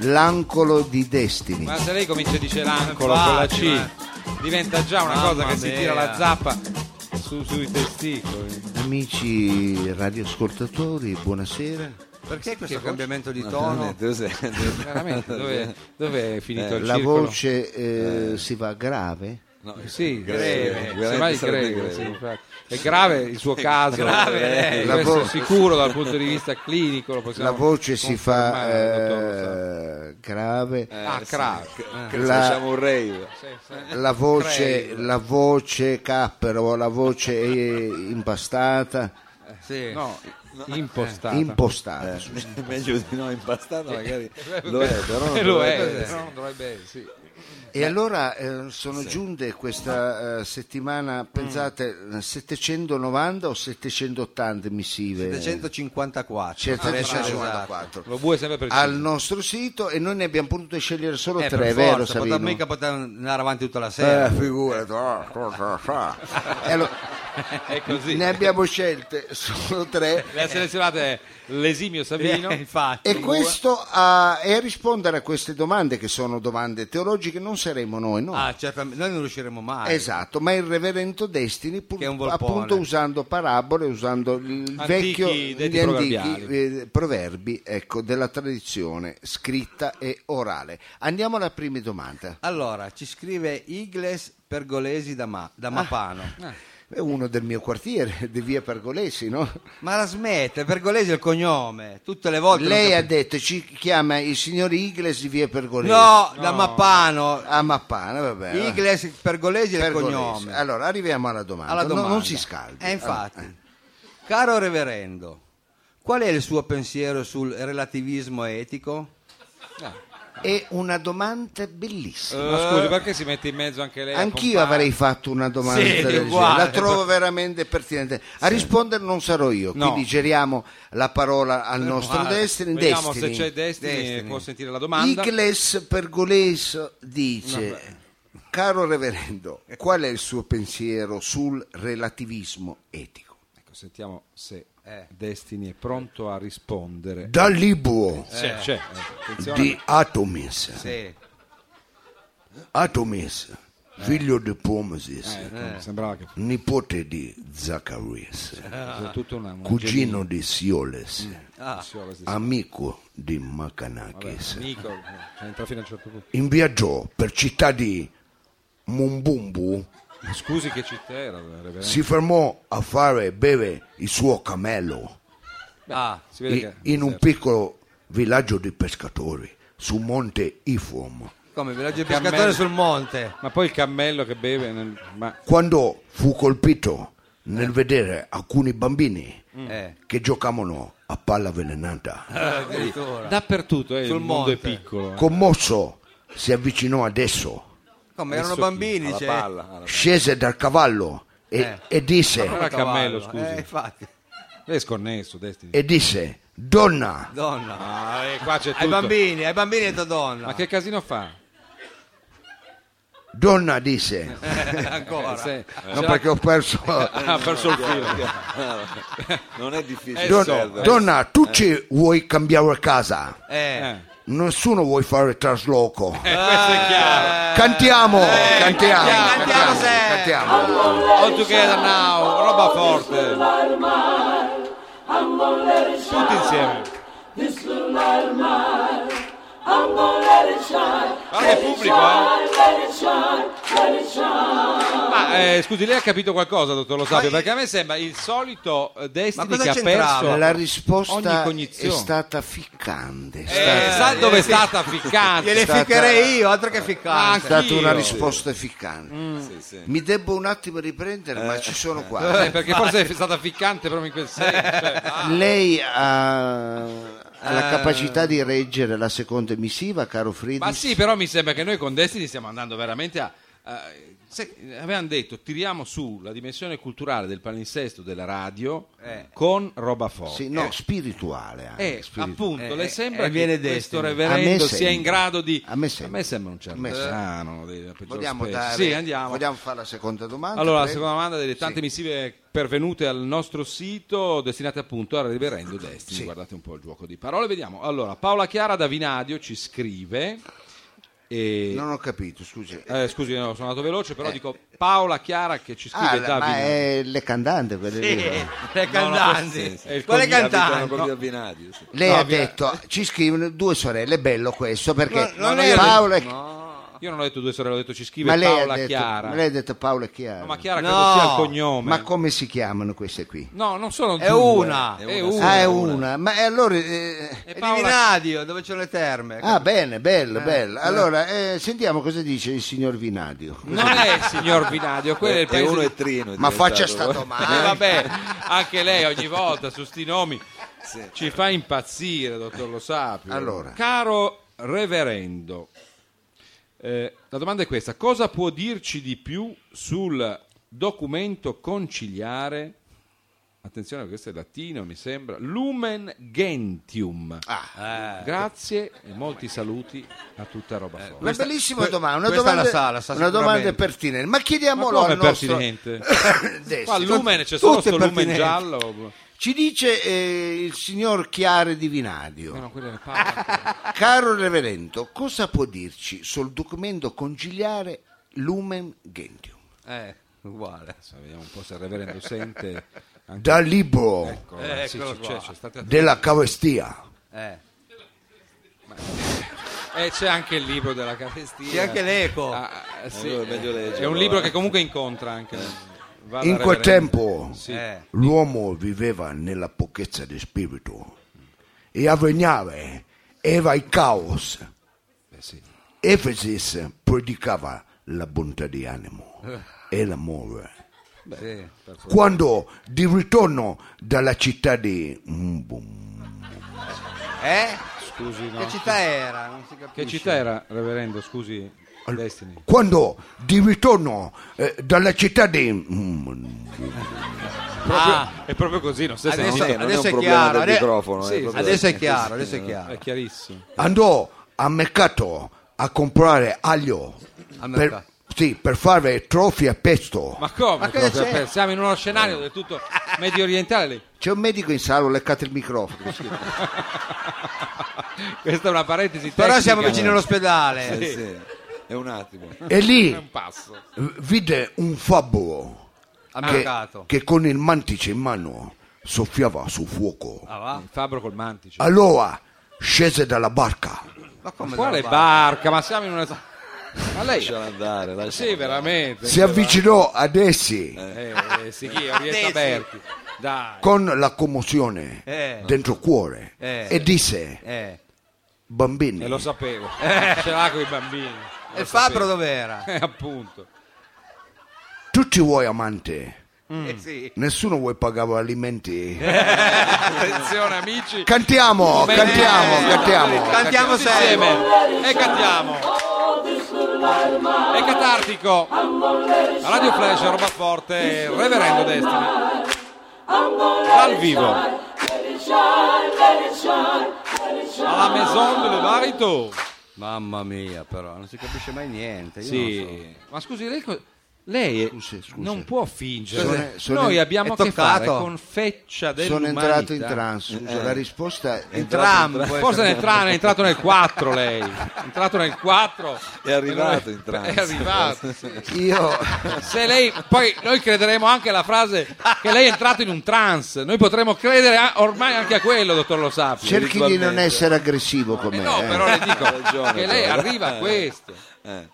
[SPEAKER 3] l'Ancolo di Destiny.
[SPEAKER 1] ma se lei comincia a dire l'ancolo con la
[SPEAKER 2] Infatti,
[SPEAKER 1] C diventa già una
[SPEAKER 2] Mamma
[SPEAKER 1] cosa che si
[SPEAKER 2] mia.
[SPEAKER 1] tira la zappa su- sui testicoli
[SPEAKER 3] Amici radioascoltatori, buonasera.
[SPEAKER 2] Perché questo cambiamento di
[SPEAKER 4] *laughs*
[SPEAKER 2] tono?
[SPEAKER 1] veramente dove, dove è finito
[SPEAKER 2] Eh,
[SPEAKER 1] il
[SPEAKER 3] La
[SPEAKER 1] circolo?
[SPEAKER 3] voce eh, si va grave?
[SPEAKER 1] sì,
[SPEAKER 4] greve,
[SPEAKER 1] greve,
[SPEAKER 4] greve,
[SPEAKER 1] semmai
[SPEAKER 4] sarebbe
[SPEAKER 1] greve,
[SPEAKER 4] greve.
[SPEAKER 1] sì, infatti. È grave il suo caso,
[SPEAKER 2] grave,
[SPEAKER 1] eh,
[SPEAKER 3] La
[SPEAKER 1] questo è
[SPEAKER 3] vo-
[SPEAKER 1] sicuro dal punto di vista clinico. Lo possiamo
[SPEAKER 3] La voce si fa
[SPEAKER 1] confermare, dottor
[SPEAKER 3] eh, grave.
[SPEAKER 1] Lo Sa- Ah, crack.
[SPEAKER 3] La-
[SPEAKER 4] Facciamo un rave.
[SPEAKER 3] la voce, la voce cappero, la voce eh, impastata,
[SPEAKER 2] Sì.
[SPEAKER 1] No, impostata.
[SPEAKER 3] impostata.
[SPEAKER 4] *laughs* Meglio di no, impastato magari lo è, però non
[SPEAKER 1] *laughs* Eh, lo
[SPEAKER 4] dovrebbe
[SPEAKER 1] è,
[SPEAKER 4] essere.
[SPEAKER 1] però non dovrebbe, sì.
[SPEAKER 3] E allora eh, sono giunte questa eh,
[SPEAKER 2] Mm.
[SPEAKER 3] settimana, pensate, 790 o 780 missive?
[SPEAKER 2] 754.
[SPEAKER 3] Cioè,
[SPEAKER 2] Per essere
[SPEAKER 3] 754.
[SPEAKER 1] Lo vuoi sempre preciso.
[SPEAKER 3] Al nostro sito e noi ne abbiamo potuto scegliere solo
[SPEAKER 2] esatto. Eh, per
[SPEAKER 3] tre, è
[SPEAKER 2] forza,
[SPEAKER 3] vero Savino?
[SPEAKER 2] potrà- mica potrà andare avanti tutta la
[SPEAKER 3] Eh,
[SPEAKER 2] sera.
[SPEAKER 3] figurati. ah, ah, ah,
[SPEAKER 2] *laughs*
[SPEAKER 3] ah. E allora,
[SPEAKER 1] È così.
[SPEAKER 3] ne abbiamo scelte solo tre
[SPEAKER 1] Le ha selezionate l'esimio
[SPEAKER 2] *laughs*
[SPEAKER 1] Savino.
[SPEAKER 2] Eh, infatti.
[SPEAKER 3] E questo a, e a rispondere a queste domande, che sono domande teologiche, non saremo noi, no?
[SPEAKER 2] Ah, certamente, noi non riusciremo mai.
[SPEAKER 3] Esatto, ma il reverendo Destini, pur-
[SPEAKER 2] Che è un volpone.
[SPEAKER 3] appunto usando parabole, usando il
[SPEAKER 1] Antichi
[SPEAKER 3] vecchio,
[SPEAKER 1] detti
[SPEAKER 3] gli antichi
[SPEAKER 1] proverbiali.
[SPEAKER 3] eh, proverbi ecco, della tradizione scritta e orale. Andiamo alla prima domanda.
[SPEAKER 2] Allora, ci scrive Igles Pergolesi da, Ma-
[SPEAKER 3] Ah.
[SPEAKER 2] da Mapano.
[SPEAKER 3] È uno del mio quartiere, *laughs* di via Pergolesi, no?
[SPEAKER 2] Ma la smette, Pergolesi è il cognome. Tutte le volte... non
[SPEAKER 3] Lei ha
[SPEAKER 2] cap-
[SPEAKER 3] detto, ci chiama il signor Igles di via Pergolesi.
[SPEAKER 2] No, da Mappano.
[SPEAKER 3] A Mappana, va bene.
[SPEAKER 2] Igles Pergolesi è il
[SPEAKER 3] Pergolesi.
[SPEAKER 2] cognome.
[SPEAKER 3] Allora, arriviamo alla domanda.
[SPEAKER 2] Alla
[SPEAKER 3] No,
[SPEAKER 2] domanda.
[SPEAKER 3] non si scaldi. Ah.
[SPEAKER 2] Eh, infatti. Caro reverendo, qual è il suo pensiero sul relativismo etico?
[SPEAKER 3] Allora, è una domanda bellissima.
[SPEAKER 1] Eh,
[SPEAKER 2] Eh,
[SPEAKER 1] Ma scusi, perché si mette in mezzo anche lei? a
[SPEAKER 3] Anch'io
[SPEAKER 1] compare?
[SPEAKER 3] avrei fatto una domanda
[SPEAKER 2] Sì,
[SPEAKER 3] del genere.
[SPEAKER 2] uguale.
[SPEAKER 3] la trovo veramente pertinente. A rispondere non sarò io,
[SPEAKER 1] No. Eh,
[SPEAKER 3] quindi giriamo la parola al nostro
[SPEAKER 2] male.
[SPEAKER 3] Destiny.
[SPEAKER 1] Vediamo
[SPEAKER 3] Destiny.
[SPEAKER 1] se c'è Destiny,
[SPEAKER 2] Destiny.
[SPEAKER 1] può sentire la domanda.
[SPEAKER 3] Igles Pergoleso dice: Caro reverendo, qual è il suo pensiero sul relativismo etico?
[SPEAKER 1] Ecco, sentiamo se
[SPEAKER 2] Eh.
[SPEAKER 1] Destiny è pronto a rispondere. Eh,
[SPEAKER 3] Dal libro
[SPEAKER 1] C'è, c'è. Attenzione.
[SPEAKER 3] di Atomis.
[SPEAKER 2] Sì.
[SPEAKER 3] Atomis, figlio di Pomesis,
[SPEAKER 1] Eh, Eh, ecco, Sembrava che
[SPEAKER 3] nipote di Zacarias,
[SPEAKER 1] fosse tutto una, un Mm.
[SPEAKER 3] cugino di Sioles,
[SPEAKER 1] genio.
[SPEAKER 3] amico di Macanakis.
[SPEAKER 1] Amico, eh, entra fino a un certo punto.
[SPEAKER 3] In viaggio per città di Mumbumbu
[SPEAKER 1] Scusi che città era, reverendo.
[SPEAKER 3] si fermò a fare bere il suo camello
[SPEAKER 2] Ah,
[SPEAKER 1] Si vede
[SPEAKER 3] i-
[SPEAKER 1] che- certo.
[SPEAKER 3] in un piccolo villaggio di pescatori su monte Ifom.
[SPEAKER 2] come villaggio di
[SPEAKER 1] Cammello.
[SPEAKER 2] pescatore sul monte.
[SPEAKER 1] Ma poi il cammello che beve nel... Ma
[SPEAKER 3] Quando fu colpito
[SPEAKER 1] Eh.
[SPEAKER 3] nel vedere alcuni bambini
[SPEAKER 1] Mm.
[SPEAKER 2] Eh.
[SPEAKER 3] che giocavano a palla avvelenata.
[SPEAKER 1] Dappertutto, eh, il
[SPEAKER 2] Sul
[SPEAKER 1] mondo è
[SPEAKER 2] monte.
[SPEAKER 1] piccolo. eh.
[SPEAKER 3] Commosso si avvicinò adesso,
[SPEAKER 2] Come erano
[SPEAKER 1] Adesso
[SPEAKER 2] bambini,
[SPEAKER 1] chi?
[SPEAKER 2] cioè.
[SPEAKER 1] Alla palla, alla
[SPEAKER 3] scese dal cavallo e,
[SPEAKER 2] Eh.
[SPEAKER 3] e
[SPEAKER 1] Ma non
[SPEAKER 3] disse,
[SPEAKER 1] era
[SPEAKER 2] Cavallo.
[SPEAKER 1] cammello,
[SPEAKER 2] Eh,
[SPEAKER 1] scusi.
[SPEAKER 2] infatti,
[SPEAKER 1] Lei è sconnesso, Destiny.
[SPEAKER 3] e disse, donna,
[SPEAKER 2] donna.
[SPEAKER 1] Ah, eh, qua c'è tutto.
[SPEAKER 2] Ai bambini, ai bambini è donna.
[SPEAKER 1] Ma che casino fa?
[SPEAKER 3] donna disse,
[SPEAKER 1] Eh,
[SPEAKER 2] ancora?
[SPEAKER 1] Se-
[SPEAKER 3] no perché ho
[SPEAKER 1] *laughs*
[SPEAKER 3] perso,
[SPEAKER 1] Ha perso il filo.
[SPEAKER 4] Non è difficile.
[SPEAKER 1] Eh,
[SPEAKER 3] Don-
[SPEAKER 1] so.
[SPEAKER 3] donna, tu ci vuoi cambiare casa?
[SPEAKER 2] Eh.
[SPEAKER 1] Eh.
[SPEAKER 3] Nessuno vuoi fare trasloco.
[SPEAKER 1] Eh, questo è chiaro. Eh,
[SPEAKER 3] Cantiamo, cantiamo,
[SPEAKER 1] cantiamo,
[SPEAKER 2] cantiamo sempre.
[SPEAKER 3] cantiamo.
[SPEAKER 1] All together now, roba forte. Tutti insieme. Guarda che pubblico, eh. Ma eh, scusi, lei ha capito qualcosa, dottor Lo Sapio? Perché a me sembra il solito eh, Destiny
[SPEAKER 2] cosa
[SPEAKER 1] che ha
[SPEAKER 2] c'entrava?
[SPEAKER 1] perso
[SPEAKER 3] La
[SPEAKER 1] ogni
[SPEAKER 3] risposta è
[SPEAKER 1] cognizione.
[SPEAKER 3] stata ficcante. È stata-
[SPEAKER 1] Eh, sa dove è stata ficcante?
[SPEAKER 2] Gliele
[SPEAKER 3] Stata-
[SPEAKER 2] ficcherei io, altro che ficcare.
[SPEAKER 1] Ah,
[SPEAKER 3] è stata una
[SPEAKER 1] Anch'io.
[SPEAKER 3] risposta ficcante.
[SPEAKER 1] eh.
[SPEAKER 4] Sì, sì.
[SPEAKER 3] Mi devo un attimo riprendere, ma ci sono qua.
[SPEAKER 1] Eh, perché forse è stata ficcante proprio in quel senso. cioè, ah.
[SPEAKER 3] Lei ha, ha
[SPEAKER 1] Eh.
[SPEAKER 3] la capacità di reggere la seconda missiva, caro Fridis?
[SPEAKER 1] Ma sì, però mi sembra che noi con Destiny stiamo andando veramente a. a- sai, avevamo detto tiriamo su la dimensione culturale del palinsesto della radio con roba forte.
[SPEAKER 3] Sì, no, spirituale. anche,
[SPEAKER 1] E
[SPEAKER 3] spirituale.
[SPEAKER 1] eh. appunto,
[SPEAKER 2] Eh,
[SPEAKER 1] le
[SPEAKER 2] eh,
[SPEAKER 1] sembra
[SPEAKER 2] eh,
[SPEAKER 1] che
[SPEAKER 2] viene Destiny.
[SPEAKER 1] questo
[SPEAKER 3] A me
[SPEAKER 1] reverendo sia
[SPEAKER 3] sembra.
[SPEAKER 1] in grado di.
[SPEAKER 3] A me sembra.
[SPEAKER 1] un certo
[SPEAKER 3] A me sembra.
[SPEAKER 1] ciarlatano dei peggiori
[SPEAKER 3] Vogliamo,
[SPEAKER 1] eh, specie.
[SPEAKER 3] dare-
[SPEAKER 1] Sì, andiamo. *laughs*
[SPEAKER 3] vogliamo fare la seconda domanda?
[SPEAKER 1] Allora, la
[SPEAKER 3] prego?
[SPEAKER 1] seconda domanda delle tante missive pervenute al nostro sito destinate appunto al reverendo Destiny. Guardate un po' il gioco di parole, vediamo. Allora, Paola Chiara da Vinadio ci scrive e
[SPEAKER 3] Non ho capito, scusi.
[SPEAKER 1] eh, scusi, no, sono andato veloce, però dico Paola Chiara che ci scrive
[SPEAKER 3] Ah,
[SPEAKER 1] da
[SPEAKER 3] ma
[SPEAKER 1] Vinadio.
[SPEAKER 3] è le cantante quelle lì.
[SPEAKER 2] Le cantanti.
[SPEAKER 1] È il
[SPEAKER 2] Quale
[SPEAKER 1] cognato,
[SPEAKER 2] cantante?
[SPEAKER 4] Proprio abbinati. sì.
[SPEAKER 3] Lei
[SPEAKER 1] No,
[SPEAKER 3] ha
[SPEAKER 1] vi-
[SPEAKER 3] detto, ci scrivono due sorelle, bello questo perché
[SPEAKER 2] No, non è-
[SPEAKER 3] Paola e-
[SPEAKER 1] Io non ho detto due sorelle, ho detto ci scrive
[SPEAKER 3] ma lei
[SPEAKER 1] Paola
[SPEAKER 3] ha detto,
[SPEAKER 1] Chiara.
[SPEAKER 3] ma lei ha detto Paola e Chiara.
[SPEAKER 1] No, ma Chiara
[SPEAKER 2] No.
[SPEAKER 1] credo sia il cognome.
[SPEAKER 3] Ma come si chiamano queste qui?
[SPEAKER 1] No, non sono
[SPEAKER 2] È
[SPEAKER 1] due. Eh,
[SPEAKER 2] una.
[SPEAKER 1] È una.
[SPEAKER 3] ah, è una. Ma e allora... eh,
[SPEAKER 1] E
[SPEAKER 2] È di
[SPEAKER 1] Paola-
[SPEAKER 2] Vinadio, dove c'è le terme.
[SPEAKER 3] Ah, bene, bello, bello. Allora, eh, sentiamo cosa dice il signor Vinadio.
[SPEAKER 1] Non è il signor Vinadio, quello è il
[SPEAKER 4] E
[SPEAKER 1] paese
[SPEAKER 4] uno
[SPEAKER 1] di-
[SPEAKER 4] è Trino. è
[SPEAKER 3] Ma faccia sta
[SPEAKER 4] diventato-
[SPEAKER 1] Eh,
[SPEAKER 3] domanda.
[SPEAKER 1] vabbè, anche lei ogni volta su sti nomi ci fa impazzire, dottor Lo Sapio.
[SPEAKER 3] Allora.
[SPEAKER 1] Caro reverendo, eh, la domanda è questa: cosa può dirci di più sul documento conciliare? Attenzione, questo è latino, mi sembra. Lumen Gentium.
[SPEAKER 3] Ah, eh.
[SPEAKER 1] Grazie e molti saluti a tutta roba forte.
[SPEAKER 3] Una bellissima domanda, una
[SPEAKER 2] questa
[SPEAKER 3] domanda,
[SPEAKER 2] la sa, la sa
[SPEAKER 3] una domanda
[SPEAKER 2] sicuramente.
[SPEAKER 3] pertinente. Ma
[SPEAKER 1] Ma
[SPEAKER 3] chiediamolo
[SPEAKER 1] come
[SPEAKER 3] al nostro *laughs* *coughs*
[SPEAKER 1] pertinente?
[SPEAKER 3] Destiny.
[SPEAKER 1] Qua lumen,
[SPEAKER 3] Tutte
[SPEAKER 1] c'è solo sto lumen
[SPEAKER 3] pertinenti.
[SPEAKER 1] giallo.
[SPEAKER 3] Ci dice eh, il signor Chiare di Vinadio.
[SPEAKER 1] No, no, quello è Paolo.
[SPEAKER 3] Caro Reverendo, cosa può dirci sul documento conciliare Lumen Gentium?
[SPEAKER 2] Eh, uguale.
[SPEAKER 1] Adesso vediamo un po' se il reverendo sente anche
[SPEAKER 3] Dal libro
[SPEAKER 1] ecco, sì, sì, c'è, c'è, state attenti.
[SPEAKER 3] della Cavestia.
[SPEAKER 2] Eh.
[SPEAKER 1] Eh, c'è anche il libro della
[SPEAKER 2] C'è
[SPEAKER 1] carestia
[SPEAKER 2] anche l'eco.
[SPEAKER 3] Eh,
[SPEAKER 1] Eh, sì,
[SPEAKER 4] Allora è meglio leggerlo,
[SPEAKER 1] è un libro
[SPEAKER 4] eh.
[SPEAKER 1] che comunque incontra anche va
[SPEAKER 3] In
[SPEAKER 1] da
[SPEAKER 3] quel
[SPEAKER 1] reverendo.
[SPEAKER 3] tempo
[SPEAKER 1] Sì.
[SPEAKER 2] Eh.
[SPEAKER 3] l'uomo viveva nella pochezza di spirito e avvegnava era il caos.
[SPEAKER 1] Eh,
[SPEAKER 3] Efesis predicava la bontà di animo
[SPEAKER 1] Eh.
[SPEAKER 3] e l'amore.
[SPEAKER 2] Sì.
[SPEAKER 3] Quando di ritorno dalla città di Mbum,
[SPEAKER 2] Eh?
[SPEAKER 1] scusi no.
[SPEAKER 2] Che città era? Non si capisce.
[SPEAKER 1] Che città era reverendo scusi Destiny
[SPEAKER 3] quando di ritorno eh, dalla città di mm,
[SPEAKER 2] Ah,
[SPEAKER 1] è proprio così non so se
[SPEAKER 2] Adesso-
[SPEAKER 4] Non è, non è
[SPEAKER 2] adesso è
[SPEAKER 4] un problema
[SPEAKER 2] chiaro,
[SPEAKER 4] del
[SPEAKER 2] ade-
[SPEAKER 4] microfono.
[SPEAKER 1] sì,
[SPEAKER 4] è proprio-
[SPEAKER 2] adesso è chiaro, adesso è chiaro.
[SPEAKER 1] è chiarissimo
[SPEAKER 3] andò a mercato a comprare aglio
[SPEAKER 2] A
[SPEAKER 3] per,
[SPEAKER 2] mercato.
[SPEAKER 3] sì, per fare trofi a pesto.
[SPEAKER 1] ma come
[SPEAKER 2] Ma che
[SPEAKER 1] proprio?
[SPEAKER 2] c'è?
[SPEAKER 1] siamo in uno scenario del tutto medio orientale lì.
[SPEAKER 3] C'è un medico in sala, ho leccato il microfono.
[SPEAKER 1] questa è una parentesi
[SPEAKER 2] Però
[SPEAKER 1] tecnica.
[SPEAKER 2] siamo vicini all'ospedale.
[SPEAKER 4] Eh, sì. È un attimo.
[SPEAKER 3] e
[SPEAKER 1] è un
[SPEAKER 3] lì
[SPEAKER 1] passo
[SPEAKER 3] vide un fabbro
[SPEAKER 2] A
[SPEAKER 3] che,
[SPEAKER 2] mercato.
[SPEAKER 3] che con il mantice in mano soffiava sul fuoco.
[SPEAKER 2] Ah, va.
[SPEAKER 1] il fabbro col mantice
[SPEAKER 3] Allora scese dalla barca
[SPEAKER 2] Ma come
[SPEAKER 1] quale
[SPEAKER 2] dalla
[SPEAKER 1] barca ma siamo in una ma lei
[SPEAKER 4] Lasciala andare. lasciala
[SPEAKER 1] Sì,
[SPEAKER 4] andare.
[SPEAKER 1] veramente.
[SPEAKER 3] si avvicinò ad essi
[SPEAKER 1] Eh, eh, sì, chi? Orietta
[SPEAKER 2] Sì, sì.
[SPEAKER 1] Berti. Dai.
[SPEAKER 3] con la commozione
[SPEAKER 2] Eh.
[SPEAKER 3] dentro il cuore
[SPEAKER 2] Eh.
[SPEAKER 3] e disse
[SPEAKER 2] Eh.
[SPEAKER 3] bambini
[SPEAKER 1] E lo sapevo. Ce l'ha Ah, con i bambini. *laughs*
[SPEAKER 2] E
[SPEAKER 1] Eh, Lo
[SPEAKER 2] il fabbro
[SPEAKER 1] sapevo.
[SPEAKER 2] dov'era?
[SPEAKER 1] Eh, appunto.
[SPEAKER 3] tutti voi amanti
[SPEAKER 2] Mm.
[SPEAKER 1] Eh
[SPEAKER 3] sì. Nessuno vuole pagare alimenti.
[SPEAKER 1] Attenzione amici.
[SPEAKER 3] Cantiamo,
[SPEAKER 1] Bene.
[SPEAKER 3] cantiamo, cantiamo.
[SPEAKER 1] Eh, Cantiamo
[SPEAKER 3] Tutti
[SPEAKER 1] insieme. E cantiamo. È catartico. La Radio Flash, roba forte, il reverendo destino. Dal vivo. Alla Maison de Barito.
[SPEAKER 2] Mamma mia, però, non si capisce mai niente. Io
[SPEAKER 1] Sì.
[SPEAKER 2] non
[SPEAKER 1] Ma scusi, lei, co- lei è- non può fingere.
[SPEAKER 3] Sono- sono-
[SPEAKER 1] Noi abbiamo
[SPEAKER 3] è
[SPEAKER 1] a che fare
[SPEAKER 3] toccato.
[SPEAKER 1] con feccia del
[SPEAKER 3] Sono entrato in trans, scusa,
[SPEAKER 1] Eh.
[SPEAKER 3] la risposta è
[SPEAKER 1] Tram, forse nel tram è entrato nel 4 lei è entrato nel 4
[SPEAKER 4] È arrivato
[SPEAKER 1] E
[SPEAKER 4] in trans.
[SPEAKER 1] è arrivato sì.
[SPEAKER 3] Io
[SPEAKER 1] se lei poi noi crederemo anche alla frase che lei è entrato in un trans noi potremmo credere a- ormai anche a quello dottor Lo Sapio
[SPEAKER 3] cerchi di non essere aggressivo con me.
[SPEAKER 1] no
[SPEAKER 3] eh.
[SPEAKER 1] però le dico
[SPEAKER 4] ragione,
[SPEAKER 1] che lei
[SPEAKER 4] però.
[SPEAKER 1] arriva a questo
[SPEAKER 4] Eh.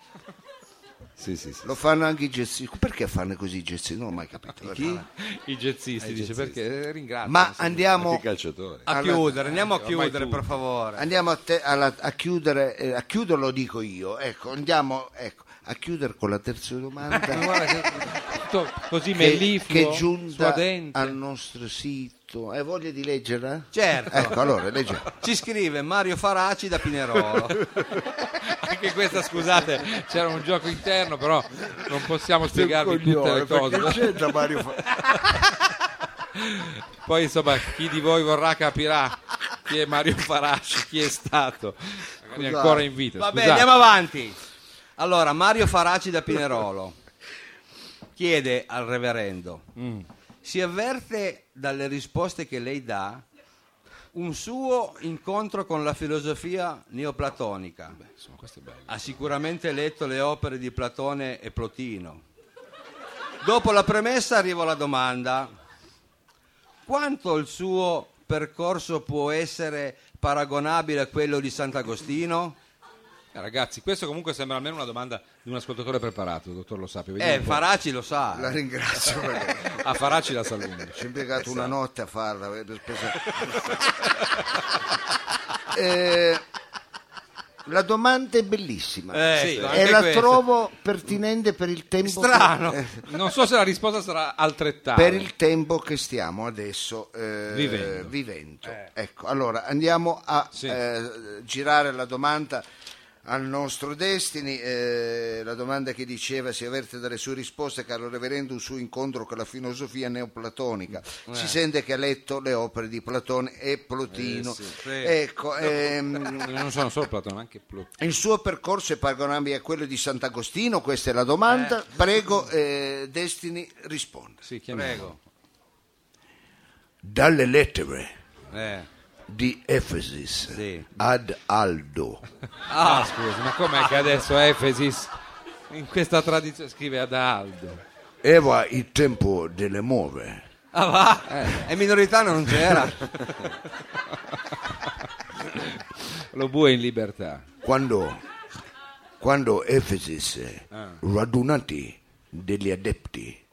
[SPEAKER 4] Sì, sì, sì.
[SPEAKER 3] Lo fanno anche i gessi. Perché fanno così i gessi? Non ho mai capito.
[SPEAKER 1] i jazzisti dice perché eh, ringrazio
[SPEAKER 3] Ma
[SPEAKER 4] Che
[SPEAKER 3] andiamo
[SPEAKER 4] calciatore.
[SPEAKER 2] so. A
[SPEAKER 3] Allora-
[SPEAKER 2] chiudere, andiamo a
[SPEAKER 1] ormai
[SPEAKER 2] chiudere,
[SPEAKER 1] tutto.
[SPEAKER 2] per favore.
[SPEAKER 3] Andiamo a, te- alla- a chiudere, eh, a chiudere lo dico io, ecco, andiamo ecco, a chiudere con la terza domanda
[SPEAKER 1] *laughs* Guarda che- tutto così
[SPEAKER 3] che,
[SPEAKER 1] mellifluo
[SPEAKER 3] che è giunta
[SPEAKER 1] suadente.
[SPEAKER 3] al nostro sito. Hai voglia di leggerla?
[SPEAKER 2] Certo.
[SPEAKER 3] Ecco, allora leggiamo.
[SPEAKER 2] Ci scrive Mario Faraci da Pinerolo.
[SPEAKER 1] Anche questa, scusate, c'era un gioco interno, però non possiamo spiegarvi tutte le cose.
[SPEAKER 3] Mario
[SPEAKER 1] Poi, insomma, chi di voi vorrà capirà chi è Mario Farasci, chi è stato. Quindi *laughs* è ancora in vita.
[SPEAKER 2] Vabbè,
[SPEAKER 1] scusate.
[SPEAKER 2] andiamo avanti. Allora, Mario Faraci da Pinerolo chiede al reverendo,
[SPEAKER 1] Mm.
[SPEAKER 2] si avverte dalle risposte che lei dà un suo incontro con la filosofia neoplatonica.
[SPEAKER 1] Insomma, questo è bello.
[SPEAKER 2] Ha sicuramente letto le opere di Platone e Plotino. Dopo la premessa arriva la domanda. Quanto il suo percorso può essere paragonabile a quello di Sant'Agostino?
[SPEAKER 1] Eh, ragazzi, *laughs* questo comunque sembra almeno una domanda di un ascoltatore preparato, dottor Lo Sapio. vediamo
[SPEAKER 2] Eh,
[SPEAKER 1] un po'.
[SPEAKER 2] Faraci lo sa.
[SPEAKER 3] La ringrazio perché
[SPEAKER 1] A Faracci la saluto.
[SPEAKER 3] ci ho impiegato una notte a farla. eh, per spesa- Eh, la domanda è bellissima
[SPEAKER 2] Eh,
[SPEAKER 1] sì,
[SPEAKER 3] e
[SPEAKER 2] anche
[SPEAKER 3] la
[SPEAKER 2] questo.
[SPEAKER 3] trovo pertinente per il tempo
[SPEAKER 2] Strano.
[SPEAKER 3] che- eh,
[SPEAKER 1] Non so se la risposta sarà altrettanta.
[SPEAKER 3] per il tempo che stiamo adesso eh,
[SPEAKER 1] Vivendo. Eh.
[SPEAKER 3] vivendo. Ecco, allora andiamo a
[SPEAKER 1] Sì.
[SPEAKER 3] eh, girare la domanda al nostro Destini, eh, la domanda che diceva si avverte dalle sue risposte, caro Reverendo, un suo incontro con la filosofia neoplatonica.
[SPEAKER 1] Eh.
[SPEAKER 3] Si sente che ha letto le opere di Platone e Plotino.
[SPEAKER 1] Eh,
[SPEAKER 3] Ecco, ehm,
[SPEAKER 1] Non sono solo Platone, anche Plotino.
[SPEAKER 3] il suo percorso è paragonabile a quello di Sant'Agostino? Questa è la domanda. Prego, eh, Destini risponde.
[SPEAKER 1] Sì, Prego.
[SPEAKER 3] Dalle lettere
[SPEAKER 2] Eh,
[SPEAKER 3] di Efesis
[SPEAKER 2] Sì.
[SPEAKER 3] ad Aldo.
[SPEAKER 1] Ah, scusi, ma com'è che adesso Efesis in questa tradizione scrive ad Aldo?
[SPEAKER 3] Era il tempo delle more.
[SPEAKER 2] Ah, va.
[SPEAKER 1] Eh.
[SPEAKER 2] E minoritario non c'era.
[SPEAKER 1] Lo bue in libertà.
[SPEAKER 3] Quando, quando Efesis, radunati degli adepti,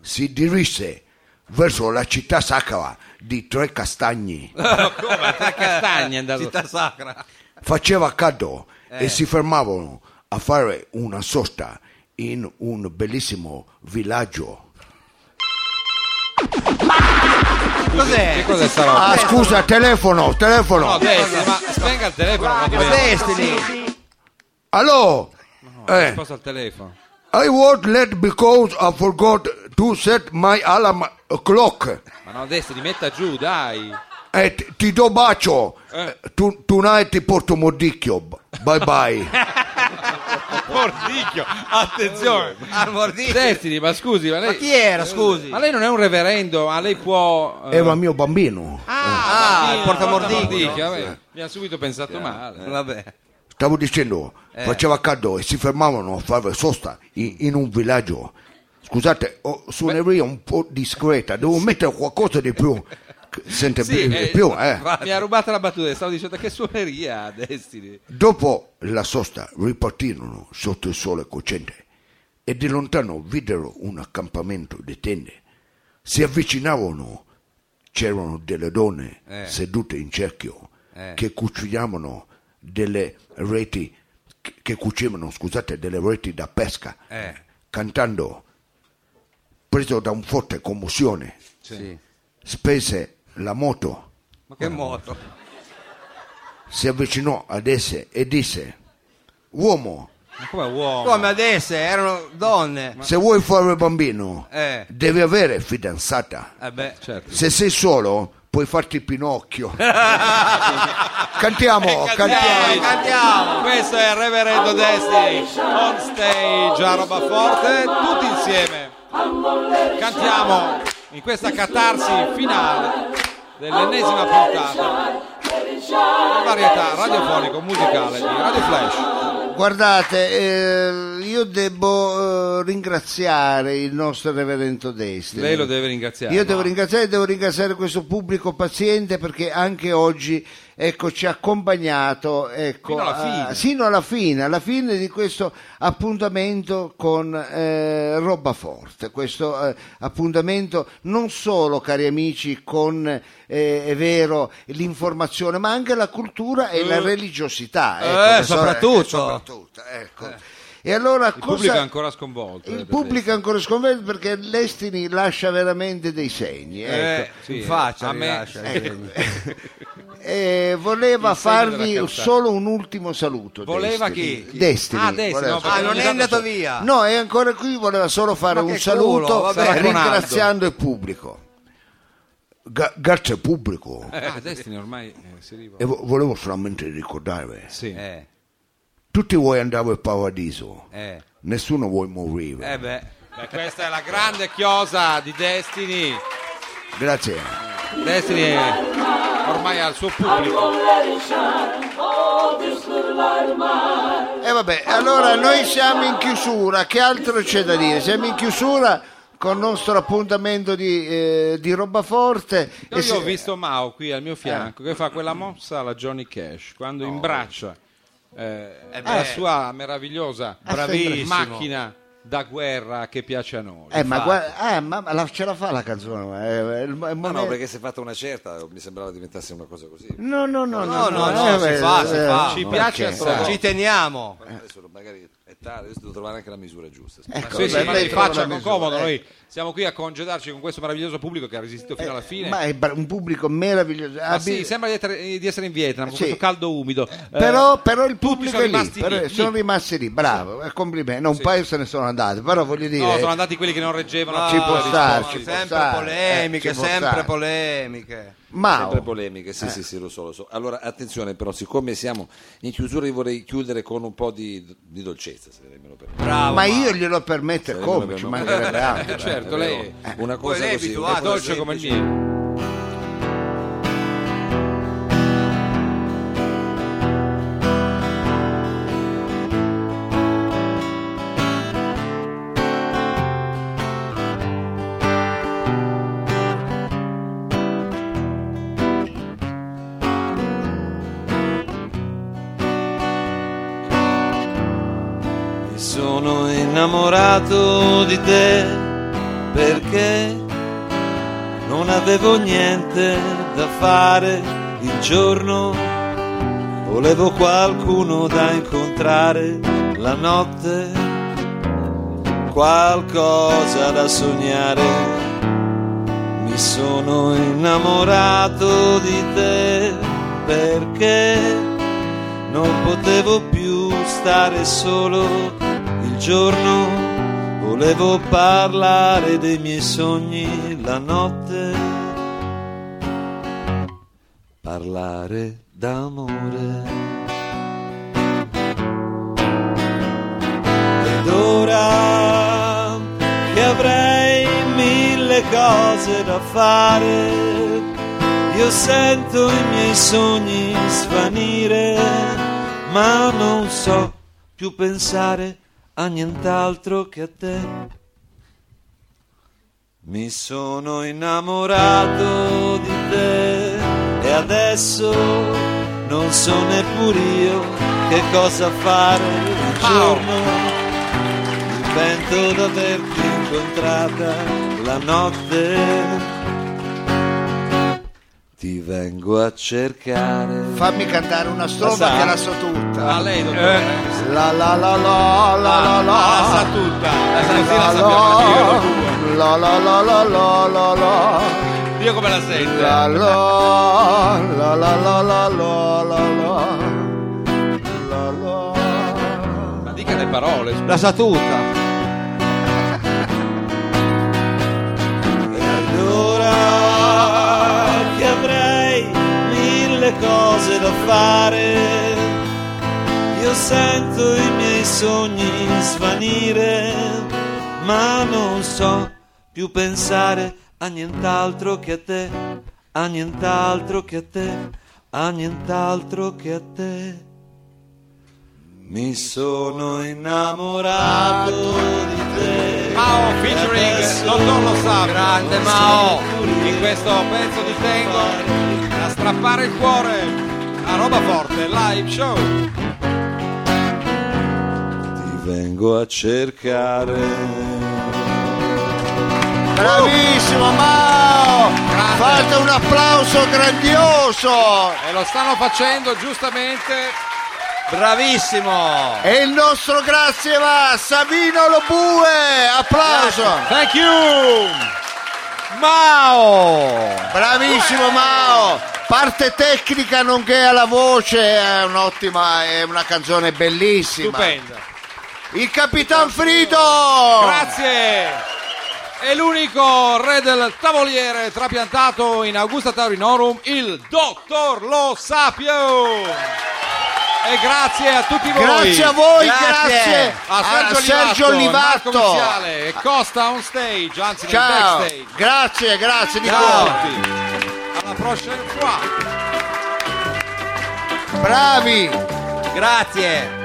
[SPEAKER 3] si dirisse verso la città sacra di Tre Castagni,
[SPEAKER 1] Tre castagne è andato.
[SPEAKER 2] Eh, Città sacra.
[SPEAKER 3] faceva caldo e si fermavano a fare una sosta in un bellissimo villaggio.
[SPEAKER 1] Che
[SPEAKER 2] Cos'è?
[SPEAKER 1] cosa sarà?
[SPEAKER 3] Ah, scusa, telefono, telefono.
[SPEAKER 1] No, Destiny, ma spenga il
[SPEAKER 2] Ah,
[SPEAKER 1] telefono. non dobbiamo-
[SPEAKER 2] Destini.
[SPEAKER 3] Allora, eh,
[SPEAKER 1] Risposta al telefono.
[SPEAKER 3] I was late because I forgot to set my alarm clock.
[SPEAKER 1] Ma no, Destiny, metta giù, dai.
[SPEAKER 3] Eh, ti- ti do bacio. Tu, tonight ti porto mordicchio. B- Bye bye.
[SPEAKER 1] Mordicchio, attenzione.
[SPEAKER 2] Oh, Armordito.
[SPEAKER 1] Destiny, ma scusi, ma
[SPEAKER 2] Ma
[SPEAKER 1] lei... Eh,
[SPEAKER 2] chi era, scusi?
[SPEAKER 1] Ma lei non è un reverendo, ma lei può... eh,
[SPEAKER 3] Era mio bambino.
[SPEAKER 2] Ah, il portamordicchio.
[SPEAKER 1] vabbè, Mi ha subito pensato male.
[SPEAKER 2] eh. Vabbè.
[SPEAKER 3] Stavo dicendo,
[SPEAKER 1] Eh.
[SPEAKER 3] faceva caldo e si fermavano a fare sosta in, in un villaggio. Scusate, ho suoneria un po' discreta. Devo mettere qualcosa di
[SPEAKER 1] *laughs*
[SPEAKER 3] più. Sente
[SPEAKER 1] Sì,
[SPEAKER 3] più,
[SPEAKER 1] eh,
[SPEAKER 3] più, eh.
[SPEAKER 1] Mi ha rubato la battuta, stavo dicendo che suoneria ha Destiny.
[SPEAKER 3] Dopo la sosta ripartirono sotto il sole cocente e di lontano videro un accampamento di tende. Si avvicinavano, c'erano delle donne sedute in cerchio che cucinavano delle reti, che- che cucivano, scusate, delle reti da pesca, cantando preso da un forte commozione, spese la moto,
[SPEAKER 2] Ma che moto?
[SPEAKER 3] si avvicinò ad esse e disse, uomo,
[SPEAKER 1] Ma come uomo?
[SPEAKER 2] Come adesso? Erano donne.
[SPEAKER 3] se vuoi fare bambino,
[SPEAKER 2] Eh.
[SPEAKER 3] devi avere fidanzata.
[SPEAKER 2] Eh beh.
[SPEAKER 1] certo.
[SPEAKER 3] Se sei solo, puoi farti Pinocchio. cantiamo, cantiamo.
[SPEAKER 1] Cantiamo. Questo è il reverendo Destiny on stage a roba forte, tutti insieme. Cantiamo in questa catarsi finale dell'ennesima puntata di varietà radiofonico musicale di Radio Flash.
[SPEAKER 3] Guardate, eh, io devo eh, ringraziare il nostro reverendo Destri.
[SPEAKER 1] Lei lo deve ringraziare.
[SPEAKER 3] Io devo ringraziare, devo ringraziare questo pubblico paziente perché anche oggi ecco, ci ha accompagnato ecco,
[SPEAKER 1] Fino alla
[SPEAKER 3] a-
[SPEAKER 1] fine.
[SPEAKER 3] sino alla fine, alla fine di questo appuntamento con eh, Roba Forte. Questo eh, appuntamento non solo, cari amici, con eh, è vero l'informazione, ma anche la cultura e la religiosità.
[SPEAKER 1] Eh,
[SPEAKER 3] ecco, adesso-
[SPEAKER 1] soprattutto. Eh.
[SPEAKER 3] soprattutto, ecco. E allora
[SPEAKER 1] Il
[SPEAKER 3] cosa-
[SPEAKER 1] pubblico è ancora sconvolto. eh,
[SPEAKER 3] il
[SPEAKER 1] per
[SPEAKER 3] pubblico è ancora sconvolto perché l'Estini lascia veramente dei segni.
[SPEAKER 1] questo. Eh,
[SPEAKER 3] ecco.
[SPEAKER 1] sì,
[SPEAKER 2] in faccia
[SPEAKER 1] a
[SPEAKER 2] mi
[SPEAKER 1] me-
[SPEAKER 2] lascia,
[SPEAKER 1] eh,
[SPEAKER 3] E voleva
[SPEAKER 1] Il segno della
[SPEAKER 3] farvi
[SPEAKER 1] calzata.
[SPEAKER 3] solo un ultimo saluto.
[SPEAKER 1] *laughs* Voleva
[SPEAKER 3] Destiny.
[SPEAKER 1] chi?
[SPEAKER 3] Destiny.
[SPEAKER 1] Ah, Destiny,
[SPEAKER 3] voleva
[SPEAKER 1] no,
[SPEAKER 3] solo-
[SPEAKER 2] eh, Ah, non è andato
[SPEAKER 3] solo-
[SPEAKER 2] via.
[SPEAKER 3] No, è ancora qui, voleva solo fare
[SPEAKER 2] Ma
[SPEAKER 3] un
[SPEAKER 2] che
[SPEAKER 3] saluto eh,
[SPEAKER 2] culo, vabbè.
[SPEAKER 1] Sarà Ronaldo.
[SPEAKER 3] ringraziando il pubblico. Ga- grazie al pubblico.
[SPEAKER 1] eh, ah, Destiny ormai eh, si arriva.
[SPEAKER 3] E vo- volevo solamente ricordarvi,
[SPEAKER 1] Sì.
[SPEAKER 2] Eh,
[SPEAKER 3] tutti voi andate al paradiso,
[SPEAKER 2] eh.
[SPEAKER 3] nessuno vuole morire.
[SPEAKER 2] Eh beh.
[SPEAKER 1] Beh, questa è la grande chiosa di Destiny.
[SPEAKER 3] Grazie.
[SPEAKER 1] Destiny è ormai al suo pubblico.
[SPEAKER 3] E Eh, vabbè, allora noi siamo in chiusura, che altro c'è da dire? Siamo in chiusura con il nostro appuntamento di, eh, di roba forte.
[SPEAKER 1] Però
[SPEAKER 3] E
[SPEAKER 1] io
[SPEAKER 3] se-
[SPEAKER 1] ho visto Mao qui al mio fianco che fa quella mossa alla Johnny Cash quando imbraccia eh, la sua meravigliosa
[SPEAKER 3] Ah, Bravissimo.
[SPEAKER 1] macchina da guerra che piace a noi.
[SPEAKER 3] Eh, ma
[SPEAKER 1] Infatti.
[SPEAKER 3] guarda, ah, ma ma la- ce la fa la canzone? ma è- è il- è il
[SPEAKER 4] Ma
[SPEAKER 3] momento-
[SPEAKER 4] no, perché se è fatta una certa mi sembrava diventasse una cosa così.
[SPEAKER 3] No, no, no,
[SPEAKER 2] No,
[SPEAKER 3] no,
[SPEAKER 2] no,
[SPEAKER 3] eh,
[SPEAKER 2] no, si
[SPEAKER 3] beh,
[SPEAKER 2] fa, si
[SPEAKER 3] eh,
[SPEAKER 2] fa.
[SPEAKER 1] Ci
[SPEAKER 3] no,
[SPEAKER 1] piace
[SPEAKER 3] perché-
[SPEAKER 1] assai.
[SPEAKER 2] Ci teniamo.
[SPEAKER 4] Adesso magari è tardi, adesso devo trovare anche la misura giusta.
[SPEAKER 3] Ecco,
[SPEAKER 1] Sì, sì,
[SPEAKER 3] beh,
[SPEAKER 1] ma
[SPEAKER 3] lei
[SPEAKER 1] si
[SPEAKER 3] trova
[SPEAKER 1] faccia
[SPEAKER 3] la
[SPEAKER 1] con
[SPEAKER 3] misura,
[SPEAKER 1] comodo,
[SPEAKER 3] eh.
[SPEAKER 1] noi siamo qui a congedarci con questo meraviglioso pubblico che ha resistito fino alla fine.
[SPEAKER 3] Eh, Ma
[SPEAKER 1] Ma,
[SPEAKER 3] è bra- un pubblico meraviglioso. Ah, Abbi-
[SPEAKER 1] sì, sembra di essere, di essere in Vietnam, con
[SPEAKER 3] Sì.
[SPEAKER 1] questo caldo umido. Eh,
[SPEAKER 3] però, però il
[SPEAKER 1] tutti
[SPEAKER 3] pubblico
[SPEAKER 1] sono
[SPEAKER 3] è lì,
[SPEAKER 1] rimasti
[SPEAKER 3] però
[SPEAKER 1] lì,
[SPEAKER 3] sono
[SPEAKER 1] lì.
[SPEAKER 3] rimasti lì, bravo, eh, complimenti. No, un paio se ne sono andati, però voglio dire,
[SPEAKER 1] No, sono andati quelli che non reggevano.
[SPEAKER 3] ci può
[SPEAKER 1] la
[SPEAKER 3] stare,
[SPEAKER 1] risposta.
[SPEAKER 3] ci può
[SPEAKER 2] Sempre
[SPEAKER 3] stare,
[SPEAKER 2] polemiche,
[SPEAKER 3] eh, ci può
[SPEAKER 2] sempre
[SPEAKER 3] stare.
[SPEAKER 2] polemiche.
[SPEAKER 3] Mao,
[SPEAKER 4] Sempre polemiche, sì, sì, sì, lo so, lo so. Allora, attenzione, però, siccome siamo in chiusura, io vorrei chiudere con un po' di, di dolcezza, se lei me lo permette.
[SPEAKER 2] Bravo.
[SPEAKER 3] ma io glielo permetto
[SPEAKER 4] Sarebbe
[SPEAKER 3] come,
[SPEAKER 4] bello,
[SPEAKER 3] ci
[SPEAKER 4] no?
[SPEAKER 3] mancherebbe altro.
[SPEAKER 4] *laughs*
[SPEAKER 3] cioè,
[SPEAKER 1] Eh, certo,
[SPEAKER 4] È vero.
[SPEAKER 1] lei
[SPEAKER 4] Una
[SPEAKER 2] Poi
[SPEAKER 4] cosa
[SPEAKER 2] lei è
[SPEAKER 4] così. Ecco,
[SPEAKER 1] è
[SPEAKER 2] abituato,
[SPEAKER 1] dolce come il miele.
[SPEAKER 11] Mi sono innamorato di te perché non avevo niente da fare il giorno, volevo qualcuno da incontrare la notte, qualcosa da sognare. Mi sono innamorato di te perché non potevo più stare solo il giorno, volevo parlare dei miei sogni la notte, parlare d'amore. Ed ora che avrei mille cose da fare, io sento i miei sogni svanire, ma non so più pensare a nient'altro che a te. Mi sono innamorato di te e adesso non so neppure io che cosa fare il giorno. Mi pento d'averti incontrata la notte ti vengo a cercare.
[SPEAKER 3] Fammi cantare una
[SPEAKER 11] La
[SPEAKER 3] strofa
[SPEAKER 11] sa?
[SPEAKER 3] che la so tutta.
[SPEAKER 1] Ah, lei, dottore.
[SPEAKER 3] La la la la la la la
[SPEAKER 1] Ah, la sa tutta. Eh, sì, la sappiamo, la
[SPEAKER 3] la,
[SPEAKER 1] sappiamo.
[SPEAKER 3] La la la la la la la.
[SPEAKER 1] Dio come la sente.
[SPEAKER 3] La la la la la la la la la.
[SPEAKER 1] Ma dica le parole. scusa.
[SPEAKER 2] La sa tutta.
[SPEAKER 11] Ora che avrei mille cose da fare, io sento i miei sogni svanire, ma non so più pensare a nient'altro che a te, a nient'altro che a te, a nient'altro che a te. Mi sono innamorato di te.
[SPEAKER 1] Mao featuring Dottor Lo Sapio. Grande Mao. In questo pezzo ti tengo a strappare il cuore a roba forte, live show.
[SPEAKER 11] Ti vengo a cercare.
[SPEAKER 3] Bravissimo Mao! Fate un applauso grandioso!
[SPEAKER 1] E lo stanno facendo giustamente.
[SPEAKER 2] Bravissimo!
[SPEAKER 3] E il nostro grazie va a Savino Lobue! Applauso!
[SPEAKER 1] Thank you!
[SPEAKER 2] Mao!
[SPEAKER 3] Bravissimo Mao! Parte tecnica nonché alla voce, è un'ottima, è una canzone bellissima.
[SPEAKER 1] Stupenda.
[SPEAKER 3] Il Capitan Frido!
[SPEAKER 1] Grazie! È l'unico re del tavoliere trapiantato in Augusta Taurinorum, il dottor Lo Sapio. E grazie a tutti voi.
[SPEAKER 3] Grazie a voi, grazie,
[SPEAKER 1] Grazie a Sergio, Olivato,
[SPEAKER 3] Olivatto.
[SPEAKER 1] Marco Miciale e Costa on stage, anzi nel
[SPEAKER 3] Ciao,
[SPEAKER 1] backstage.
[SPEAKER 3] grazie, grazie di
[SPEAKER 1] Ciao a
[SPEAKER 3] cuore.
[SPEAKER 1] tutti. Alla prossima fois.
[SPEAKER 3] Bravi!
[SPEAKER 2] Grazie!